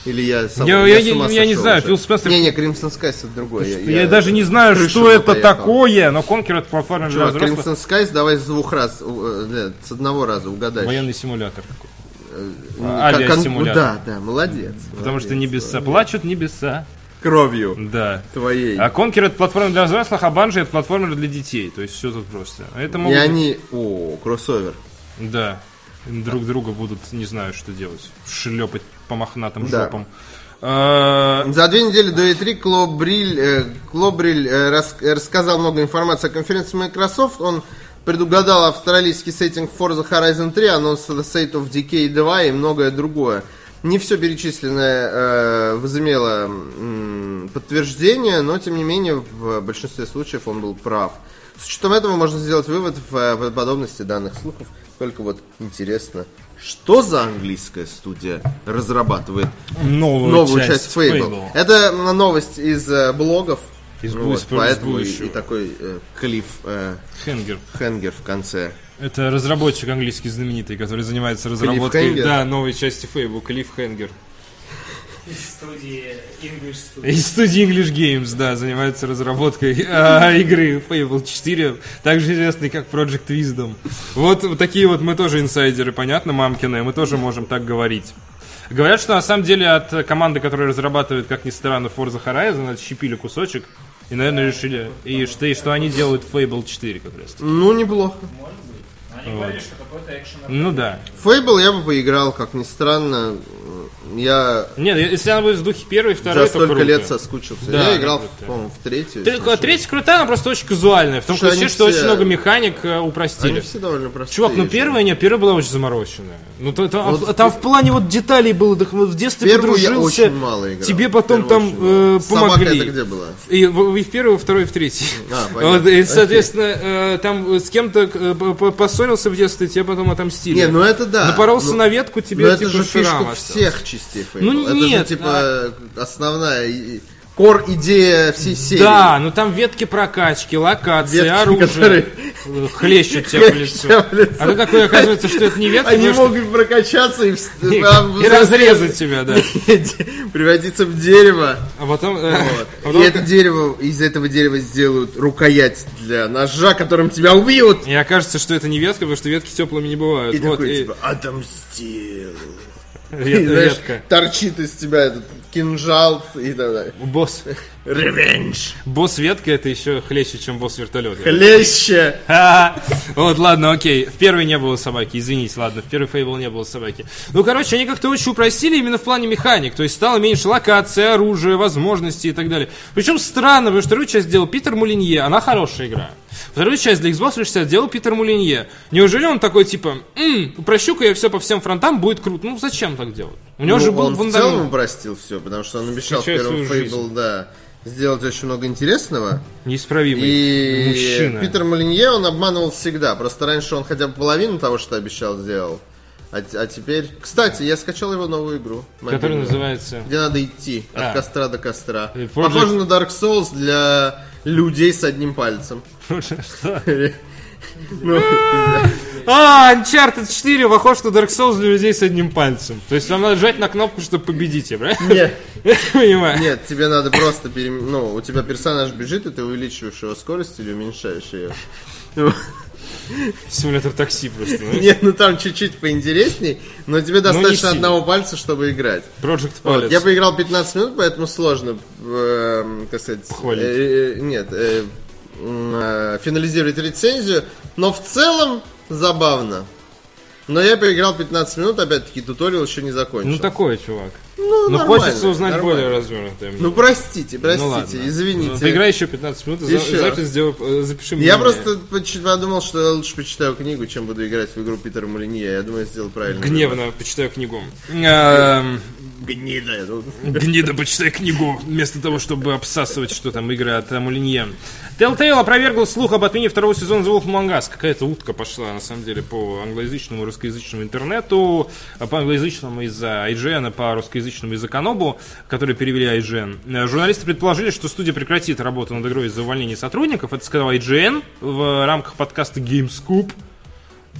Speaker 2: Или я сам
Speaker 1: Я- я не- я не знаю, Фил Спенсер-
Speaker 2: Не-не, Crimson Skies это другое.
Speaker 1: Я, даже не знаю,
Speaker 2: крыша
Speaker 1: что это
Speaker 2: поехала.
Speaker 1: такое, но конкер это платформа для
Speaker 2: Чувак,
Speaker 1: взрослых.
Speaker 2: Crimson Skies давай с двух раз, э, нет, с одного раза угадай.
Speaker 1: Военный симулятор. какой.
Speaker 2: Как он-
Speaker 1: А, Авиасимулятор.
Speaker 2: Да, да, молодец.
Speaker 1: Потому что
Speaker 2: молодец.
Speaker 1: небеса. Плачут небеса.
Speaker 2: Кровью
Speaker 1: Да.
Speaker 2: твоей.
Speaker 1: А конкер это платформа для взрослых, а банжи это платформа для детей. То есть все тут просто. А Это
Speaker 2: И
Speaker 1: могут...
Speaker 2: они... О, кроссовер.
Speaker 1: Да. Друг друга будут, не знаю, что делать. Шлепать по мохнатым
Speaker 2: Да.
Speaker 1: жопам. А,
Speaker 2: За две недели до E E3 Клобриль, э, Клобриль, э, рас- э, рассказал много информации о конференции Microsoft. Он предугадал австралийский сеттинг Forza Horizon 3, анонс State of Decay 2 и многое другое. Не все перечисленное э, возымело м, подтверждение, но тем не менее в большинстве случаев он был прав. С учетом этого можно сделать вывод в э, подобности данных слухов. Только вот интересно, что за английская студия разрабатывает
Speaker 1: новую,
Speaker 2: новую
Speaker 1: часть,
Speaker 2: часть, Fable.
Speaker 1: Fable.
Speaker 2: Это м, новость из э, блогов.
Speaker 1: Из
Speaker 2: Ну
Speaker 1: бу-
Speaker 2: вот,
Speaker 1: из
Speaker 2: поэтому и,
Speaker 1: будущего.
Speaker 2: и такой э, клифф э,
Speaker 1: Хенгер.
Speaker 2: хенгер в конце.
Speaker 1: Это разработчик английский знаменитый, который занимается разработкой
Speaker 2: Хенгер?
Speaker 1: да, новой части Fable, Клифф Хенгер.
Speaker 4: Из студии English Studio.
Speaker 1: Из студии English Games, да, занимается разработкой а, игры Fable 4, также известный как Project Wisdom. Вот, вот такие вот мы тоже инсайдеры, понятно, мамкины, мы тоже можем так говорить. Говорят, что на самом деле от э, команды, которая разрабатывает, как ни странно, Forza Horizon, отщепили кусочек и, наверное, решили, и что, и что они делают Fable 4 как раз.
Speaker 2: Ну, неплохо.
Speaker 4: Может быть. Но они говорили, что какой-то экшен.
Speaker 1: Ну да.
Speaker 2: Фейбл я бы поиграл, как ни странно. М, Я
Speaker 1: Нет, если она будет в духе первой, второй,
Speaker 2: за
Speaker 1: то
Speaker 2: столько
Speaker 1: круто.
Speaker 2: лет соскучился.
Speaker 1: Да,
Speaker 2: я играл,
Speaker 1: это круто.
Speaker 2: по-моему, в третью.
Speaker 1: Ты- а Третья крутая, она просто очень казуальная. В том
Speaker 2: Потому что
Speaker 1: ключе,
Speaker 2: они
Speaker 1: что
Speaker 2: все-
Speaker 1: очень много механик э, упростили.
Speaker 2: Они Ну, все довольно простые.
Speaker 1: Чувак, ну
Speaker 2: же.
Speaker 1: первая, нет, первая была очень замороченная. Ну то- то- а в-
Speaker 2: Вот-
Speaker 1: там в плане вот деталей было, так вот в детстве
Speaker 2: Первую я
Speaker 1: подружился.
Speaker 2: очень мало играл.
Speaker 1: Тебе потом
Speaker 2: Первую
Speaker 1: там
Speaker 2: очень мало.
Speaker 1: э,
Speaker 2: Собака
Speaker 1: помогли.
Speaker 2: это где была?
Speaker 1: И, в, и в первую, и вторую, и в третью. [LAUGHS]
Speaker 2: А, понятно.
Speaker 1: Вот, и,
Speaker 2: Окей.
Speaker 1: соответственно, э, там э, с кем-то э, по- по- поссорился в детстве, тебе потом отомстили.
Speaker 2: Не, ну это да.
Speaker 1: Напоролся
Speaker 2: Ну,
Speaker 1: на ветку, тебе
Speaker 2: Но это
Speaker 1: типа
Speaker 2: же
Speaker 1: шрам
Speaker 2: фишка
Speaker 1: остался.
Speaker 2: всех частей Fable.
Speaker 1: Ну,
Speaker 2: это же,
Speaker 1: нет, а-
Speaker 2: типа, основная кор идея всей серии.
Speaker 1: Да, ну там ветки прокачки, локации,
Speaker 2: Ветки,
Speaker 1: оружие.
Speaker 2: которые-
Speaker 1: Э, Хлещут тебя в лицо.
Speaker 2: в лицо.
Speaker 1: А тут такое оказывается, что это не ветка,
Speaker 2: Они
Speaker 1: потому что-
Speaker 2: могут прокачаться и, вс-
Speaker 1: и,
Speaker 2: там
Speaker 1: и
Speaker 2: за-
Speaker 1: разрезать тебя, да.
Speaker 2: [LAUGHS] превратиться в дерево.
Speaker 1: А потом... э,
Speaker 2: Вот.
Speaker 1: а потом-
Speaker 2: И это дерево, из этого дерева сделают рукоять для ножа, которым тебя убьют.
Speaker 1: И окажется, что это не ветка, потому что ветки теплыми не бывают.
Speaker 2: И
Speaker 1: вот,
Speaker 2: такой,
Speaker 1: и-
Speaker 2: типа, отомстил.
Speaker 1: вет-
Speaker 2: И, знаешь,
Speaker 1: ветка.
Speaker 2: торчит из тебя этот кинжал и так далее.
Speaker 1: Босс.
Speaker 2: Ревенж.
Speaker 1: Босс ветка это еще хлеще, чем босс вертолета.
Speaker 2: Клеща.
Speaker 1: [LAUGHS] Вот, ладно, окей. В первой не было собаки, извините, ладно, в первый фейбл не было собаки. Ну, короче, они как-то очень упростили именно в плане механик. То есть стало меньше локации, оружия, возможностей и так далее. Причем странно, потому что вторую часть делал Питер Мулинье, она хорошая игра. Вторую часть для Xbox 360 делал Питер Мулинье. Неужели он такой, типа, «М, упрощу-ка я все по всем фронтам, будет круто. Ну, зачем так делать? У него же был
Speaker 2: Ну, он в целом
Speaker 1: Вандерман.
Speaker 2: упростил все, потому что он обещал в
Speaker 1: Включая
Speaker 2: первом
Speaker 1: свою
Speaker 2: Fable,
Speaker 1: жизнь.
Speaker 2: да, сделать очень много интересного.
Speaker 1: Неисправимый
Speaker 2: И
Speaker 1: мужчина.
Speaker 2: Питер Малинье он обманывал всегда. Просто раньше он хотя бы половину того, что обещал, сделал. А, т- а теперь... Кстати, я скачал его новую игру.
Speaker 1: Который
Speaker 2: мобильную,
Speaker 1: называется...
Speaker 2: Где надо идти
Speaker 1: А.
Speaker 2: от костра до костра.
Speaker 1: Э, Project-
Speaker 2: Похоже на Dark Souls для людей с одним
Speaker 1: [LAUGHS]
Speaker 2: пальцем.
Speaker 1: Что?
Speaker 2: [LAUGHS] Ну,
Speaker 1: А, Uncharted 4 похож на Dark Souls для людей с одним пальцем. То есть вам надо жать на кнопку, чтобы победить, я правильно
Speaker 2: Нет,
Speaker 1: [LAUGHS] понимаю?
Speaker 2: нет, тебе надо просто... пере- Ну, у тебя персонаж бежит, и ты увеличиваешь его скорость или уменьшаешь ее.
Speaker 1: Симулятор такси просто. знаешь?
Speaker 2: [LAUGHS] Нет, ну там чуть-чуть поинтересней, но тебе достаточно
Speaker 1: Ну, сильно.
Speaker 2: одного пальца, чтобы играть.
Speaker 1: Project
Speaker 2: Вот,
Speaker 1: Palace.
Speaker 2: я поиграл 15 минут, поэтому сложно, эм, так сказать...
Speaker 1: Хвалить.
Speaker 2: э, э, нет, э, м, э, финализировать рецензию, но в целом забавно. Но я переиграл 15 минут, опять-таки, туториал еще не закончил.
Speaker 1: Ну такое, чувак.
Speaker 2: Ну,
Speaker 1: Но
Speaker 2: нормально,
Speaker 1: хочется узнать
Speaker 2: нормально.
Speaker 1: более развернутое мнение.
Speaker 2: Ну простите,
Speaker 1: Ну,
Speaker 2: простите,
Speaker 1: ладно.
Speaker 2: извините.
Speaker 1: Ну, Поиграй еще 15 минут, и за-
Speaker 2: Еще.
Speaker 1: запись сделай, э, запиши мне.
Speaker 2: Я просто поч- подумал, что я лучше почитаю книгу, чем буду играть в игру Питера Мулинье. Я думаю, я сделал правильно.
Speaker 1: Гневно почитаю книгу. Эм,
Speaker 2: Гнида. я тут.
Speaker 1: Гнида, почитай книгу, вместо того, чтобы обсасывать, что там, игры от э, Мулинье. Telltale опровергл слух об отмене второго сезона The Wolf Among Us. Какая-то утка пошла, на самом деле, по англоязычному и русскоязычному интернету, а по англоязычному из-за IGN, а по русскоязычному из-за Канобу, которые перевели IGN. Э, Журналисты предположили, что студия прекратит работу над игрой из-за увольнения сотрудников. Это сказал IGN в рамках подкаста Gamescoop.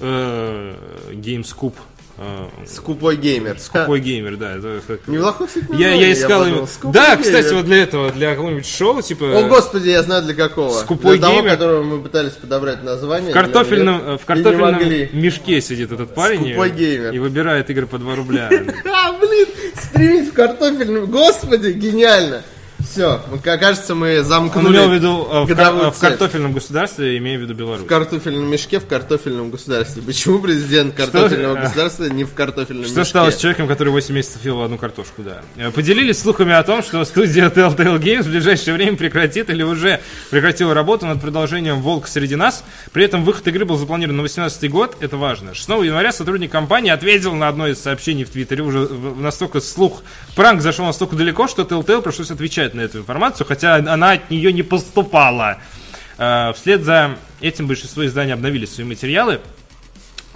Speaker 1: Э, Gamescoop. э,
Speaker 2: Скупой геймер.
Speaker 1: Скупой геймер, да. это как-
Speaker 2: Неплохой всегда.
Speaker 1: я, я искал
Speaker 2: подумал,
Speaker 1: им.
Speaker 2: скупой
Speaker 1: Да,
Speaker 2: геймер.
Speaker 1: кстати, вот для этого, для какого-нибудь шоу, типа.
Speaker 2: О, господи, я знаю для какого.
Speaker 1: Скупой
Speaker 2: для того,
Speaker 1: геймер.
Speaker 2: которого мы пытались подобрать название.
Speaker 1: в картофельном,
Speaker 2: но нет,
Speaker 1: в
Speaker 2: и не
Speaker 1: картофельном
Speaker 2: могли.
Speaker 1: мешке сидит этот парень
Speaker 2: Скупой геймер.
Speaker 1: и, и выбирает игры по 2
Speaker 2: [LAUGHS]
Speaker 1: рубля.
Speaker 2: [LAUGHS] А, блин, стримить в картофельном. Господи, гениально. Все, кажется, мы
Speaker 1: Он
Speaker 2: замкнули
Speaker 1: имел в виду э, в,
Speaker 2: годовую
Speaker 1: кар- э, в
Speaker 2: цель.
Speaker 1: картофельном государстве, имея в виду Беларусь.
Speaker 2: В картофельном мешке в картофельном государстве. Почему президент картофельного государства не в картофельном
Speaker 1: Что
Speaker 2: мешке?
Speaker 1: стало с человеком, который 8 месяцев ел одну картошку, да. Э, Поделились слухами о том, что студия Telltale Games в ближайшее время прекратит или уже прекратила работу над продолжением «Волк среди нас». При этом выход игры был запланирован на 18 год, это важно. 6 января сотрудник компании ответил на одно из сообщений в Твиттере, уже в- в настолько слух, пранк зашел настолько далеко, что Telltale пришлось отвечать на эту информацию, хотя она от нее не поступала. Э, Вслед за этим большинство изданий обновили свои материалы.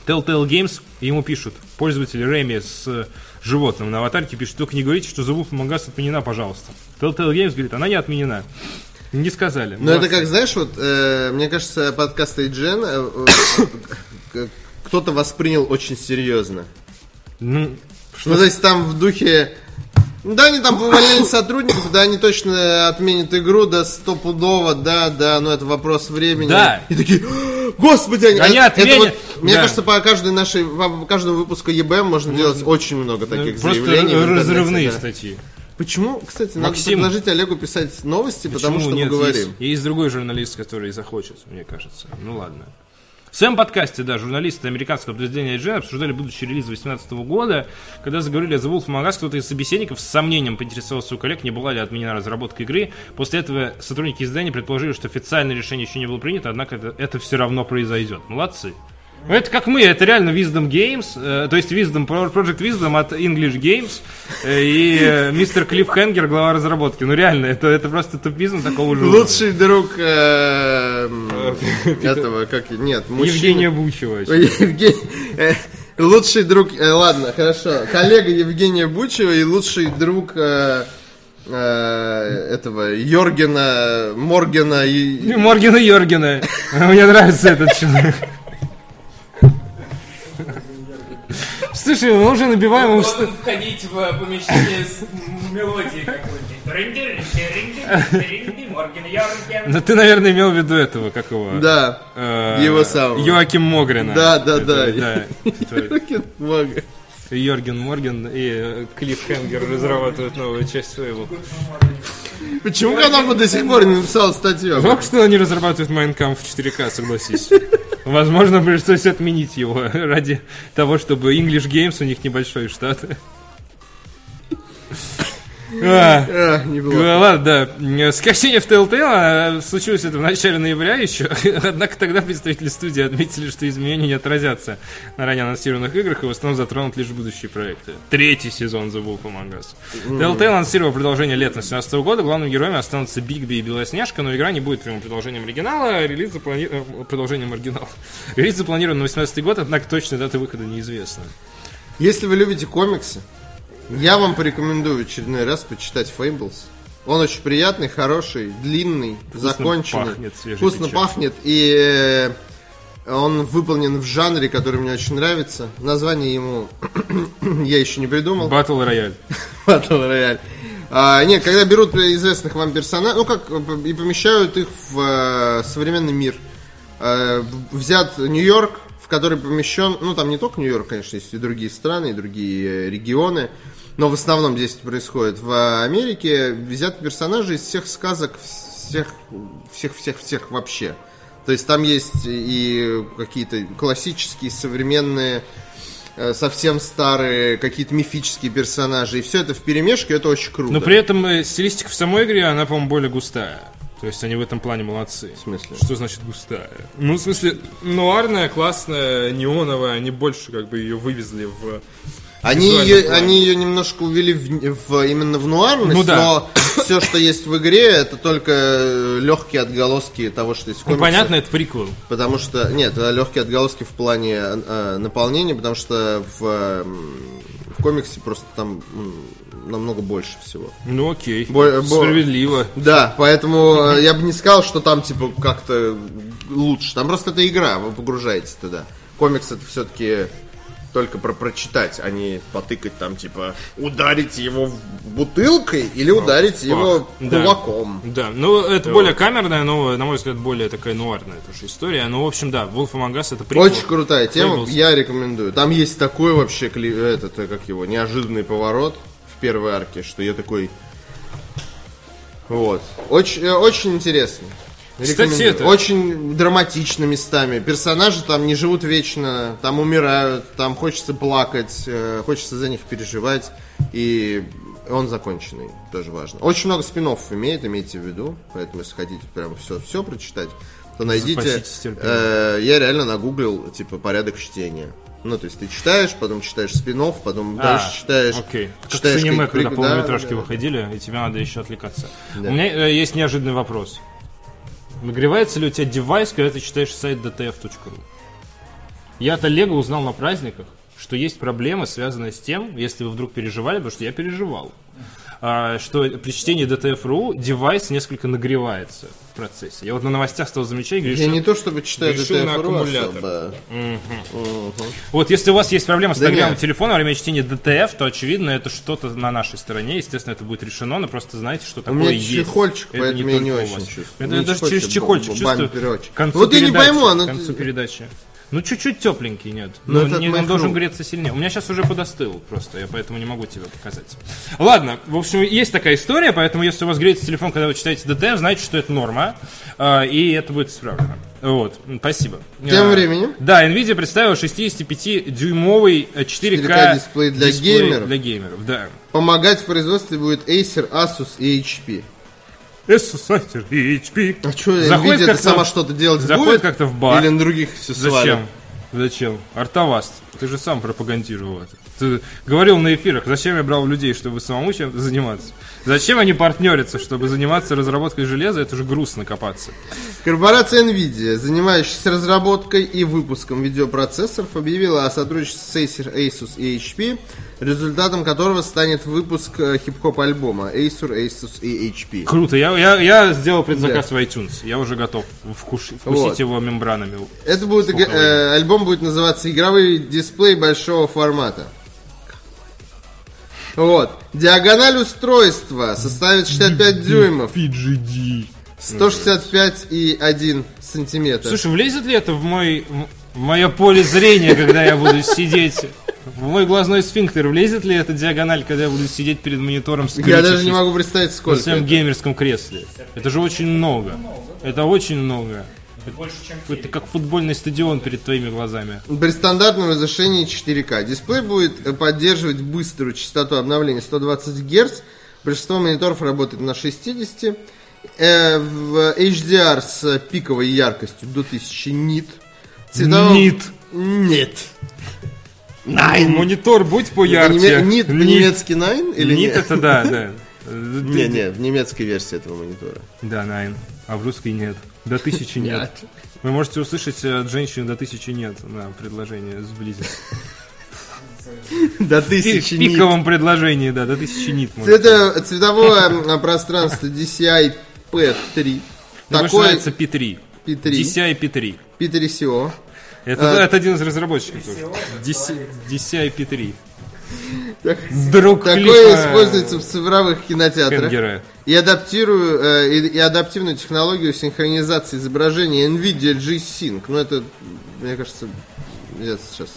Speaker 1: Telltale Games ему пишут. Пользователь Реми с э, животным на аватарке пишет, только не говорите, что The Wolf Among Us отменена, пожалуйста. Telltale Games говорит, она не отменена. Не сказали.
Speaker 2: Ну, это
Speaker 1: Молодцы.
Speaker 2: как, знаешь, вот, э, мне кажется, подкаст IGN э, э, [COUGHS] к- кто-то воспринял очень серьезно.
Speaker 1: Ну,
Speaker 2: Ну, то есть там в духе... Ну, Да, они там поваляли сотрудников, да, они точно отменят игру, да, стопудово, да, да, но это вопрос времени.
Speaker 1: Да.
Speaker 2: И такие, «А, господи, они,
Speaker 1: Они
Speaker 2: а, это
Speaker 1: отменят,
Speaker 2: вот- мне
Speaker 1: да.
Speaker 2: кажется, по каждой нашей, по каждому выпуску ЕБМ можно делать очень много
Speaker 1: ну,
Speaker 2: таких
Speaker 1: просто
Speaker 2: заявлений. в
Speaker 1: р-
Speaker 2: интернете,
Speaker 1: разрывные
Speaker 2: да.
Speaker 1: статьи.
Speaker 2: Почему, кстати, надо
Speaker 1: Максим.
Speaker 2: предложить Олегу писать новости, потому
Speaker 1: Почему
Speaker 2: что мы
Speaker 1: нет?
Speaker 2: говорим.
Speaker 1: Есть, есть другой журналист, который захочет, мне кажется. Ну ладно. В своем подкасте, да, журналисты американского подразделения IGN обсуждали будущий релиз 2018 года. Когда заговорили о The Wolf Among Us, кто-то из собеседников с сомнением поинтересовался у коллег, не была ли отменена разработка игры. После этого сотрудники издания предположили, что официальное решение еще не было принято, однако это, все равно произойдет. Молодцы. Ну, это как мы, это реально Wisdom Games, э, то есть Wisdom, Pro- Project Wisdom от English Games э, и э, мистер Клифф Хенгер, глава разработки. Ну реально, это, это просто тупизм такого же уровня.
Speaker 2: Лучший друг эм, этого, как нет,
Speaker 1: Евгения
Speaker 2: [LAUGHS] мужчина.
Speaker 1: Бучева.
Speaker 2: Евгений- э, Лучший друг, э, ладно, хорошо, коллега Евгения Бучева и лучший друг э, э, этого Йоргена Моргена. и-
Speaker 1: И Моргена Йоргена. Мне нравится этот человек. Слушай, мы уже набиваем ему... ст-
Speaker 4: Должен входить в э, помещение с м- мелодией какой-нибудь. Рынди, рынди, рынди, рынди, Морген, Йорген.
Speaker 1: Ну ты, наверное, имел в виду этого, как его?
Speaker 2: Да.
Speaker 1: Э,
Speaker 2: Его самого.
Speaker 1: Йоаким Могрина.
Speaker 2: Да, да,
Speaker 1: Это,
Speaker 2: да.
Speaker 1: Это
Speaker 2: Йорген Морген.
Speaker 1: Йорген Морген и э, Клифф Хенгер разрабатывают новую часть своего.
Speaker 2: Почему Канапа до сих пор не написал статью? об
Speaker 1: Жалко, что они разрабатывают Майнкамп в 4К, согласись. Возможно, пришлось отменить его [LAUGHS] ради того, чтобы English Games у них небольшой штат. А.
Speaker 2: этом? А, не было.
Speaker 1: Ну, Ладно, да. Скачение в Telltale э, случилось это в начале ноября еще. [LAUGHS] Однако тогда представители студии отметили, что изменения не отразятся на ранее анонсированных играх и в основном затронут лишь будущие проекты. Третий сезон The Wolf Among Us. Telltale анонсировал продолжение летом 2017 года. Главными героями останутся Бигби и Белоснежка, но игра не будет прямым продолжением оригинала. Релиз заплани... э, Продолжением оригинала. [LAUGHS] Релиз запланирован на 2018 год, однако точная дата выхода неизвестна.
Speaker 2: Если вы любите комиксы, я вам порекомендую в очередной раз почитать Fables. Он очень приятный, хороший, длинный, законченный.
Speaker 1: пахнет свежей
Speaker 2: вкусно
Speaker 1: печатью.
Speaker 2: пахнет. И э, он выполнен в жанре, который мне очень нравится. Название ему [CLEARS THROAT] я еще не придумал.
Speaker 1: Battle Royale.
Speaker 2: [LAUGHS] Battle Royale. А, нет, когда берут известных вам персонажей, ну как, э, п- и помещают их в э, современный мир. Э, в- взят Нью-Йорк, в который помещен, ну там не только Нью-Йорк, конечно, есть и другие страны, и другие э, регионы, но в основном здесь это происходит в э, Америке. Взят персонажи из всех сказок вс- всех, всех, всех, всех вообще. То есть там есть и какие-то классические, современные, э, совсем старые, какие-то мифические персонажи. И все это в перемешке, это очень круто.
Speaker 1: Но при этом э, стилистика в самой игре, она, по-моему, более густая. То есть они в этом плане молодцы. В
Speaker 2: смысле?
Speaker 1: Что значит густая? Ну, в смысле, нуарная, классная, неоновая, они больше как бы ее вывезли в...
Speaker 2: Они
Speaker 1: визуальном
Speaker 2: ее,
Speaker 1: плане.
Speaker 2: они ее немножко увели в, в- именно в нуарность,
Speaker 1: Ну да.
Speaker 2: но все, что есть в игре, это только легкие отголоски того, что есть в
Speaker 1: Ну,
Speaker 2: комиксах.
Speaker 1: понятно, это приквел.
Speaker 2: Потому что, нет, легкие отголоски в плане э, наполнения, потому что в, э, м, в комиксе просто там м, намного больше всего.
Speaker 1: Ну, окей.
Speaker 2: Бо- бо-
Speaker 1: Справедливо.
Speaker 2: Да, поэтому э, я бы не сказал, что там типа как-то лучше. Там просто это игра, вы погружаетесь туда. Комикс это все-таки только про прочитать, а не потыкать там типа ударить его в- бутылкой или ударить его
Speaker 1: Да.
Speaker 2: кулаком.
Speaker 1: Да, ну это более камерная, но, на мой взгляд, более такая нуарная тоже история. Ну, в общем, да, Wolf Among Us это приквел.
Speaker 2: Очень крутая тема,
Speaker 1: Fables.
Speaker 2: я рекомендую. Там есть такой вообще, кли- этот, э, как его, неожиданный поворот в первой арке, что я такой... Вот. Очень, э, очень интересно.
Speaker 1: Кстати,
Speaker 2: Рекомендую.
Speaker 1: это-
Speaker 2: Очень драматично местами. Персонажи там не живут вечно, там умирают, там хочется плакать, э, хочется за них переживать. И он законченный, тоже важно. Очень много спин имеет, имейте в виду. Поэтому, если хотите прям все-все прочитать, то найдите.
Speaker 1: Запаситесь терпением.
Speaker 2: э, Э, я реально нагуглил, типа, порядок чтения. Ну, то есть ты читаешь, потом читаешь спинов, потом
Speaker 1: А,
Speaker 2: дальше читаешь.
Speaker 1: Окей. Как в
Speaker 2: читаешь
Speaker 1: аниме,
Speaker 2: какие-то
Speaker 1: когда
Speaker 2: прик-
Speaker 1: полнометражки
Speaker 2: да, да,
Speaker 1: выходили, и тебе надо еще отвлекаться.
Speaker 2: Да.
Speaker 1: У меня э, есть неожиданный вопрос. Нагревается ли у тебя девайс, когда ты читаешь сайт dtf.ru? Я от Олега узнал на праздниках, что есть проблема, связанная с тем, если вы вдруг переживали, потому что я переживал, а, что при чтении dtf.ru девайс несколько нагревается в процессе. Я вот на новостях стал замечать,
Speaker 2: да.
Speaker 1: грешу.
Speaker 2: Я не то чтобы читаю
Speaker 1: Грешу на
Speaker 2: DTF.ru
Speaker 1: аккумулятор.
Speaker 2: особо.
Speaker 1: Вот если у вас есть проблема с
Speaker 2: Да
Speaker 1: нагревом
Speaker 2: нет.
Speaker 1: телефона во время чтения DTF, то очевидно это что-то на нашей стороне. Естественно, это будет решено, но просто знаете, что такое
Speaker 2: меня
Speaker 1: есть.
Speaker 2: чехольчик,
Speaker 1: Это
Speaker 2: поэтому я
Speaker 1: только
Speaker 2: не
Speaker 1: у
Speaker 2: очень
Speaker 1: вас.
Speaker 2: чувствую.
Speaker 1: Это
Speaker 2: Ну,
Speaker 1: я даже
Speaker 2: чехольчик,
Speaker 1: через чехольчик
Speaker 2: бам-
Speaker 1: чувствую.
Speaker 2: бамперочек.
Speaker 1: К концу
Speaker 2: Вот я не
Speaker 1: передачи,
Speaker 2: пойму, а оно-
Speaker 1: К концу передачи. Ну, чуть-чуть тепленький, нет. Ну,
Speaker 2: Ну, это
Speaker 1: не,
Speaker 2: отмахнул.
Speaker 1: он должен греться сильнее. У меня сейчас уже подостыл просто, я поэтому не могу тебе показать. Ладно, в общем, есть такая история, поэтому если у вас греется телефон, когда вы читаете DTF, знаете, что это норма, а, и это будет исправлено. Вот, спасибо.
Speaker 2: Тем
Speaker 1: Э,
Speaker 2: временем.
Speaker 1: Да, Nvidia представила 65-дюймовый 4K,
Speaker 2: 4K дисплей для геймеров.
Speaker 1: Для геймеров, да.
Speaker 2: Помогать в производстве будет Acer, Asus и HP.
Speaker 1: SSR и HP.
Speaker 2: А что,
Speaker 1: Заходит
Speaker 2: Nvidia
Speaker 1: как-то-
Speaker 2: сама что-то делать
Speaker 1: заходит
Speaker 2: будет?
Speaker 1: как-то в бар.
Speaker 2: Или на других все
Speaker 1: Зачем? Зачем? Артоваст. Ты же сам пропагандировал это. Ты говорил на эфирах, зачем я брал людей, чтобы самому чем-то заниматься. Зачем они партнерятся, чтобы заниматься разработкой железа? Это же грустно копаться.
Speaker 2: Корпорация Nvidia, занимающаяся разработкой и выпуском видеопроцессоров, объявила о сотрудничестве с Acer, Asus и HP, результатом которого станет выпуск э, хип-хоп альбома Acer, Asus и HP.
Speaker 1: Круто. Я, я, я сделал предзаказ
Speaker 2: Да.
Speaker 1: в iTunes. Я уже готов вкуш- вкусить
Speaker 2: Вот.
Speaker 1: его мембранами.
Speaker 2: Это будет иг-
Speaker 1: Слуховой.
Speaker 2: э, альбом будет называться "Игровой дисплей большого формата". Вот. Диагональ устройства составит 65 дюймов,
Speaker 1: PGD.
Speaker 2: 165,1 сантиметра.
Speaker 1: Слушай, влезет ли это в мой в мое поле зрения, когда я буду сидеть? В мой глазной сфинктер влезет ли эта диагональ, когда я буду сидеть перед монитором с
Speaker 2: Я даже не могу представить,
Speaker 1: на
Speaker 2: сколько.
Speaker 1: своем
Speaker 2: это.
Speaker 1: геймерском кресле? Это же очень много. Это очень много.
Speaker 4: Больше, чем
Speaker 1: Это
Speaker 4: телек.
Speaker 1: как футбольный стадион перед твоими глазами.
Speaker 2: При стандартном разрешении 4К. Дисплей будет э, поддерживать быструю частоту обновления 120 Гц. Большинство мониторов работает на 60. Э, в HDR с э, пиковой яркостью до 1000 нит. Цветовом-
Speaker 1: Нит.
Speaker 2: Нет.
Speaker 1: Монитор будь
Speaker 2: Неме-
Speaker 1: поярче.
Speaker 2: Нит по-немецки Nine или
Speaker 1: Нит
Speaker 2: нет?
Speaker 1: это да, да.
Speaker 2: [LAUGHS] Не, не, в немецкой версии этого
Speaker 1: [LAUGHS]
Speaker 2: монитора.
Speaker 1: Да, найн. А в русской нет. До тысячи нет. Вы можете услышать э, от женщины до тысячи нет на предложение сблизиться.
Speaker 2: До
Speaker 1: Пи-
Speaker 2: 1000
Speaker 1: В
Speaker 2: нит.
Speaker 1: пиковом предложении, да, до тысячи нит. может.
Speaker 2: Цвета- Цветовое э, пространство DCI P3.
Speaker 1: Ну, больше
Speaker 2: Такое
Speaker 1: нравится P3.
Speaker 2: P3.
Speaker 1: DCI P3.
Speaker 2: P3CO.
Speaker 1: Это,
Speaker 2: А.
Speaker 1: это один из разработчиков тоже. DC DCI P3.
Speaker 2: Так-
Speaker 1: Друг
Speaker 2: Такое
Speaker 1: клипа
Speaker 2: используется в цифровых кинотеатрах.
Speaker 1: Хенгера.
Speaker 2: И, адаптирую, э, и, и адаптивную технологию синхронизации изображения NVIDIA G-Sync. Ну, это, мне кажется, я сейчас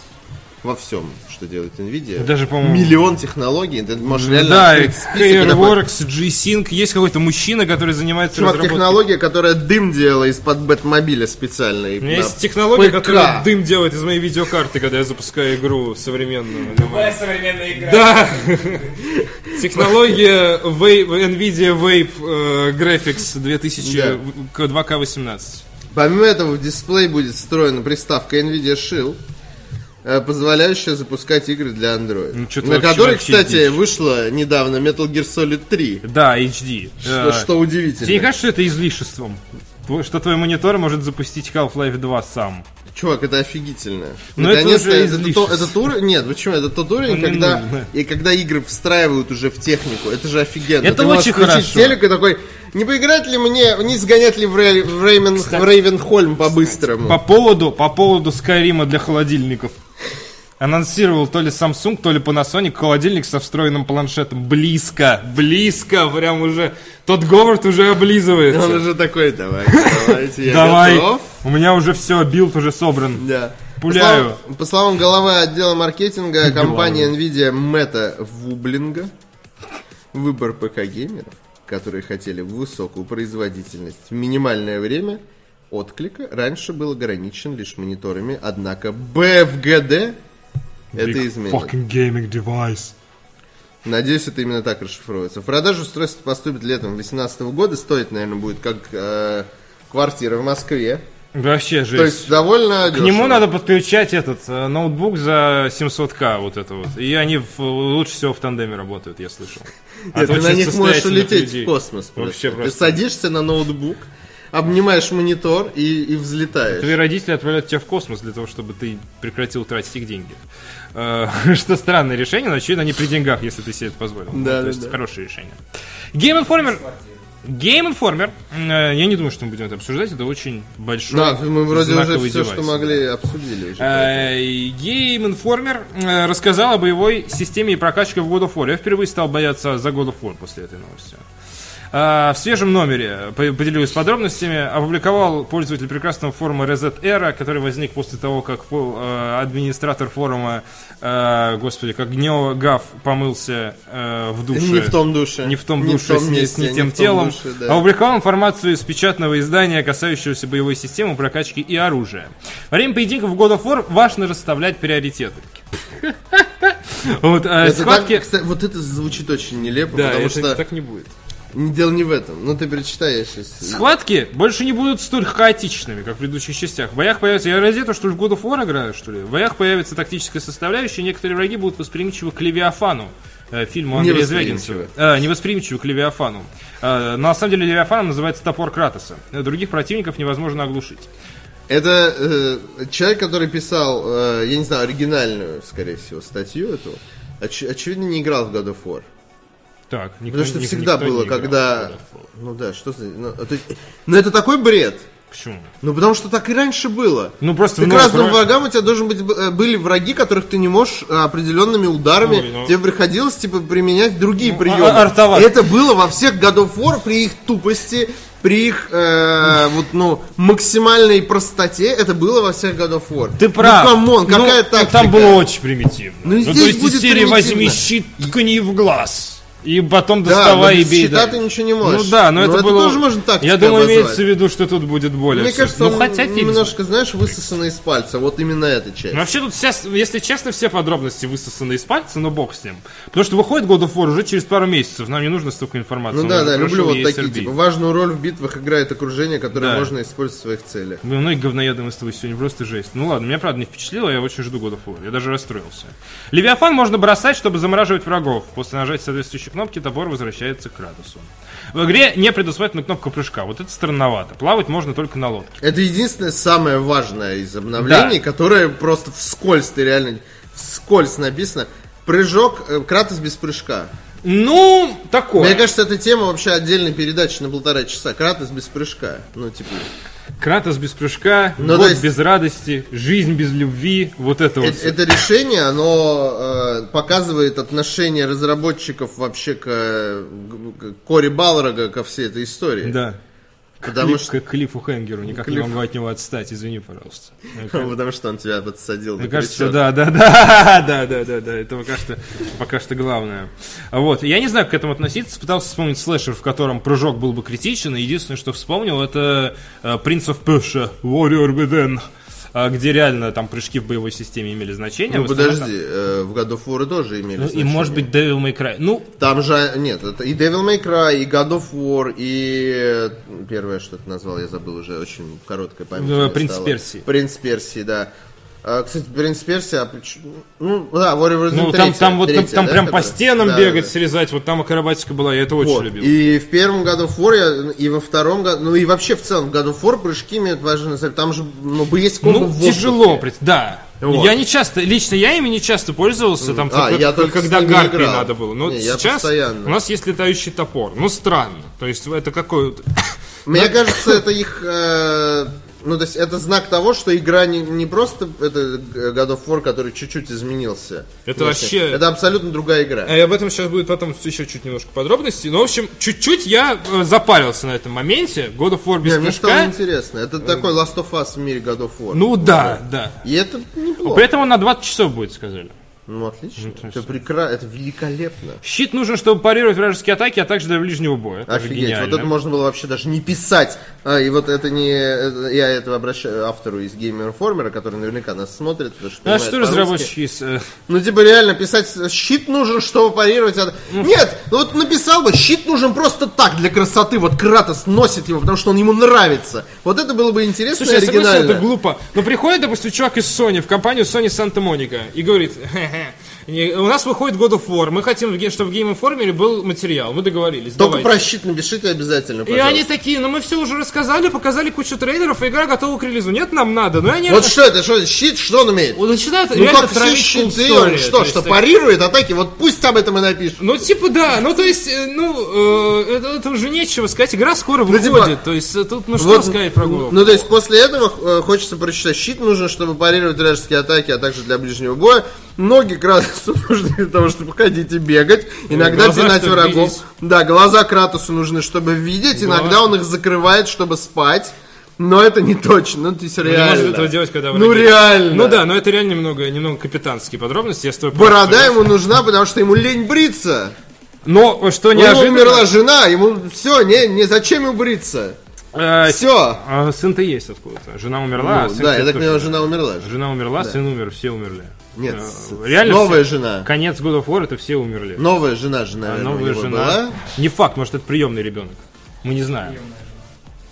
Speaker 2: во всем, что делает Nvidia.
Speaker 1: Даже, по-моему-
Speaker 2: Миллион технологий, ты можешь реально
Speaker 1: Да,
Speaker 2: открыть список и находить-
Speaker 1: Airworks, G-Sync, есть какой-то мужчина, который занимается
Speaker 2: Чувак,
Speaker 1: разработкой.
Speaker 2: технология, которая дым делала из-под Бэтмобиля специально. и
Speaker 1: У меня
Speaker 2: на
Speaker 1: есть технология,
Speaker 2: ПК.
Speaker 1: которая дым делает из моей видеокарты, когда я запускаю игру современную.
Speaker 4: Любая современная игра.
Speaker 1: Да! Технология Vape- NVIDIA Vape э, Graphics 2000
Speaker 2: Да.
Speaker 1: к 2K18.
Speaker 2: Помимо этого в дисплей будет встроена приставка NVIDIA Shield, э, позволяющая запускать игры для Android.
Speaker 1: Ну, чё-то
Speaker 2: на
Speaker 1: вообще-
Speaker 2: которой,
Speaker 1: вообще
Speaker 2: кстати,
Speaker 1: дичь. А.
Speaker 2: вышла недавно Metal Gear Solid 3.
Speaker 1: Да, HD.
Speaker 2: Что,
Speaker 1: Э,
Speaker 2: что удивительно.
Speaker 1: Тебе не кажется, что это излишеством? Тво- Что твой монитор может запустить Half-Life 2 сам.
Speaker 2: Чувак, это офигительно.
Speaker 1: Ну, это
Speaker 2: Наконец-то
Speaker 1: уже
Speaker 2: это,
Speaker 1: излишество.
Speaker 2: то- этот уровень. Нет, почему? Это тот уровень,
Speaker 1: Он не
Speaker 2: когда,
Speaker 1: нужен, да.
Speaker 2: и когда игры встраивают уже в технику. Это же офигенно.
Speaker 1: Это
Speaker 2: Ты можешь
Speaker 1: очень
Speaker 2: включить
Speaker 1: хорошо.
Speaker 2: телек и такой. Не поиграть ли мне, не сгонять ли в, Рей- в Реймен- в Рейвенхольм по-быстрому?
Speaker 1: По поводу, по поводу Скайрима для холодильников. Анонсировал то ли Samsung, то ли Panasonic холодильник со встроенным планшетом. Близко, близко, прям уже. Тот Говард уже
Speaker 2: Он
Speaker 1: облизывается.
Speaker 2: уже такой, давай, давайте, я
Speaker 1: Давай,
Speaker 2: готов».
Speaker 1: у меня уже все, билд уже собран.
Speaker 2: Да.
Speaker 1: Пуляю.
Speaker 2: По словам, по словам главы отдела маркетинга компании Nvidia Мэтта Вублинга, выбор ПК-геймеров, которые хотели высокую производительность в минимальное время отклика, раньше был ограничен лишь мониторами, однако БФГД это
Speaker 1: Big
Speaker 2: изменит.
Speaker 1: Fucking gaming device.
Speaker 2: Надеюсь, это именно так расшифровывается. В продажу устройство поступит летом 2018 года. Стоит, наверное, будет как э, квартира в Москве.
Speaker 1: Вообще жесть.
Speaker 2: То есть довольно
Speaker 1: К нему надо подключать этот э, ноутбук за 700к вот это вот. И они в- лучше всего в тандеме работают, я слышал.
Speaker 2: Нет,
Speaker 1: От
Speaker 2: ты на
Speaker 1: очень
Speaker 2: них можешь
Speaker 1: состоятельных
Speaker 2: улететь
Speaker 1: людей.
Speaker 2: в космос.
Speaker 1: Вообще
Speaker 2: просто. Ты
Speaker 1: просто.
Speaker 2: садишься на ноутбук, обнимаешь монитор и, и взлетаешь.
Speaker 1: Твои родители отправляют тебя в космос для того, чтобы ты прекратил тратить их деньги. Э, [LAUGHS] Что странное решение, но очевидно, они при деньгах, если ты себе это позволил. Ну,
Speaker 2: Да,
Speaker 1: То
Speaker 2: да,
Speaker 1: есть
Speaker 2: да.
Speaker 1: хорошее решение. Game Informer. Game Informer. э, Я не думаю, что мы будем это обсуждать. Это очень большой.
Speaker 2: Да, мы вроде уже
Speaker 1: знаковый
Speaker 2: все,
Speaker 1: девайс.
Speaker 2: что могли, обсудили уже.
Speaker 1: Э, Game Informer э, рассказал о боевой системе и прокачке в God of War. Я впервые стал бояться за God of War после этой новости. Э, В свежем номере, по- поделюсь подробностями, опубликовал пользователь прекрасного форума Reset Era, который возник после того, как пол- э, администратор форума, э, господи, как Гнева Гав помылся э, в душе.
Speaker 2: Не в том душе.
Speaker 1: Не в том душе,
Speaker 2: том
Speaker 1: с, не- с
Speaker 2: месте,
Speaker 1: не тем
Speaker 2: в том
Speaker 1: телом. А
Speaker 2: душе, да.
Speaker 1: Опубликовал информацию из печатного издания, касающегося боевой системы, прокачки и оружия. Во время поединков в God of War важно расставлять
Speaker 2: [LAUGHS]
Speaker 1: приоритеты. Вот, э,
Speaker 2: Это
Speaker 1: схватки...
Speaker 2: так, кстати, вот это звучит очень нелепо,
Speaker 1: Да,
Speaker 2: потому
Speaker 1: это
Speaker 2: что
Speaker 1: так не будет.
Speaker 2: дело не в этом. Ну ты перечитай, я сейчас.
Speaker 1: Схватки больше не будут столь хаотичными, как в предыдущих частях. В боях появится... Я ради этого, что ли, в God of War играю, что ли? В боях появится тактическая составляющая, и некоторые враги будут восприимчивы к Левиафану. э, Фильму Андрея
Speaker 2: Невосприимчивы.
Speaker 1: Звягинцева. Э, невосприимчивы к Левиафану. Э, на самом деле Левиафаном называется топор Кратоса. Э, Других противников невозможно оглушить.
Speaker 2: Это э, человек, который писал, э, я не знаю, оригинальную, скорее всего, статью эту. оч- очевидно, не играл в God of War.
Speaker 1: Так, никто-
Speaker 2: Потому что
Speaker 1: ник-
Speaker 2: всегда
Speaker 1: никто не
Speaker 2: было,
Speaker 1: играл
Speaker 2: когда...
Speaker 1: в God of War.
Speaker 2: Ну да, что за... Ну, а то есть- ну, это такой бред.
Speaker 1: Почему?
Speaker 2: Ну потому что так и раньше было.
Speaker 1: Ну, просто
Speaker 2: Ты к
Speaker 1: много
Speaker 2: разным
Speaker 1: про-
Speaker 2: врагам у тебя должен быть э, были враги, которых ты не можешь э, определенными ударами.
Speaker 1: Ой, ну.
Speaker 2: Тебе приходилось типа применять другие приемы.
Speaker 1: а- артовать.
Speaker 2: И Это было во всех God of War при их тупости, при их э, вот ну максимальной простоте. Это было во всех God of War.
Speaker 1: Ты прав.
Speaker 2: Ну камон,
Speaker 1: Ну,
Speaker 2: какая
Speaker 1: ну,
Speaker 2: тактика?
Speaker 1: Там было очень примитивно.
Speaker 2: Ну, и
Speaker 1: то
Speaker 2: здесь
Speaker 1: есть
Speaker 2: будет
Speaker 1: из серии возьми
Speaker 2: примитивно».
Speaker 1: щит, ткни в глаз. И потом
Speaker 2: Да, но
Speaker 1: доставай и
Speaker 2: без
Speaker 1: бей.
Speaker 2: щита
Speaker 1: да.
Speaker 2: ты ничего не можешь.
Speaker 1: Ну да, но, это, было...
Speaker 2: тоже можно так.
Speaker 1: Я думаю, имеется в виду, что тут будет более.
Speaker 2: Мне
Speaker 1: всё.
Speaker 2: кажется,
Speaker 1: ну,
Speaker 2: он
Speaker 1: хотя фиг знает.
Speaker 2: немножко, знаешь, высосано из пальца. Вот именно эта часть.
Speaker 1: Ну, Вообще тут вся, если честно, все подробности высосаны из пальца, но бог с ним. Потому что выходит God of War уже через пару месяцев, нам не нужно столько информации.
Speaker 2: Ну
Speaker 1: он
Speaker 2: да,
Speaker 1: уже
Speaker 2: да,
Speaker 1: прошёл,
Speaker 2: люблю вот
Speaker 1: есть
Speaker 2: такие,
Speaker 1: RB.
Speaker 2: типа, важную роль в битвах играет окружение, которое
Speaker 1: Да.
Speaker 2: можно использовать в своих целях.
Speaker 1: Ну, ну и говноедом мы с тобой сегодня просто жесть. Ну ладно, меня правда не впечатлило, я очень жду God of War. Я даже расстроился. Левиафан можно бросать, чтобы замораживать врагов. После нажатия соответствующей кнопки топор возвращается к радусу. В игре не предусмотрена кнопка прыжка. Вот это странновато. Плавать можно только на лодке.
Speaker 2: Это единственное самое важное из обновлений, которое просто вскользь, ты реально вскользь написано. Прыжок, э, Кратос без прыжка.
Speaker 1: Ну, такое.
Speaker 2: Мне кажется, эта тема вообще отдельной передачи на полтора часа. Кратос без прыжка. Ну, типа,
Speaker 1: Кратос без прыжка, ну,
Speaker 2: Ну, то есть-
Speaker 1: без радости, жизнь без любви, вот это
Speaker 2: э-
Speaker 1: вот. всё.
Speaker 2: это решение, оно э, показывает отношение разработчиков вообще к, э, к- к Кори Балрога ко всей этой истории.
Speaker 1: Да.
Speaker 2: Потому
Speaker 1: Клифф-
Speaker 2: что,
Speaker 1: Как Клиффу Хенгеру, никак не
Speaker 2: Клифф.
Speaker 1: могу от него отстать, извини, пожалуйста. Мне кажется-
Speaker 2: потому что он тебя подсадил.
Speaker 1: Мне
Speaker 2: на
Speaker 1: кажется,
Speaker 2: крючок.
Speaker 1: да, да, да, [LAUGHS] да, да, да, да, это пока что, пока что главное. А Вот, я не знаю, как к этому относиться, пытался вспомнить слэшер, в котором прыжок был бы критичен, и единственное, что вспомнил, это э, «Принц of Persia, Warrior Within, э, где реально там прыжки в боевой системе имели значение.
Speaker 2: Ну
Speaker 1: в остальном
Speaker 2: подожди, э, в God of War тоже имели
Speaker 1: там- ну, и
Speaker 2: значение.
Speaker 1: может быть Devil May Cry. Ну,
Speaker 2: Там же, нет, это и Devil May Cry, и God of War, и э, первое, что ты назвал, я забыл уже, очень короткая память.
Speaker 1: Ну,
Speaker 2: у меня
Speaker 1: «Принц
Speaker 2: стала.
Speaker 1: Персии».
Speaker 2: Принц Персии, да. А, Кстати, Принц Персия, а поч- ну да, Warrior Within
Speaker 1: ну там,
Speaker 2: третья,
Speaker 1: там, вот, там,
Speaker 2: третья,
Speaker 1: там
Speaker 2: да,
Speaker 1: прям по
Speaker 2: которая?
Speaker 1: стенам
Speaker 2: Да,
Speaker 1: бегать,
Speaker 2: да, да.
Speaker 1: срезать, вот там акробатика была, я это очень
Speaker 2: Вот.
Speaker 1: любил.
Speaker 2: И в первом году War, я- и во втором году, ну и вообще в целом в году War прыжки имеют важное значение. Там же, ну, есть комбо
Speaker 1: Ну,
Speaker 2: в воздухе.
Speaker 1: тяжело, пред- да.
Speaker 2: Вот.
Speaker 1: Я не часто, лично я ими не часто пользовался, там,
Speaker 2: А,
Speaker 1: только-
Speaker 2: я только
Speaker 1: когда
Speaker 2: с ними
Speaker 1: гарпии
Speaker 2: играл.
Speaker 1: надо было. Но
Speaker 2: Не, я
Speaker 1: сейчас
Speaker 2: постоянно.
Speaker 1: у нас есть летающий топор. Ну, странно. То есть, это какой...
Speaker 2: Мне кажется, это их... э, ну, то есть это знак того, что игра не, не просто это э, God of War, который чуть-чуть изменился.
Speaker 1: Это
Speaker 2: Внешне.
Speaker 1: вообще-
Speaker 2: Это абсолютно другая игра.
Speaker 1: Э, Об этом сейчас будет потом еще чуть немножко подробностей. Но, в общем, чуть-чуть я э, запарился на этом моменте. God of War без
Speaker 2: Не, мне стало
Speaker 1: прыжка.
Speaker 2: интересно. Это такой Last of Us в мире God of War.
Speaker 1: Ну, да, да.
Speaker 2: И это неплохо.
Speaker 1: При этом он на 20 часов будет, сказали.
Speaker 2: Ну, отлично. это прекрасно. Это великолепно.
Speaker 1: Щит нужен, чтобы парировать вражеские атаки, а также для ближнего боя. Тоже
Speaker 2: Офигеть,
Speaker 1: гениально.
Speaker 2: вот это можно было вообще даже не писать. А, и вот это не... это- Я это обращаю автору из Game Informer, который наверняка нас смотрит. потому что
Speaker 1: А
Speaker 2: понимает
Speaker 1: что
Speaker 2: по-русски.
Speaker 1: разработчики из... э,
Speaker 2: Ну, типа, реально писать щит нужен, чтобы парировать. от- Нет, ну вот написал бы, щит нужен просто так, для красоты. Вот Кратос носит его, потому что он ему нравится. Вот это было бы интересно
Speaker 1: Слушай, а
Speaker 2: и
Speaker 1: я согласен,
Speaker 2: оригинально.
Speaker 1: это глупо. Но приходит, допустим, чувак из Sony в компанию Sony Санта-Моника и говорит, «Хе-хе, не- у нас выходит God of War, мы хотим, чтобы в Game Informer был материал, мы договорились,
Speaker 2: Только
Speaker 1: давайте».
Speaker 2: про щит напишите обязательно,
Speaker 1: И они
Speaker 2: пожалуйста.
Speaker 1: такие, ну мы все уже рассказали, показали кучу трейлеров, и игра готова к релизу. Нет, нам надо. Но они
Speaker 2: Вот что это, что это, щит, что он умеет?
Speaker 1: Он начинает
Speaker 2: Ну,
Speaker 1: реально
Speaker 2: как все
Speaker 1: травить
Speaker 2: щиты,
Speaker 1: full story,
Speaker 2: он
Speaker 1: то
Speaker 2: что,
Speaker 1: есть
Speaker 2: что
Speaker 1: так-
Speaker 2: парирует атаки? Вот пусть об этом и напишет.
Speaker 1: Ну, типа, да, ну, то есть, э, ну, э, это, это уже нечего сказать, игра скоро выходит,
Speaker 2: типа,
Speaker 1: то есть, э, тут, ну, что
Speaker 2: Вот,
Speaker 1: сказать про голову?
Speaker 2: Ну, то есть, после этого э, хочется прочитать щит нужен, чтобы парировать вражеские атаки, а также для ближнего боя. Ноги Кратосу [LAUGHS] нужны для того, чтобы ходить и бегать. Иногда
Speaker 1: глаза,
Speaker 2: пинать
Speaker 1: чтобы
Speaker 2: врагов.
Speaker 1: видеть.
Speaker 2: Да, глаза Кратосу нужны, чтобы видеть. Иногда он их закрывает, чтобы спать. Но это не точно. Ну, то есть,
Speaker 1: Не
Speaker 2: реально.
Speaker 1: может этого делать, когда
Speaker 2: Ну,
Speaker 1: враги-
Speaker 2: реально.
Speaker 1: Ну, да, но это реально немного, немного капитанские подробности, я с тобой полностью
Speaker 2: Борода ему нужна, потому что ему лень бриться.
Speaker 1: Но что
Speaker 2: У него
Speaker 1: неожиданно...
Speaker 2: умерла жена, ему все, не, не зачем ему бриться.
Speaker 1: э,
Speaker 2: Все.
Speaker 1: а сын-то есть откуда-то. Жена умерла, а сын
Speaker 2: Ну, да,
Speaker 1: кстати,
Speaker 2: я так
Speaker 1: тоже.
Speaker 2: понимаю, жена умерла. же.
Speaker 1: Жена умерла, сын умер, все умерли.
Speaker 2: Нет,
Speaker 1: Э,
Speaker 2: с-
Speaker 1: реально
Speaker 2: новая
Speaker 1: все-
Speaker 2: жена.
Speaker 1: Конец God of War, это все умерли.
Speaker 2: Новая жена, жена,
Speaker 1: А
Speaker 2: наверное, у
Speaker 1: новая
Speaker 2: него
Speaker 1: жена.
Speaker 2: была.
Speaker 1: Не факт, может, это приемный ребенок. Мы не знаем.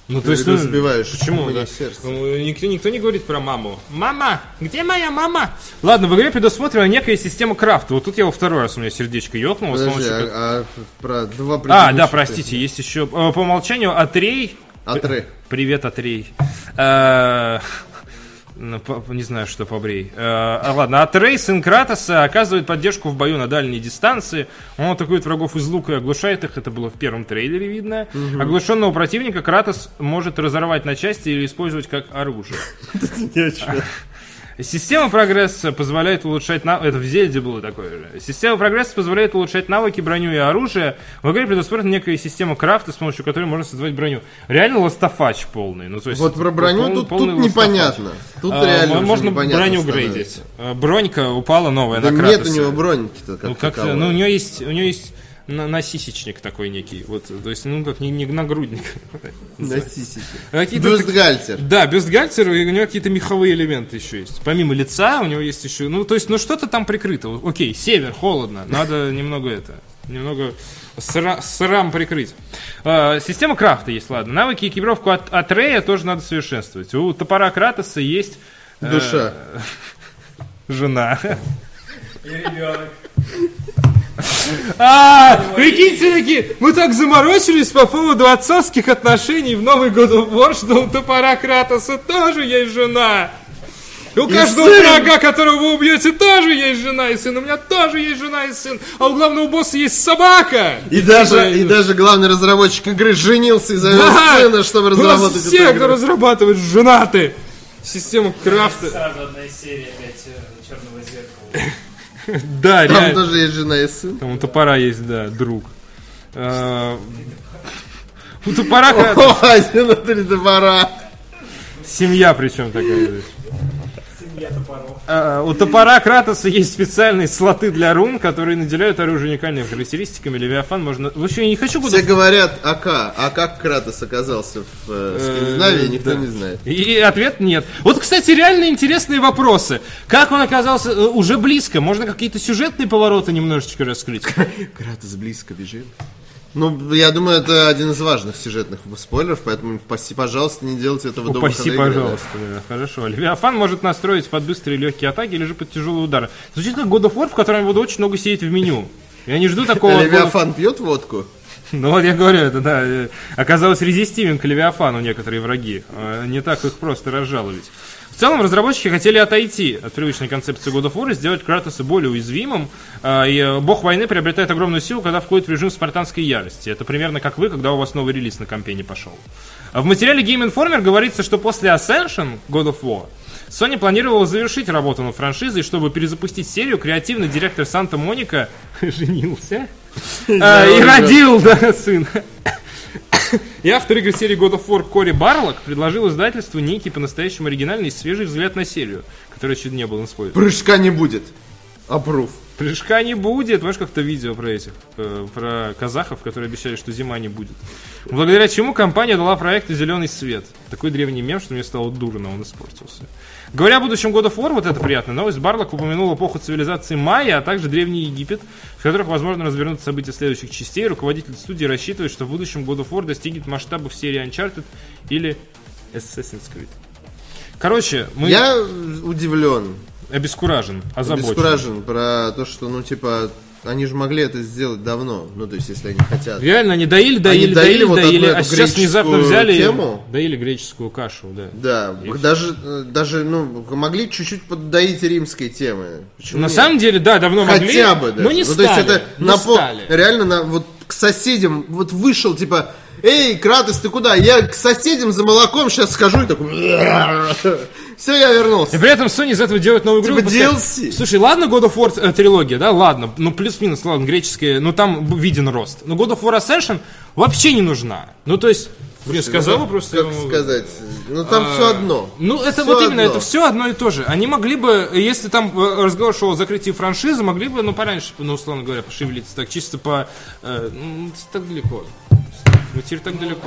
Speaker 1: Ну, то есть,
Speaker 2: Ты
Speaker 1: ну,
Speaker 2: разбиваешь
Speaker 1: почему?
Speaker 2: мне
Speaker 1: да?
Speaker 2: сердце.
Speaker 1: Ну, никто, никто не говорит про маму. Мама, где моя мама? Ладно, в игре предусмотрена некая система крафта. Вот тут я во второй раз у меня сердечко ёкнуло. с
Speaker 2: Подожди,
Speaker 1: помощью-
Speaker 2: а, а про два
Speaker 1: А, да,
Speaker 2: предыдущих-
Speaker 1: простите, Э, есть еще э, по умолчанию Атрей.
Speaker 2: Атрей.
Speaker 1: Привет, Атрей. Э, ну, по- Не знаю, что побрей. Э, а, Ладно, Атрей, сын Кратоса, оказывает поддержку в бою на дальней дистанции. Он атакует врагов из лука и оглушает их. Это было в первом трейлере видно. Оглушенного противника Кратос может разорвать на части или использовать как оружие. Система прогресса позволяет улучшать на... Это в Зельде было такое же. Система прогресса позволяет улучшать навыки, броню и оружие. В игре предусмотрена некая система крафта, с помощью которой можно создавать броню. Реально ластафач полный. Ну, то есть,
Speaker 2: Вот про броню
Speaker 1: пол-
Speaker 2: тут, тут
Speaker 1: полный ластафач.
Speaker 2: непонятно. Тут
Speaker 1: А,
Speaker 2: реально уже
Speaker 1: можно
Speaker 2: непонятно
Speaker 1: броню
Speaker 2: становится.
Speaker 1: грейдить. А, Бронька упала новая
Speaker 2: Да
Speaker 1: на
Speaker 2: нет у
Speaker 1: Кратоса.
Speaker 2: него броники-то как
Speaker 1: Ну, как
Speaker 2: таковой. [LAUGHS]
Speaker 1: ну, у нее есть, у нее есть на- насисечник такой некий. Вот, то есть, ну, как не, не нагрудник.
Speaker 2: На сисике.
Speaker 1: [LAUGHS] Какие-то так-
Speaker 2: Бюстгальтер.
Speaker 1: да, бюстгальтер, и у него какие-то меховые элементы еще есть. Помимо лица, у него есть еще... Ну, то есть, ну, что-то там прикрыто. Вот, Окей, север, холодно, надо немного это... Немного сра- срам прикрыть. А, система крафта есть, ладно. Навыки и экипировку от, от Рея тоже надо совершенствовать. У топора Кратоса есть... э,
Speaker 2: Душа.
Speaker 1: жена.
Speaker 4: И ребенок.
Speaker 1: А, прикиньте, такие, мы так заморочились по поводу отцовских отношений в Новый год of War, что у топора Кратоса тоже есть жена. И у каждого
Speaker 2: сын.
Speaker 1: врага, которого вы убьете, тоже есть жена и сын. У меня тоже есть жена и сын. А у главного босса есть собака.
Speaker 2: И даже, и
Speaker 1: Блин.
Speaker 2: даже главный разработчик игры женился из-за
Speaker 1: Да!
Speaker 2: сына, чтобы
Speaker 1: У нас
Speaker 2: разработать эту
Speaker 1: все,
Speaker 2: игру.
Speaker 1: кто разрабатывает, женаты. Система крафта.
Speaker 4: Сразу одна серия опять э, черного зеркала.
Speaker 1: Да,
Speaker 2: Там
Speaker 1: реально.
Speaker 2: тоже есть жена и сын.
Speaker 1: Там А, у топора есть, да, друг. Э, Ну, [LAUGHS] топора
Speaker 2: О, [LAUGHS] один на три топора.
Speaker 1: Семья причем такая. знаешь.
Speaker 4: Семья топоров.
Speaker 1: А, У топора Кратоса есть специальные слоты для рун, которые наделяют оружие уникальными характеристиками. Левиафан можно... Вообще, я не хочу куда
Speaker 2: Все говорят АК. А как Кратос оказался в э, Скандинавии,
Speaker 1: Э,
Speaker 2: никто
Speaker 1: да.
Speaker 2: не знает.
Speaker 1: И ответ нет. Вот, кстати, реально интересные вопросы. Как он оказался э, уже близко? Можно какие-то сюжетные повороты немножечко раскрыть?
Speaker 2: Кратос близко бежит. Ну, я думаю, это один из важных сюжетных спойлеров, поэтому, паси- пожалуйста, не делайте этого до
Speaker 1: Упаси,
Speaker 2: выхода игры, да.
Speaker 1: пожалуйста. да. Хорошо. Левиафан может настроить под быстрые и легкие атаки или же под тяжелые удары. Звучит как God of War, в котором я буду очень много сидеть в меню. Я не жду такого... от God of
Speaker 2: Э, Левиафан пьет водку?
Speaker 1: Ну вот я говорю, это да. э, Оказалось резистивен к Левиафану некоторые враги. Э, Не так их просто разжаловать. В целом разработчики хотели отойти от привычной концепции God of War и сделать Кратоса более уязвимым. Э, И э, бог войны приобретает огромную силу, когда входит в режим спартанской ярости. Это примерно как вы, когда у вас новый релиз на компе не пошел. А В материале Game Informer говорится, что после Ascension God of War Sony планировала завершить работу над франшизой, чтобы перезапустить серию, креативный директор Санта-Моника [LAUGHS] женился а, и родил, да, сына. И автор игры серии God of War Кори Барлок предложил издательству некий по-настоящему оригинальный и свежий взгляд на серию, который еще не был на свой.
Speaker 2: Прыжка не будет. Апрув.
Speaker 1: Прыжка не будет. Помнишь, как-то видео про этих, э, про казахов, которые обещали, что зима не будет. Благодаря чему компания дала проекту «Зеленый свет». Такой древний мем, что мне стало дурно, он испортился. Говоря о будущем God of War, вот это приятная новость, Барлок упомянул эпоху цивилизации Майя, а также Древний Египет, в которых, возможно, развернутся события следующих частей. Руководитель студии рассчитывает, что в будущем God of War достигнет масштабов серии Uncharted или Assassin's Creed. Короче,
Speaker 4: Ну
Speaker 1: мы
Speaker 2: Я удивлен,
Speaker 1: обескуражен, озабочен.
Speaker 2: обескуражен про то, что, ну, типа, они же могли это сделать давно. Ну, то есть, если они хотят.
Speaker 1: Реально, они доили, доили,
Speaker 2: Они доили
Speaker 1: доили,
Speaker 2: вот
Speaker 1: доили,
Speaker 2: одну
Speaker 1: а
Speaker 2: эту
Speaker 1: сейчас внезапно
Speaker 2: греческую
Speaker 1: взяли и
Speaker 2: тему.
Speaker 1: доили греческую кашу, да.
Speaker 2: Да, даже, э, даже, ну, могли чуть-чуть поддоить римской темы. Почему
Speaker 1: На
Speaker 2: нет?
Speaker 1: самом деле, да, давно могли,
Speaker 2: Хотя бы, да.
Speaker 1: но не
Speaker 2: Ну,
Speaker 1: стали.
Speaker 2: То есть это
Speaker 1: не
Speaker 2: на пол-
Speaker 1: стали.
Speaker 2: реально на, вот к соседям, вот вышел, типа, эй, Кратос, ты куда? Я к соседям за молоком сейчас схожу и такой... [LAUGHS] Все, я
Speaker 1: И
Speaker 2: вернулся.
Speaker 1: при этом Sony из этого делает новую игру.
Speaker 2: Типа
Speaker 1: выпускает-
Speaker 2: DLC.
Speaker 1: Слушай, ладно, God of War э, трилогия, да, ладно, ну плюс-минус, ладно, греческая, ну там б- виден рост. Но God of War Ascension вообще не нужна. Ну то есть, блин, сказал бы просто...
Speaker 2: ну, Как
Speaker 1: ему-
Speaker 2: сказать? Ну, там все одно.
Speaker 1: Ну, это
Speaker 2: Всё
Speaker 1: вот именно,
Speaker 2: одно.
Speaker 1: это все одно и то же. Они могли бы, если там э, разговор шел о закрытии франшизы, могли бы, ну, пораньше, ну, условно говоря, пошевелиться так, чисто по... э, ну, это так далеко. Ну, теперь так далеко.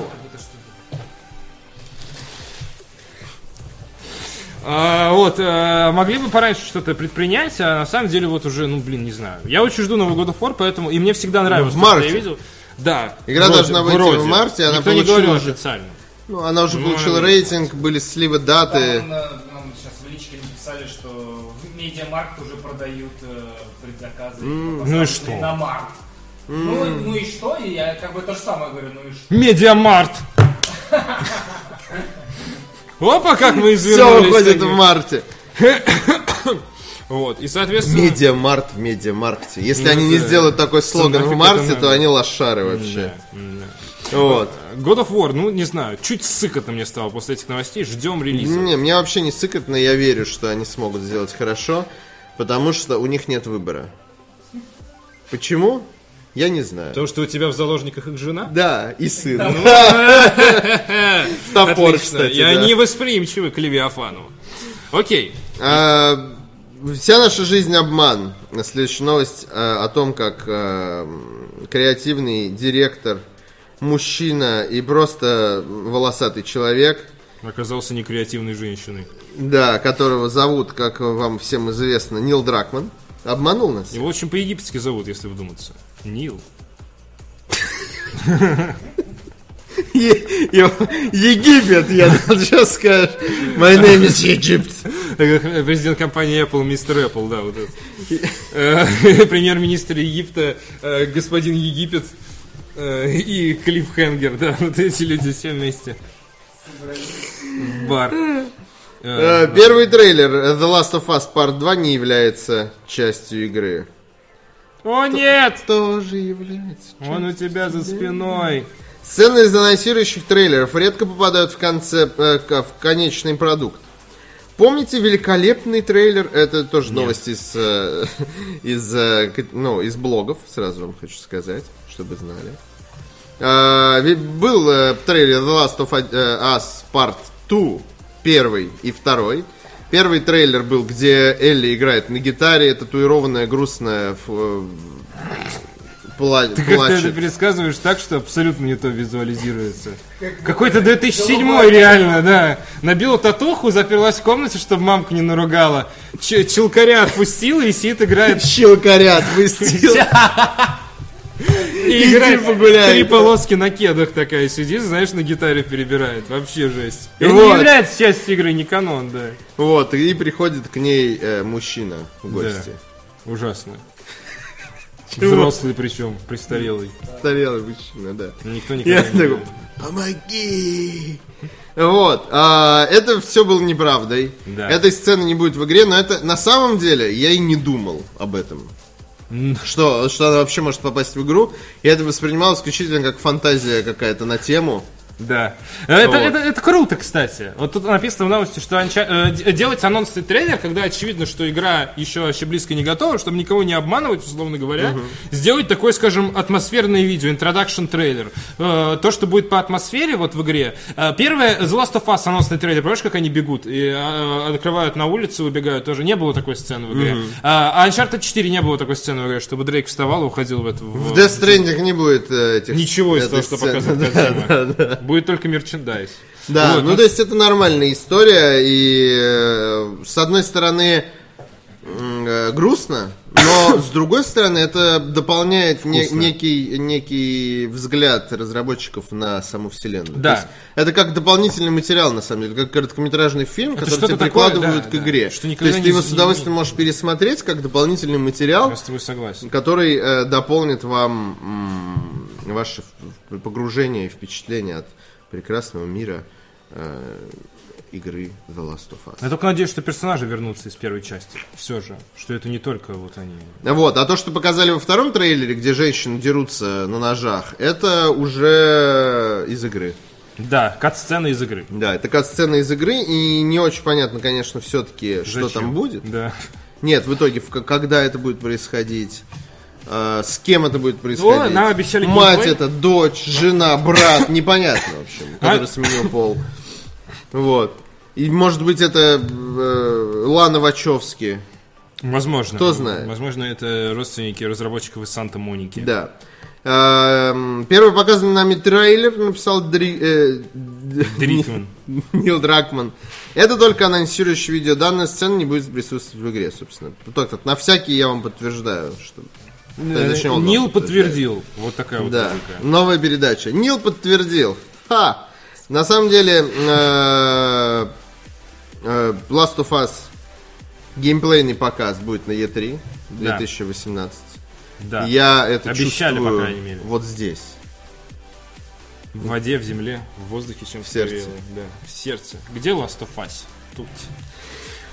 Speaker 1: А, вот, э, могли бы пораньше что-то предпринять, а на самом деле вот уже, ну, блин, не знаю. Я очень жду Новый год of War, поэтому... И мне всегда нравилось,
Speaker 2: в
Speaker 1: то, что я
Speaker 2: марте.
Speaker 1: видел. Да.
Speaker 2: Игра должна выйти в марте, она
Speaker 1: Никто не
Speaker 2: получила
Speaker 1: говорил
Speaker 2: уже-
Speaker 1: официально.
Speaker 2: Ну, она уже получила рейтинг, были сливы
Speaker 4: Там,
Speaker 2: даты.
Speaker 4: э, нам сейчас в личке написали, что в Медиамаркт уже продают э, предзаказы.
Speaker 1: ну и
Speaker 4: поставленные
Speaker 1: что?
Speaker 4: На март. Ну, и- ну и что? И я как бы то же самое говорю, ну и что?
Speaker 1: Медиамарт. Опа, как мы
Speaker 2: Все
Speaker 1: извернулись.
Speaker 2: выходит в марте.
Speaker 1: Вот, и, соответственно...
Speaker 2: Медиамарт в Медиамаркте. Если они не
Speaker 1: да.
Speaker 2: сделают такой слоган в
Speaker 1: нафиг это
Speaker 2: марте,
Speaker 1: надо?
Speaker 2: то они лошары вообще. Вот.
Speaker 1: God of War, ну, не знаю, чуть сыкотно мне стало после этих новостей. Ждем релиза.
Speaker 2: Не, мне вообще не сыкотно, я верю, что они смогут сделать хорошо, потому что у них нет выбора. Почему? Я не знаю.
Speaker 1: Потому что у тебя в заложниках их жена?
Speaker 2: Да, и сын. [LAUGHS]
Speaker 1: [LAUGHS]
Speaker 2: Топор,
Speaker 1: Отлично.
Speaker 2: кстати.
Speaker 1: И
Speaker 2: да.
Speaker 1: они восприимчивы к Левиафану. Окей.
Speaker 2: А, Вся наша жизнь обман. Следующая новость а, о том, как а, креативный директор, мужчина и просто волосатый человек
Speaker 1: Оказался некреативной женщиной.
Speaker 2: Да, которого зовут, как вам всем известно, Нил Дракман. Обманул нас.
Speaker 1: Его, в общем, по-египетски зовут, если вдуматься. Нил.
Speaker 2: [LAUGHS] Е- его- Египет, я [LAUGHS] сейчас скажу. My name is Egypt.
Speaker 1: Э, как Президент компании Apple, мистер Apple, да, вот этот. Э, [LAUGHS] Премьер-министр Египта, э, господин Египет э, и Клифф Хенгер, да, вот эти люди все вместе. В бар. Э,
Speaker 2: Э, Первый трейлер э, The Last of Us Part 2 не является частью игры.
Speaker 1: О нет!
Speaker 2: Тоже является.
Speaker 1: Он у тебя за спиной.
Speaker 2: Сцены из анонсирующих трейлеров редко попадают в, конце, э, к- в конечный продукт. Помните великолепный трейлер? Это тоже новость из, э, [LAUGHS] из, э, к- ну, из блогов, сразу вам хочу сказать, чтобы знали. А, ведь был э, трейлер The Last of Us Part 2, первый и второй. Первый трейлер был, где Элли играет на гитаре, татуированная, грустная, ф- э, пла-
Speaker 1: Ты как-то это
Speaker 2: плачет.
Speaker 1: предсказываешь так, что абсолютно не то визуализируется. Какой-то 2007 реально, да. Набила татуху, заперлась в комнате, чтобы мамку не наругала. Ч- челкаря отпустила и сидит, [LAUGHS] играет. [LAUGHS]
Speaker 2: Щелкаря отпустил.
Speaker 1: И
Speaker 2: Иди
Speaker 1: играет
Speaker 2: погуляй.
Speaker 1: три полоски на кедах такая сидит, знаешь, на гитаре перебирает. Вообще жесть. И не
Speaker 2: Вот.
Speaker 1: является частью игры, не канон, да.
Speaker 2: Вот, и приходит к ней э, мужчина в гости.
Speaker 1: Ужасно. Взрослый причем, престарелый.
Speaker 2: Старелый мужчина, да.
Speaker 1: Никто
Speaker 2: Я
Speaker 1: никогда не
Speaker 2: такой,
Speaker 1: знает.
Speaker 2: помоги! Вот, а, это все было неправдой.
Speaker 1: Да.
Speaker 2: Этой сцены не будет в игре, но это на самом деле я и не думал об этом. Что, что она вообще может попасть в игру. Я это воспринимал исключительно как фантазия какая-то на тему.
Speaker 1: Да. Э, Это,
Speaker 2: Вот.
Speaker 1: это, это круто, кстати. Вот тут написано в новости, что анча- э, д- делать анонсный трейлер, когда очевидно, что игра еще вообще близко не готова, чтобы никого не обманывать, условно говоря, сделать такое, скажем, атмосферное видео, интродакшн трейлер. Э, То, что будет по атмосфере вот в игре. Э, Первое, The Last of Us анонсный трейлер, понимаешь, как они бегут и э, открывают на улицу, убегают тоже. Не было такой сцены в игре. А а Uncharted 4 не было такой сцены в игре, чтобы Дрейк вставал и уходил в это.
Speaker 2: В Death Stranding не будет э, этих...
Speaker 1: Ничего из
Speaker 2: этой
Speaker 1: того, что
Speaker 2: сцены.
Speaker 1: показывает
Speaker 2: [LAUGHS] Да,
Speaker 1: Кодзима.
Speaker 2: да, да.
Speaker 1: Будет только мерчендайз.
Speaker 2: Да,
Speaker 1: Вот,
Speaker 2: ну то есть это нормальная история, и э, с одной стороны м, э, грустно,
Speaker 1: [LAUGHS]
Speaker 2: но с другой стороны это дополняет не-
Speaker 1: Вкусно.
Speaker 2: некий, некий взгляд разработчиков на саму вселенную.
Speaker 1: Да.
Speaker 2: То есть это как дополнительный материал, на самом деле, как короткометражный фильм, который
Speaker 1: что-то
Speaker 2: тебе
Speaker 1: такое,
Speaker 2: прикладывают
Speaker 1: да,
Speaker 2: к
Speaker 1: да,
Speaker 2: игре.
Speaker 1: что
Speaker 2: То есть
Speaker 1: никогда
Speaker 2: ты
Speaker 1: не
Speaker 2: его
Speaker 1: из-
Speaker 2: с удовольствием можешь пересмотреть как дополнительный материал,
Speaker 1: Я с тобой согласен.
Speaker 2: который э, дополнит вам м, ваше в- погружение и впечатление от прекрасного мира э, игры The Last of Us.
Speaker 1: Я только надеюсь, что персонажи вернутся из первой части. Все же. Что это не только вот они.
Speaker 2: Вот, а то, что показали во втором трейлере, где женщины дерутся на ножах, это уже из игры.
Speaker 1: Да, кат-сцена из игры.
Speaker 2: Да, это как сцена из игры, и не очень понятно, конечно, все-таки, что
Speaker 1: Зачем?
Speaker 2: там будет.
Speaker 1: Да.
Speaker 2: Нет, в итоге, в к- когда это будет происходить, э, с кем это будет происходить.
Speaker 1: О, нам обещали
Speaker 2: Мать
Speaker 1: геймплей.
Speaker 2: это, дочь, жена, брат, непонятно, в общем,
Speaker 1: А?
Speaker 2: который сменил пол. Вот. И может быть это э, Лана Вачовски.
Speaker 1: Возможно.
Speaker 2: Кто знает.
Speaker 1: Возможно, это родственники разработчиков из Санта-Моники.
Speaker 2: Да. Эм, Первый показанный нами трейлер написал Дри- э, Д-
Speaker 1: Дрикман.
Speaker 2: [LAUGHS] Нил Дракман. Это только анонсирующее видео. Данная сцена не будет присутствовать в игре, собственно. Так, так, на всякий я вам подтверждаю, что...
Speaker 1: Э,
Speaker 2: Точнее, он вам
Speaker 1: Нил
Speaker 2: подтверждает.
Speaker 1: подтвердил. Вот такая вот
Speaker 2: Да,
Speaker 1: музыка.
Speaker 2: новая передача. Нил подтвердил. Ха! На самом деле, э, э, Last of Us геймплейный показ будет на E3
Speaker 1: Да.
Speaker 2: 2018.
Speaker 1: Да.
Speaker 2: Я это
Speaker 1: Обещали, по
Speaker 2: чувствую
Speaker 1: крайней мере.
Speaker 2: вот здесь.
Speaker 1: В воде, в земле, в воздухе, чем в
Speaker 2: сердце.
Speaker 1: стрелы. Да. В сердце. Где Last of Us? Тут.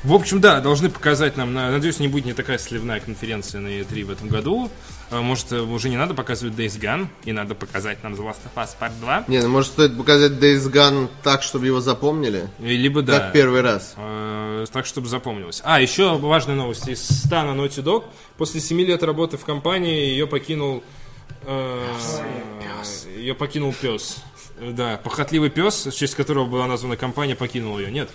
Speaker 1: В общем, да, должны показать нам. на- Надеюсь, не будет не такая сливная конференция на E3 в этом году. А, Может, э, уже не надо показывать Days Gone, и надо показать нам The Last of Us Part 2.
Speaker 2: Не, ну может стоит показать Days Gone так, чтобы его запомнили?
Speaker 1: И Либо да.
Speaker 2: Как первый раз.
Speaker 1: Э, Так, чтобы запомнилось. А, еще важная новость. Из стана Naughty Dog после 7 лет работы в компании ее покинул... э, Ее покинул пес. Да, похотливый пес, в честь которого была названа компания, покинул ее. Нет.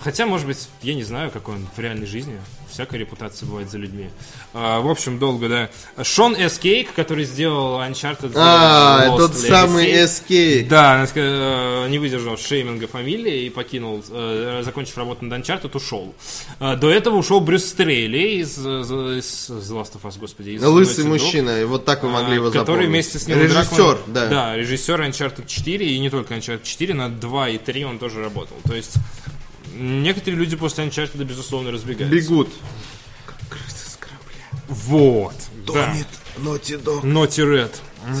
Speaker 1: Хотя, может быть, я не знаю, какой он в реальной жизни. Всякая репутация бывает за людьми. А, в общем, долго, да. Шон С. Кейк, который сделал Uncharted.
Speaker 2: А,
Speaker 1: Lost
Speaker 2: тот самый
Speaker 1: Legacy.
Speaker 2: SK.
Speaker 1: Да, она ска- э, не выдержал шейминга фамилии и покинул, э, закончив работу над Uncharted, ушел. Э, До этого ушел Брюс Стрейли из, э, из The Last of Us, господи. из
Speaker 2: Лысый
Speaker 1: Naughty Dog,
Speaker 2: мужчина, и вот так вы могли его
Speaker 1: э,
Speaker 2: запомнить.
Speaker 1: Который вместе с ним
Speaker 2: Режиссер, да.
Speaker 1: Да, режиссер Uncharted 4 и не только Uncharted 4, на 2 и 3 он тоже работал. То есть некоторые люди после Uncharted, безусловно, разбегаются.
Speaker 2: Бегут.
Speaker 1: Вот. Да. Naughty Red.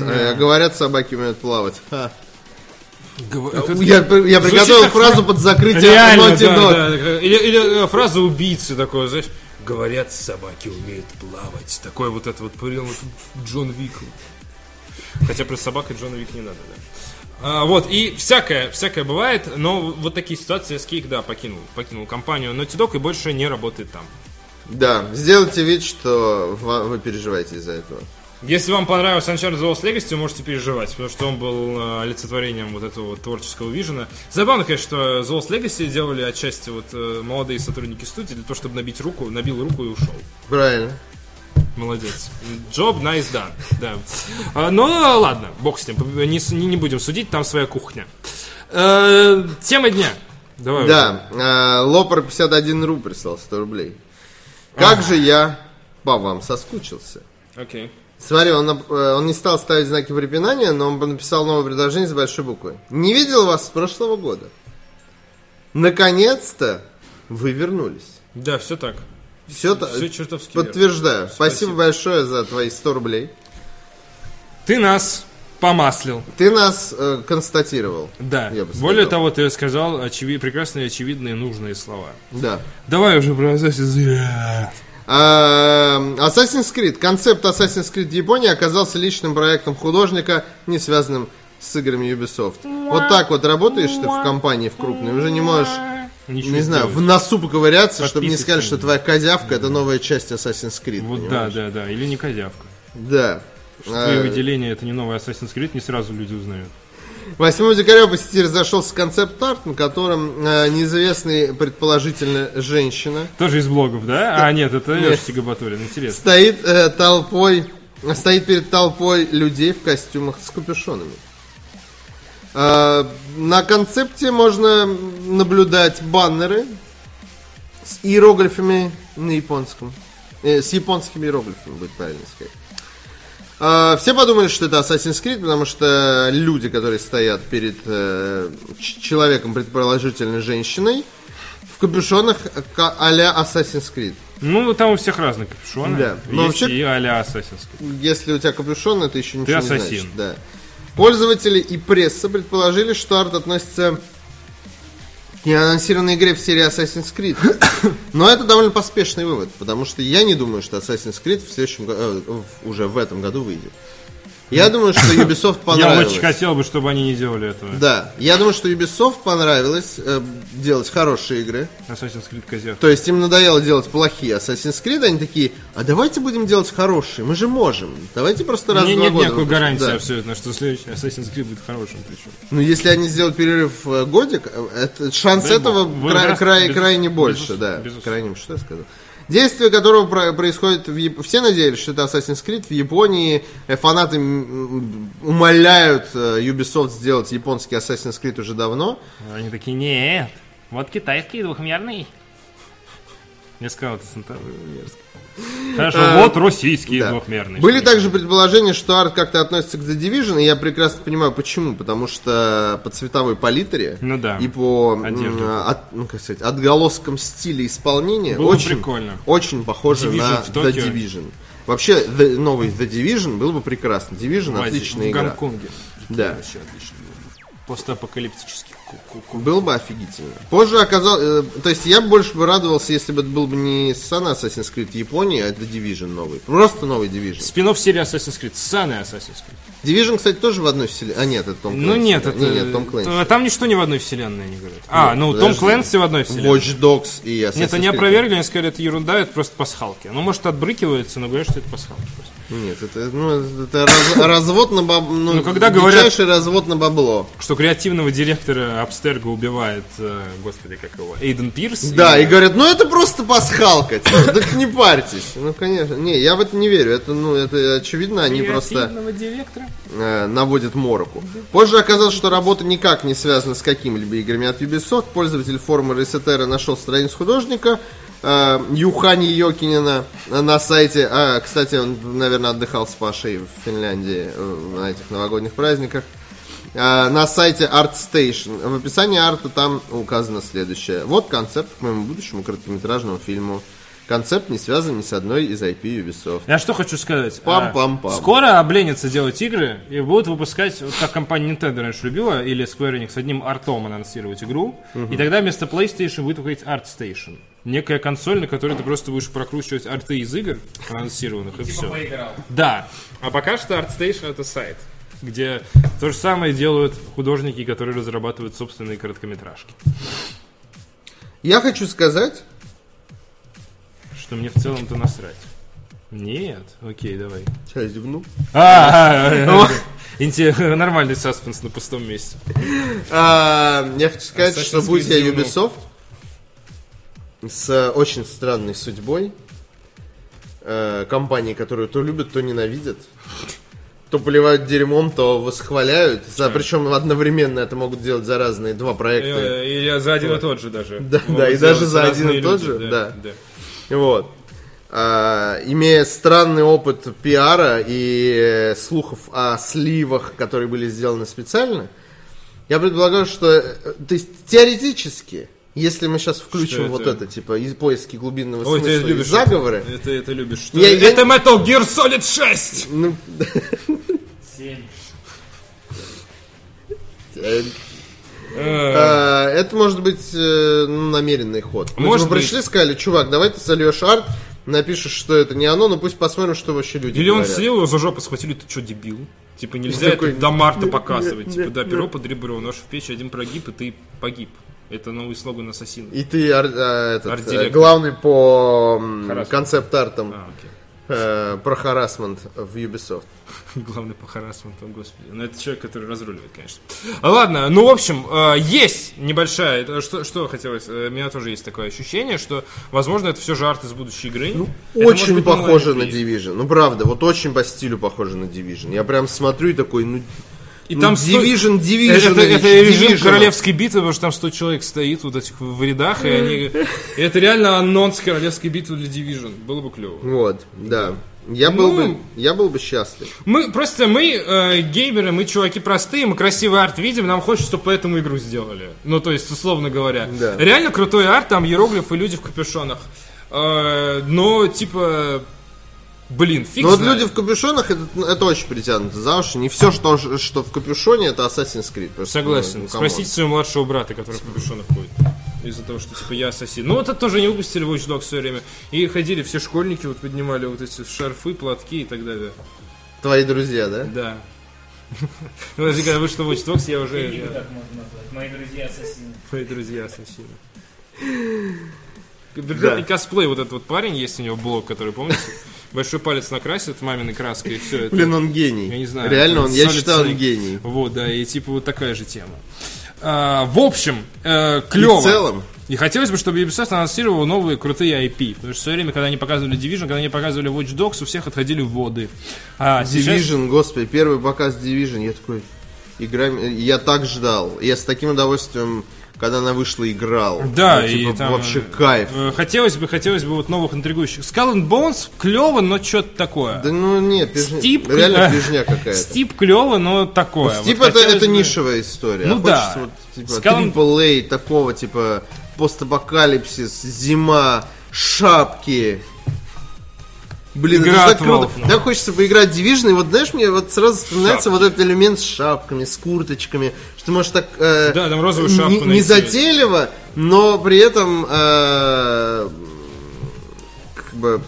Speaker 2: Э, Говорят, собаки умеют плавать. Ха.
Speaker 1: Гов-
Speaker 2: Я,
Speaker 1: это-
Speaker 2: я приготовил
Speaker 1: как
Speaker 2: фразу под закрытие
Speaker 1: Реально,
Speaker 2: Naughty Dog.
Speaker 1: да, да, да. Или, или, э, фраза убийцы такой, знаешь, говорят, собаки умеют плавать. Такой вот это вот прям вот Джон Вик. Хотя про собак и Джона Вик не надо, да. А, вот, и всякое, всякое бывает, но вот такие ситуации Скейк, да, покинул, покинул компанию Naughty Dog и больше не работает там.
Speaker 2: Да. сделайте вид, что ва- вы переживаете из-за этого.
Speaker 1: Если вам понравился Uncharted The Lost Legacy, вы можете переживать, потому что он был э, олицетворением вот этого вот творческого вижена. Забавно, конечно, что The Lost Legacy делали отчасти вот э, молодые сотрудники студии для того, чтобы набить руку, набил руку и ушел.
Speaker 2: Правильно.
Speaker 1: Молодец. Джоб nice done. Да. А, Ну, ладно, бог с ним. Не, с- не- не будем судить, там своя кухня. Э, Тема дня. Давай.
Speaker 2: Да, э, Лопар 51 ру прислал 100 рублей. Как же я по вам соскучился.
Speaker 1: Окей.
Speaker 2: Смотри, он, нап- э, он не стал ставить знаки препинания, но он бы написал новое предложение с большой буквы. Не видел вас с прошлого года. Наконец-то вы вернулись.
Speaker 1: Да, все так.
Speaker 2: Все,
Speaker 1: Все чертовски верно.
Speaker 2: подтверждаю. Спасибо
Speaker 1: Спасибо.
Speaker 2: большое за твои 100 рублей.
Speaker 1: Ты нас помаслил.
Speaker 2: Ты нас э, констатировал.
Speaker 1: Да.
Speaker 2: Я бы сказал.
Speaker 1: Более того, ты сказал очеви- прекрасные, очевидные, нужные слова.
Speaker 2: Да.
Speaker 1: Давай уже про Assassin's Creed.
Speaker 2: А, Assassin's Creed. Концепт Assassin's Creed в Японии оказался личным проектом художника, не связанным с играми Ubisoft. Вот так вот работаешь ты в компании в крупной, уже не можешь,
Speaker 1: Ничего
Speaker 2: не знаю,
Speaker 1: сделать.
Speaker 2: в носу поковыряться, чтобы не
Speaker 1: Подписывайся
Speaker 2: сказали,
Speaker 1: на
Speaker 2: что твоя козявка это новая часть Assassin's Creed.
Speaker 1: Вот да,
Speaker 2: понимаешь?
Speaker 1: да, да. Или не козявка.
Speaker 2: Да.
Speaker 1: Твои
Speaker 2: А,
Speaker 1: выделения это не новый Assassin's Creed, не сразу люди узнают.
Speaker 2: 8 декабря посетитель разошелся концепт-арт, на котором э, неизвестный, предположительно, женщина
Speaker 1: Тоже из блогов, да? А, нет, это Леша Сигабатулин, интересно.
Speaker 2: стоит э, толпой, стоит перед толпой людей в костюмах с капюшонами. Э, на концепте можно наблюдать баннеры с иероглифами на японском. Э, с японскими иероглифами, будет правильно сказать. Э, все подумали, что это Assassin's Creed, потому что люди, которые стоят перед э, ч- человеком, предположительно женщиной, в капюшонах э, ка- а-ля Assassin's Creed.
Speaker 1: Ну, там у всех разные капюшоны.
Speaker 2: Да.
Speaker 1: Есть
Speaker 2: Но вообще-
Speaker 1: и а-ля Assassin's Creed.
Speaker 2: Если у тебя капюшон, это еще ничего не
Speaker 1: ассасин.
Speaker 2: значит. Да. Пользователи и пресса предположили, что арт относится к неанонсированной игре в серии Assassin's Creed. [COUGHS] Но это довольно поспешный вывод, потому что я не думаю, что Assassin's Creed в следующем го- э, в- уже в этом году выйдет. Я думаю, что Ubisoft
Speaker 1: [COUGHS] Я
Speaker 2: понравилось.
Speaker 1: очень хотел бы, чтобы они не делали этого.
Speaker 2: Да, я думаю, что Ubisoft понравилось э, делать хорошие игры.
Speaker 1: Assassin's Creed козявка.
Speaker 2: То есть им надоело делать плохие Assassin's Creed, они такие, а давайте будем делать хорошие, мы же можем. Давайте просто раз
Speaker 1: Мне
Speaker 2: в два
Speaker 1: нет
Speaker 2: года
Speaker 1: никакой
Speaker 2: выпустим».
Speaker 1: гарантии
Speaker 2: Да.
Speaker 1: абсолютно, что следующий Assassin's Creed будет хорошим причем.
Speaker 2: Ну, если они сделают перерыв э, годик, э, это- шанс
Speaker 1: Дай бог.
Speaker 2: этого
Speaker 1: Вы
Speaker 2: кра-
Speaker 1: раз-
Speaker 2: край-
Speaker 1: без-
Speaker 2: крайне больше,
Speaker 1: безусловно,
Speaker 2: да.
Speaker 1: безусловно.
Speaker 2: Крайне, что я сказал? Действие которого про- происходит в Яп- Все надеялись, что это Assassin's Creed. В Японии э, фанаты м, м, умоляют э, Ubisoft сделать японский Assassin's Creed уже давно.
Speaker 1: Ну, Они такие, нет, вот китайский двухмерный. Я сказал, это центавр- Хорошо, вот российский
Speaker 2: Э, Да.
Speaker 1: двухмерный.
Speaker 2: Были также предположения, что арт как-то относится к The Division, и я прекрасно понимаю, почему. Потому что по цветовой палитре
Speaker 1: Ну да.
Speaker 2: и по м,
Speaker 1: Одежда.
Speaker 2: а, от- ну, как сказать, отголоскам стиля исполнения
Speaker 1: Было бы
Speaker 2: очень,
Speaker 1: прикольно.
Speaker 2: очень похоже
Speaker 1: Division
Speaker 2: на
Speaker 1: в
Speaker 2: The
Speaker 1: Токио.
Speaker 2: Division. Вообще, the- новый The Division был бы прекрасно. Division
Speaker 1: В Азии,
Speaker 2: отличная
Speaker 1: в
Speaker 2: игра.
Speaker 1: Гонконге.
Speaker 2: Да.
Speaker 1: Вообще отлично. Постапокалиптический. ку-ку-ку.
Speaker 2: Было бы офигительно. Позже оказалось... То есть я больше бы радовался, если бы это был бы не Сана Assassin's Creed Японии, а The Division новый. Просто новый Division.
Speaker 1: Спин-офф серии Assassin's Creed. Ссаный Assassin's Creed.
Speaker 2: Division, кстати, тоже в одной вселенной. А, нет, это Том
Speaker 1: Ну
Speaker 2: Клэнси,
Speaker 1: нет,
Speaker 2: да.
Speaker 1: это...
Speaker 2: Не, нет, Том Клэнси.
Speaker 1: э, Там ничто не в одной вселенной, они говорят. А, ну Том
Speaker 2: подожди.
Speaker 1: Клэнси в одной вселенной.
Speaker 2: Watch Dogs и Assassin's
Speaker 1: Нет, они
Speaker 2: Creed.
Speaker 1: опровергли, они сказали, это ерунда, это просто пасхалки. Ну, может, отбрыкивается, но говорят, что это пасхалки. просто.
Speaker 2: Нет, это, ну, это раз- развод на бабло. Ну,
Speaker 1: Ну, когда говорят-
Speaker 2: дичайший развод на бабло.
Speaker 1: Что креативного директора Абстерга убивает, э, господи, как его, Эйден Пирс.
Speaker 2: Да, и говорят, ну это просто пасхалка, типа, так не парьтесь. Ну, конечно. Не, я в это не верю. Это, ну, это очевидно, они просто...
Speaker 1: Креативного директора.
Speaker 2: э, наводит мороку. Позже оказалось, что работа никак не связана с какими-либо играми от Ubisoft. Пользователь форума Resetera нашел страницу художника э, Юхани Йокинина э, на сайте. А, кстати, он, наверное, отдыхал с Пашей в Финляндии э, на этих новогодних праздниках. Э, На сайте ArtStation. В описании арта там указано следующее. Вот концепт к моему будущему короткометражному фильму. Концепт не связан ни с одной из IP Ubisoft.
Speaker 1: Я что хочу сказать. А,
Speaker 2: Пам-пам-пам.
Speaker 1: Скоро обленятся делать игры и будут выпускать, вот как компания Nintendo раньше любила, или Square Enix, одним артом анонсировать игру. И тогда вместо PlayStation будет выходить ArtStation. Некая консоль, на которой ты просто будешь прокручивать арты из игр анонсированных, и
Speaker 4: Типа
Speaker 1: все.
Speaker 4: поиграл.
Speaker 1: Да. А пока что ArtStation это сайт, где то же самое делают художники, которые разрабатывают собственные короткометражки.
Speaker 2: Я хочу сказать,
Speaker 1: Что мне в целом-то насрать. Нет, окей, давай.
Speaker 2: Сейчас зевну.
Speaker 1: А, а, а, инте- [LAUGHS] Нормальный саспенс на пустом месте.
Speaker 2: А, Я хочу сказать, что
Speaker 1: Assassin's
Speaker 2: будь я
Speaker 1: Creed
Speaker 2: Ubisoft с э, очень странной судьбой э, компании, которую то любят, то ненавидят, то поливают дерьмом, то восхваляют. За- Причем одновременно это могут делать за разные два проекта.
Speaker 1: Или за один Э, и тот же даже.
Speaker 2: Да,
Speaker 1: Могут
Speaker 2: да, и
Speaker 1: сделать
Speaker 2: даже за
Speaker 1: разные
Speaker 2: один и тот
Speaker 1: люди,
Speaker 2: же, да. Вот. А, Имея странный опыт пиара и э, слухов о сливах, которые были сделаны специально, я предполагаю, что... э, То есть теоретически, если мы сейчас включим
Speaker 1: Что
Speaker 2: вот
Speaker 1: это?
Speaker 2: это, типа, из поиски глубинного
Speaker 1: Ой, ты
Speaker 2: смысла и
Speaker 1: любишь
Speaker 2: заговоры...
Speaker 1: это. Это, это любишь. Что?
Speaker 2: Я- я-
Speaker 1: это Metal Gear Solid 6!
Speaker 2: Ну,
Speaker 4: Семь.
Speaker 2: э,
Speaker 1: Э.
Speaker 2: а, это может быть э, ну, намеренный ход. То есть
Speaker 1: Может
Speaker 2: мы типа пришли, сказали, чувак, давай ты сольешь арт, напишешь, что это не оно, но пусть посмотрим, что вообще люди
Speaker 1: Или он
Speaker 2: говорят.
Speaker 1: слил, его за жопу схватили, ты что, дебил? Типа нельзя
Speaker 2: Он такой,
Speaker 1: это до марта показывать. Типа, да, перо под ребро, нож в печь, один прогиб, и ты погиб. Это новый слоган Ассасина.
Speaker 2: И ты ар- а, этот,
Speaker 1: Арт-директор.
Speaker 2: э, главный по м,
Speaker 1: Харасмент.
Speaker 2: концепт-артам
Speaker 1: А, окей.
Speaker 2: э, про харасмент в Ubisoft.
Speaker 1: [LAUGHS] Главный по харассменту, господи. Но это человек, который разруливает, конечно. А, Ладно, ну, в общем, э, есть небольшая... это Что, что хотелось... э, У меня тоже есть такое ощущение, что, возможно, это все же арт из будущей игры. Это может
Speaker 2: Ну, очень
Speaker 1: быть
Speaker 2: похоже на
Speaker 1: онлайн-игра.
Speaker 2: Division. Ну правда, вот очень по стилю похоже на Division. Я прям смотрю и такой, ну,
Speaker 1: И
Speaker 2: ну,
Speaker 1: там сто-
Speaker 2: Division, Division.
Speaker 1: Это, это- это
Speaker 2: Division.
Speaker 1: режим королевской битвы, потому что там 100 человек стоит вот этих в рядах, и
Speaker 2: [LAUGHS]
Speaker 1: они... и это реально анонс королевской битвы для Division. Было бы клево.
Speaker 2: Вот, да. Я был
Speaker 1: Ну.
Speaker 2: бы, я был бы счастлив.
Speaker 1: Мы просто мы э, геймеры, мы чуваки простые, мы красивый арт видим, нам хочется, чтобы этому игру сделали. Ну то есть условно говоря,
Speaker 2: Да.
Speaker 1: реально крутой арт, там иероглифы, люди в капюшонах. Э, но типа, блин, фиг
Speaker 2: Но Ну, вот
Speaker 1: знает.
Speaker 2: люди в капюшонах, это, ну, это очень притянуто за уши. Не все, что, что в капюшоне, это Assassin's Creed. Потому что,
Speaker 1: Согласен.
Speaker 2: ну, камон.
Speaker 1: Спросите своего младшего брата, который в капюшонах ходит. Из-за того, что типа я ассасин. Ну вот это тоже не выпустили Watch Dogs в свое время. И ходили все школьники, вот поднимали вот эти шарфы, платки и так далее.
Speaker 2: Твои друзья, да?
Speaker 1: Да. [LAUGHS] Ну, подожди, когда вышла Watch Dogs, я уже...
Speaker 4: Книгу
Speaker 1: я-
Speaker 4: так можно назвать. Мои друзья ассасины.
Speaker 1: Твои друзья ассасины.
Speaker 2: Да.
Speaker 1: И косплей вот этот вот парень, есть у него блог, который, помните? Большой палец накрасит маминой краской и все это.
Speaker 2: Блин, он гений.
Speaker 1: Я не знаю.
Speaker 2: Реально, он, я
Speaker 1: Solid
Speaker 2: считаю, он
Speaker 1: Snake.
Speaker 2: гений.
Speaker 1: Вот, да, и типа вот такая же тема. А, в общем, э, клево.
Speaker 2: И в целом.
Speaker 1: И хотелось бы, чтобы Ubisoft анонсировал новые крутые IP. Потому что в свое время, когда они показывали Division, когда они показывали Watch Dogs, у всех отходили воды. А сейчас-
Speaker 2: Division, господи, первый показ Division, я такой, игра, я так ждал, я с таким удовольствием, когда она вышла, играл.
Speaker 1: Да,
Speaker 2: Ну,
Speaker 1: и
Speaker 2: типа,
Speaker 1: там,
Speaker 2: вообще
Speaker 1: э,
Speaker 2: кайф.
Speaker 1: э, Хотелось бы, хотелось бы вот новых интригующих. Skull and Bones клево, но что-то такое.
Speaker 2: Да ну нет, пижня-
Speaker 1: Стип-
Speaker 2: реально пижня какая-то.
Speaker 1: Стип клево, но такое.
Speaker 2: Ну, Стип
Speaker 1: Вот
Speaker 2: Типа, это,
Speaker 1: хотелось
Speaker 2: это
Speaker 1: бы-
Speaker 2: нишевая история.
Speaker 1: Ну
Speaker 2: а
Speaker 1: да.
Speaker 2: хочется вот, типа,
Speaker 1: Скалом-
Speaker 2: AAA такого, типа, постапокалипсис, зима, шапки. Блин,
Speaker 1: Игра
Speaker 2: это же
Speaker 1: от
Speaker 2: так круто.
Speaker 1: Valve, ну.
Speaker 2: Так хочется поиграть в Division, и вот знаешь, мне вот сразу вспоминается вот этот элемент с шапками, с курточками, что ты можешь так... э,
Speaker 1: Да, там розовую шапку
Speaker 2: не,
Speaker 1: найти.
Speaker 2: не затейливо, но при этом... э, как бы...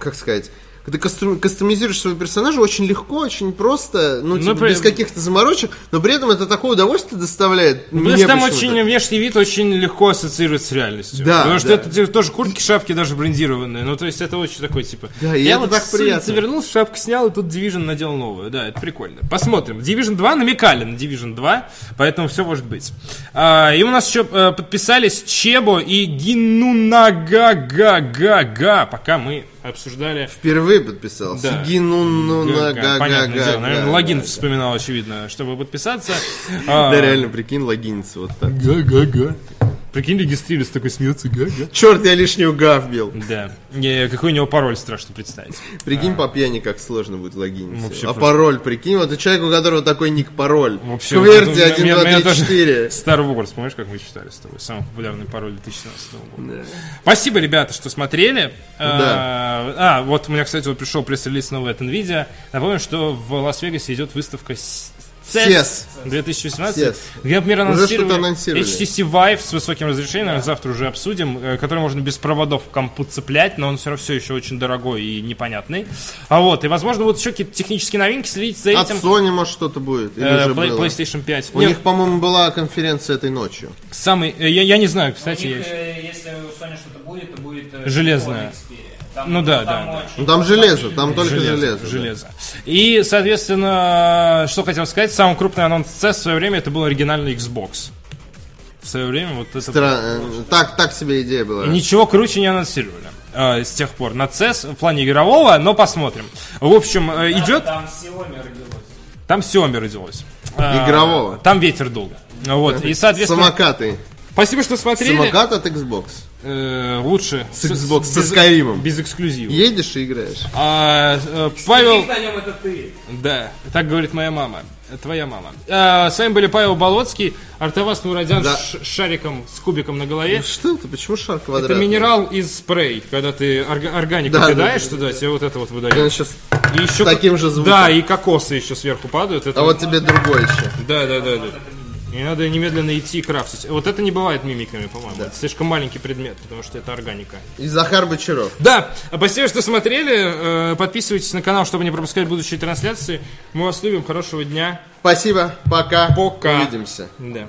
Speaker 2: Как сказать... Ты кастом- кастомизируешь своего персонажа очень легко, очень просто, ну, типа,
Speaker 1: при-
Speaker 2: без каких-то заморочек, но при этом это такое удовольствие доставляет.
Speaker 1: Потому
Speaker 2: мне
Speaker 1: что Ну, там
Speaker 2: почему-то.
Speaker 1: очень внешний вид очень легко ассоциируется с реальностью.
Speaker 2: Да,
Speaker 1: Потому что
Speaker 2: да.
Speaker 1: это типа, тоже куртки, шапки даже брендированные. Ну, то есть это очень такой, типа...
Speaker 2: Да, и
Speaker 1: я
Speaker 2: это
Speaker 1: вот
Speaker 2: так
Speaker 1: с
Speaker 2: приятно.
Speaker 1: улицы вернулся, шапку снял, и тут Division надел новую. Да, это прикольно. Посмотрим. Division 2 намекали на Division 2, поэтому все может быть. А, и у нас еще э, подписались Чебо и Гинунагагагага, пока мы обсуждали...
Speaker 2: Впервые подписался.
Speaker 1: Да.
Speaker 2: Гину, ну, на, га, га,
Speaker 1: Понятное дело.
Speaker 2: га,
Speaker 1: Наверное,
Speaker 2: га,
Speaker 1: логин А.
Speaker 2: га.
Speaker 1: вспоминал, очевидно, чтобы подписаться.
Speaker 2: Да, реально, прикинь, логиниться вот так.
Speaker 1: Га-га-га. Прикинь, регистрировался, такой смеется, га-га.
Speaker 2: Черт, я лишнюю га вбил.
Speaker 1: Да. Не, Какой у него пароль страшно представить.
Speaker 2: Прикинь, по пьяни, как сложно будет
Speaker 1: А.
Speaker 2: логиниться.
Speaker 1: Ну, Вообще
Speaker 2: а
Speaker 1: просто.
Speaker 2: пароль, прикинь, вот у человека, у которого такой ник пароль.
Speaker 1: Вообще,
Speaker 2: Кверти
Speaker 1: вот, ну, меня- меня [LAUGHS]
Speaker 2: 1234.
Speaker 1: Star Wars, помнишь, как мы читали с тобой? Самый А, популярный пароль 2017 года. Спасибо, ребята, что смотрели. Э, А, а, вот у меня, кстати, вот пришел пресс-релиз новый от NVIDIA. Напомню, что в Лас-Вегасе идет выставка с- CES
Speaker 2: CES.
Speaker 1: 2018,
Speaker 2: CES.
Speaker 1: где, например,
Speaker 2: Уже
Speaker 1: анонсировали,
Speaker 2: что-то анонсировали.
Speaker 1: HTC Vive с высоким разрешением, наверное, завтра уже обсудим, э, который можно без проводов в компу цеплять, но он все равно все еще очень дорогой и непонятный. А вот, и, возможно, будут еще какие-то технические новинки, следите за
Speaker 2: От
Speaker 1: этим.
Speaker 2: Sony, может, что-то будет. Или
Speaker 1: Э,
Speaker 2: уже
Speaker 1: Play-
Speaker 2: было.
Speaker 1: PlayStation 5.
Speaker 2: У
Speaker 1: Нет,
Speaker 2: них, по-моему, была конференция этой ночью.
Speaker 1: самый, э, я, я не знаю,
Speaker 4: У
Speaker 1: кстати, я
Speaker 4: них,
Speaker 1: еще-
Speaker 4: э, если у Sony что-то будет, то будет... э,
Speaker 1: Железная.
Speaker 4: Xperia. Там,
Speaker 1: Ну да,
Speaker 4: там
Speaker 1: да, да.
Speaker 4: очень-
Speaker 2: Ну, там железо, там только
Speaker 1: Железо,
Speaker 2: железо.
Speaker 1: железо. И, соответственно, что хотел сказать, самый крупный анонс CES в свое время это был оригинальный Xbox. В свое время вот это...
Speaker 2: Стра- э, Так, так себе идея была.
Speaker 1: И Ничего круче не анонсировали э, с тех пор на CES в плане игрового, но посмотрим. В общем, э,
Speaker 4: Да,
Speaker 1: идет...
Speaker 4: Там Xiaomi родилось.
Speaker 1: Там Xiaomi родилось. Э,
Speaker 2: Игрового.
Speaker 1: Там ветер долго. Вот, и, соответственно...
Speaker 2: Самокаты.
Speaker 1: Спасибо, что смотрели.
Speaker 2: Самокат от Xbox.
Speaker 1: Э, лучше.
Speaker 2: С Xbox, со
Speaker 1: без-
Speaker 2: Skyrim.
Speaker 1: Без эксклюзива.
Speaker 2: Едешь и играешь.
Speaker 1: А, э, Павел...
Speaker 4: Сидит на нем это ты.
Speaker 1: Да, так говорит моя мама. Э, Твоя мама. А, с вами были Павел Болоцкий, Артавас Нурадян
Speaker 2: Да.
Speaker 1: с ш- шариком с кубиком на голове.
Speaker 2: Ну, Что это? Почему шар
Speaker 1: Это
Speaker 2: квадратный?
Speaker 1: минерал из спрей, когда ты орга- органику
Speaker 2: Да, да,
Speaker 1: кидаешь
Speaker 2: да,
Speaker 1: туда, тебе вот это вот
Speaker 2: Я
Speaker 1: выдает.
Speaker 2: сейчас-
Speaker 1: И еще
Speaker 2: таким же звуком.
Speaker 1: Да, и кокосы еще сверху падают. Это
Speaker 2: А вот тебе другой еще.
Speaker 1: Да, да, да, да. И надо немедленно идти и крафтить. Вот это не бывает мимиками, по-моему. Это слишком маленький предмет, потому что это органика.
Speaker 2: И Захар Бочаров.
Speaker 1: Да, а спасибо, что смотрели. Э, Подписывайтесь на канал, чтобы не пропускать будущие трансляции. Мы вас любим. Хорошего дня.
Speaker 2: Спасибо, пока.
Speaker 1: Пока.
Speaker 2: Увидимся.
Speaker 1: Да.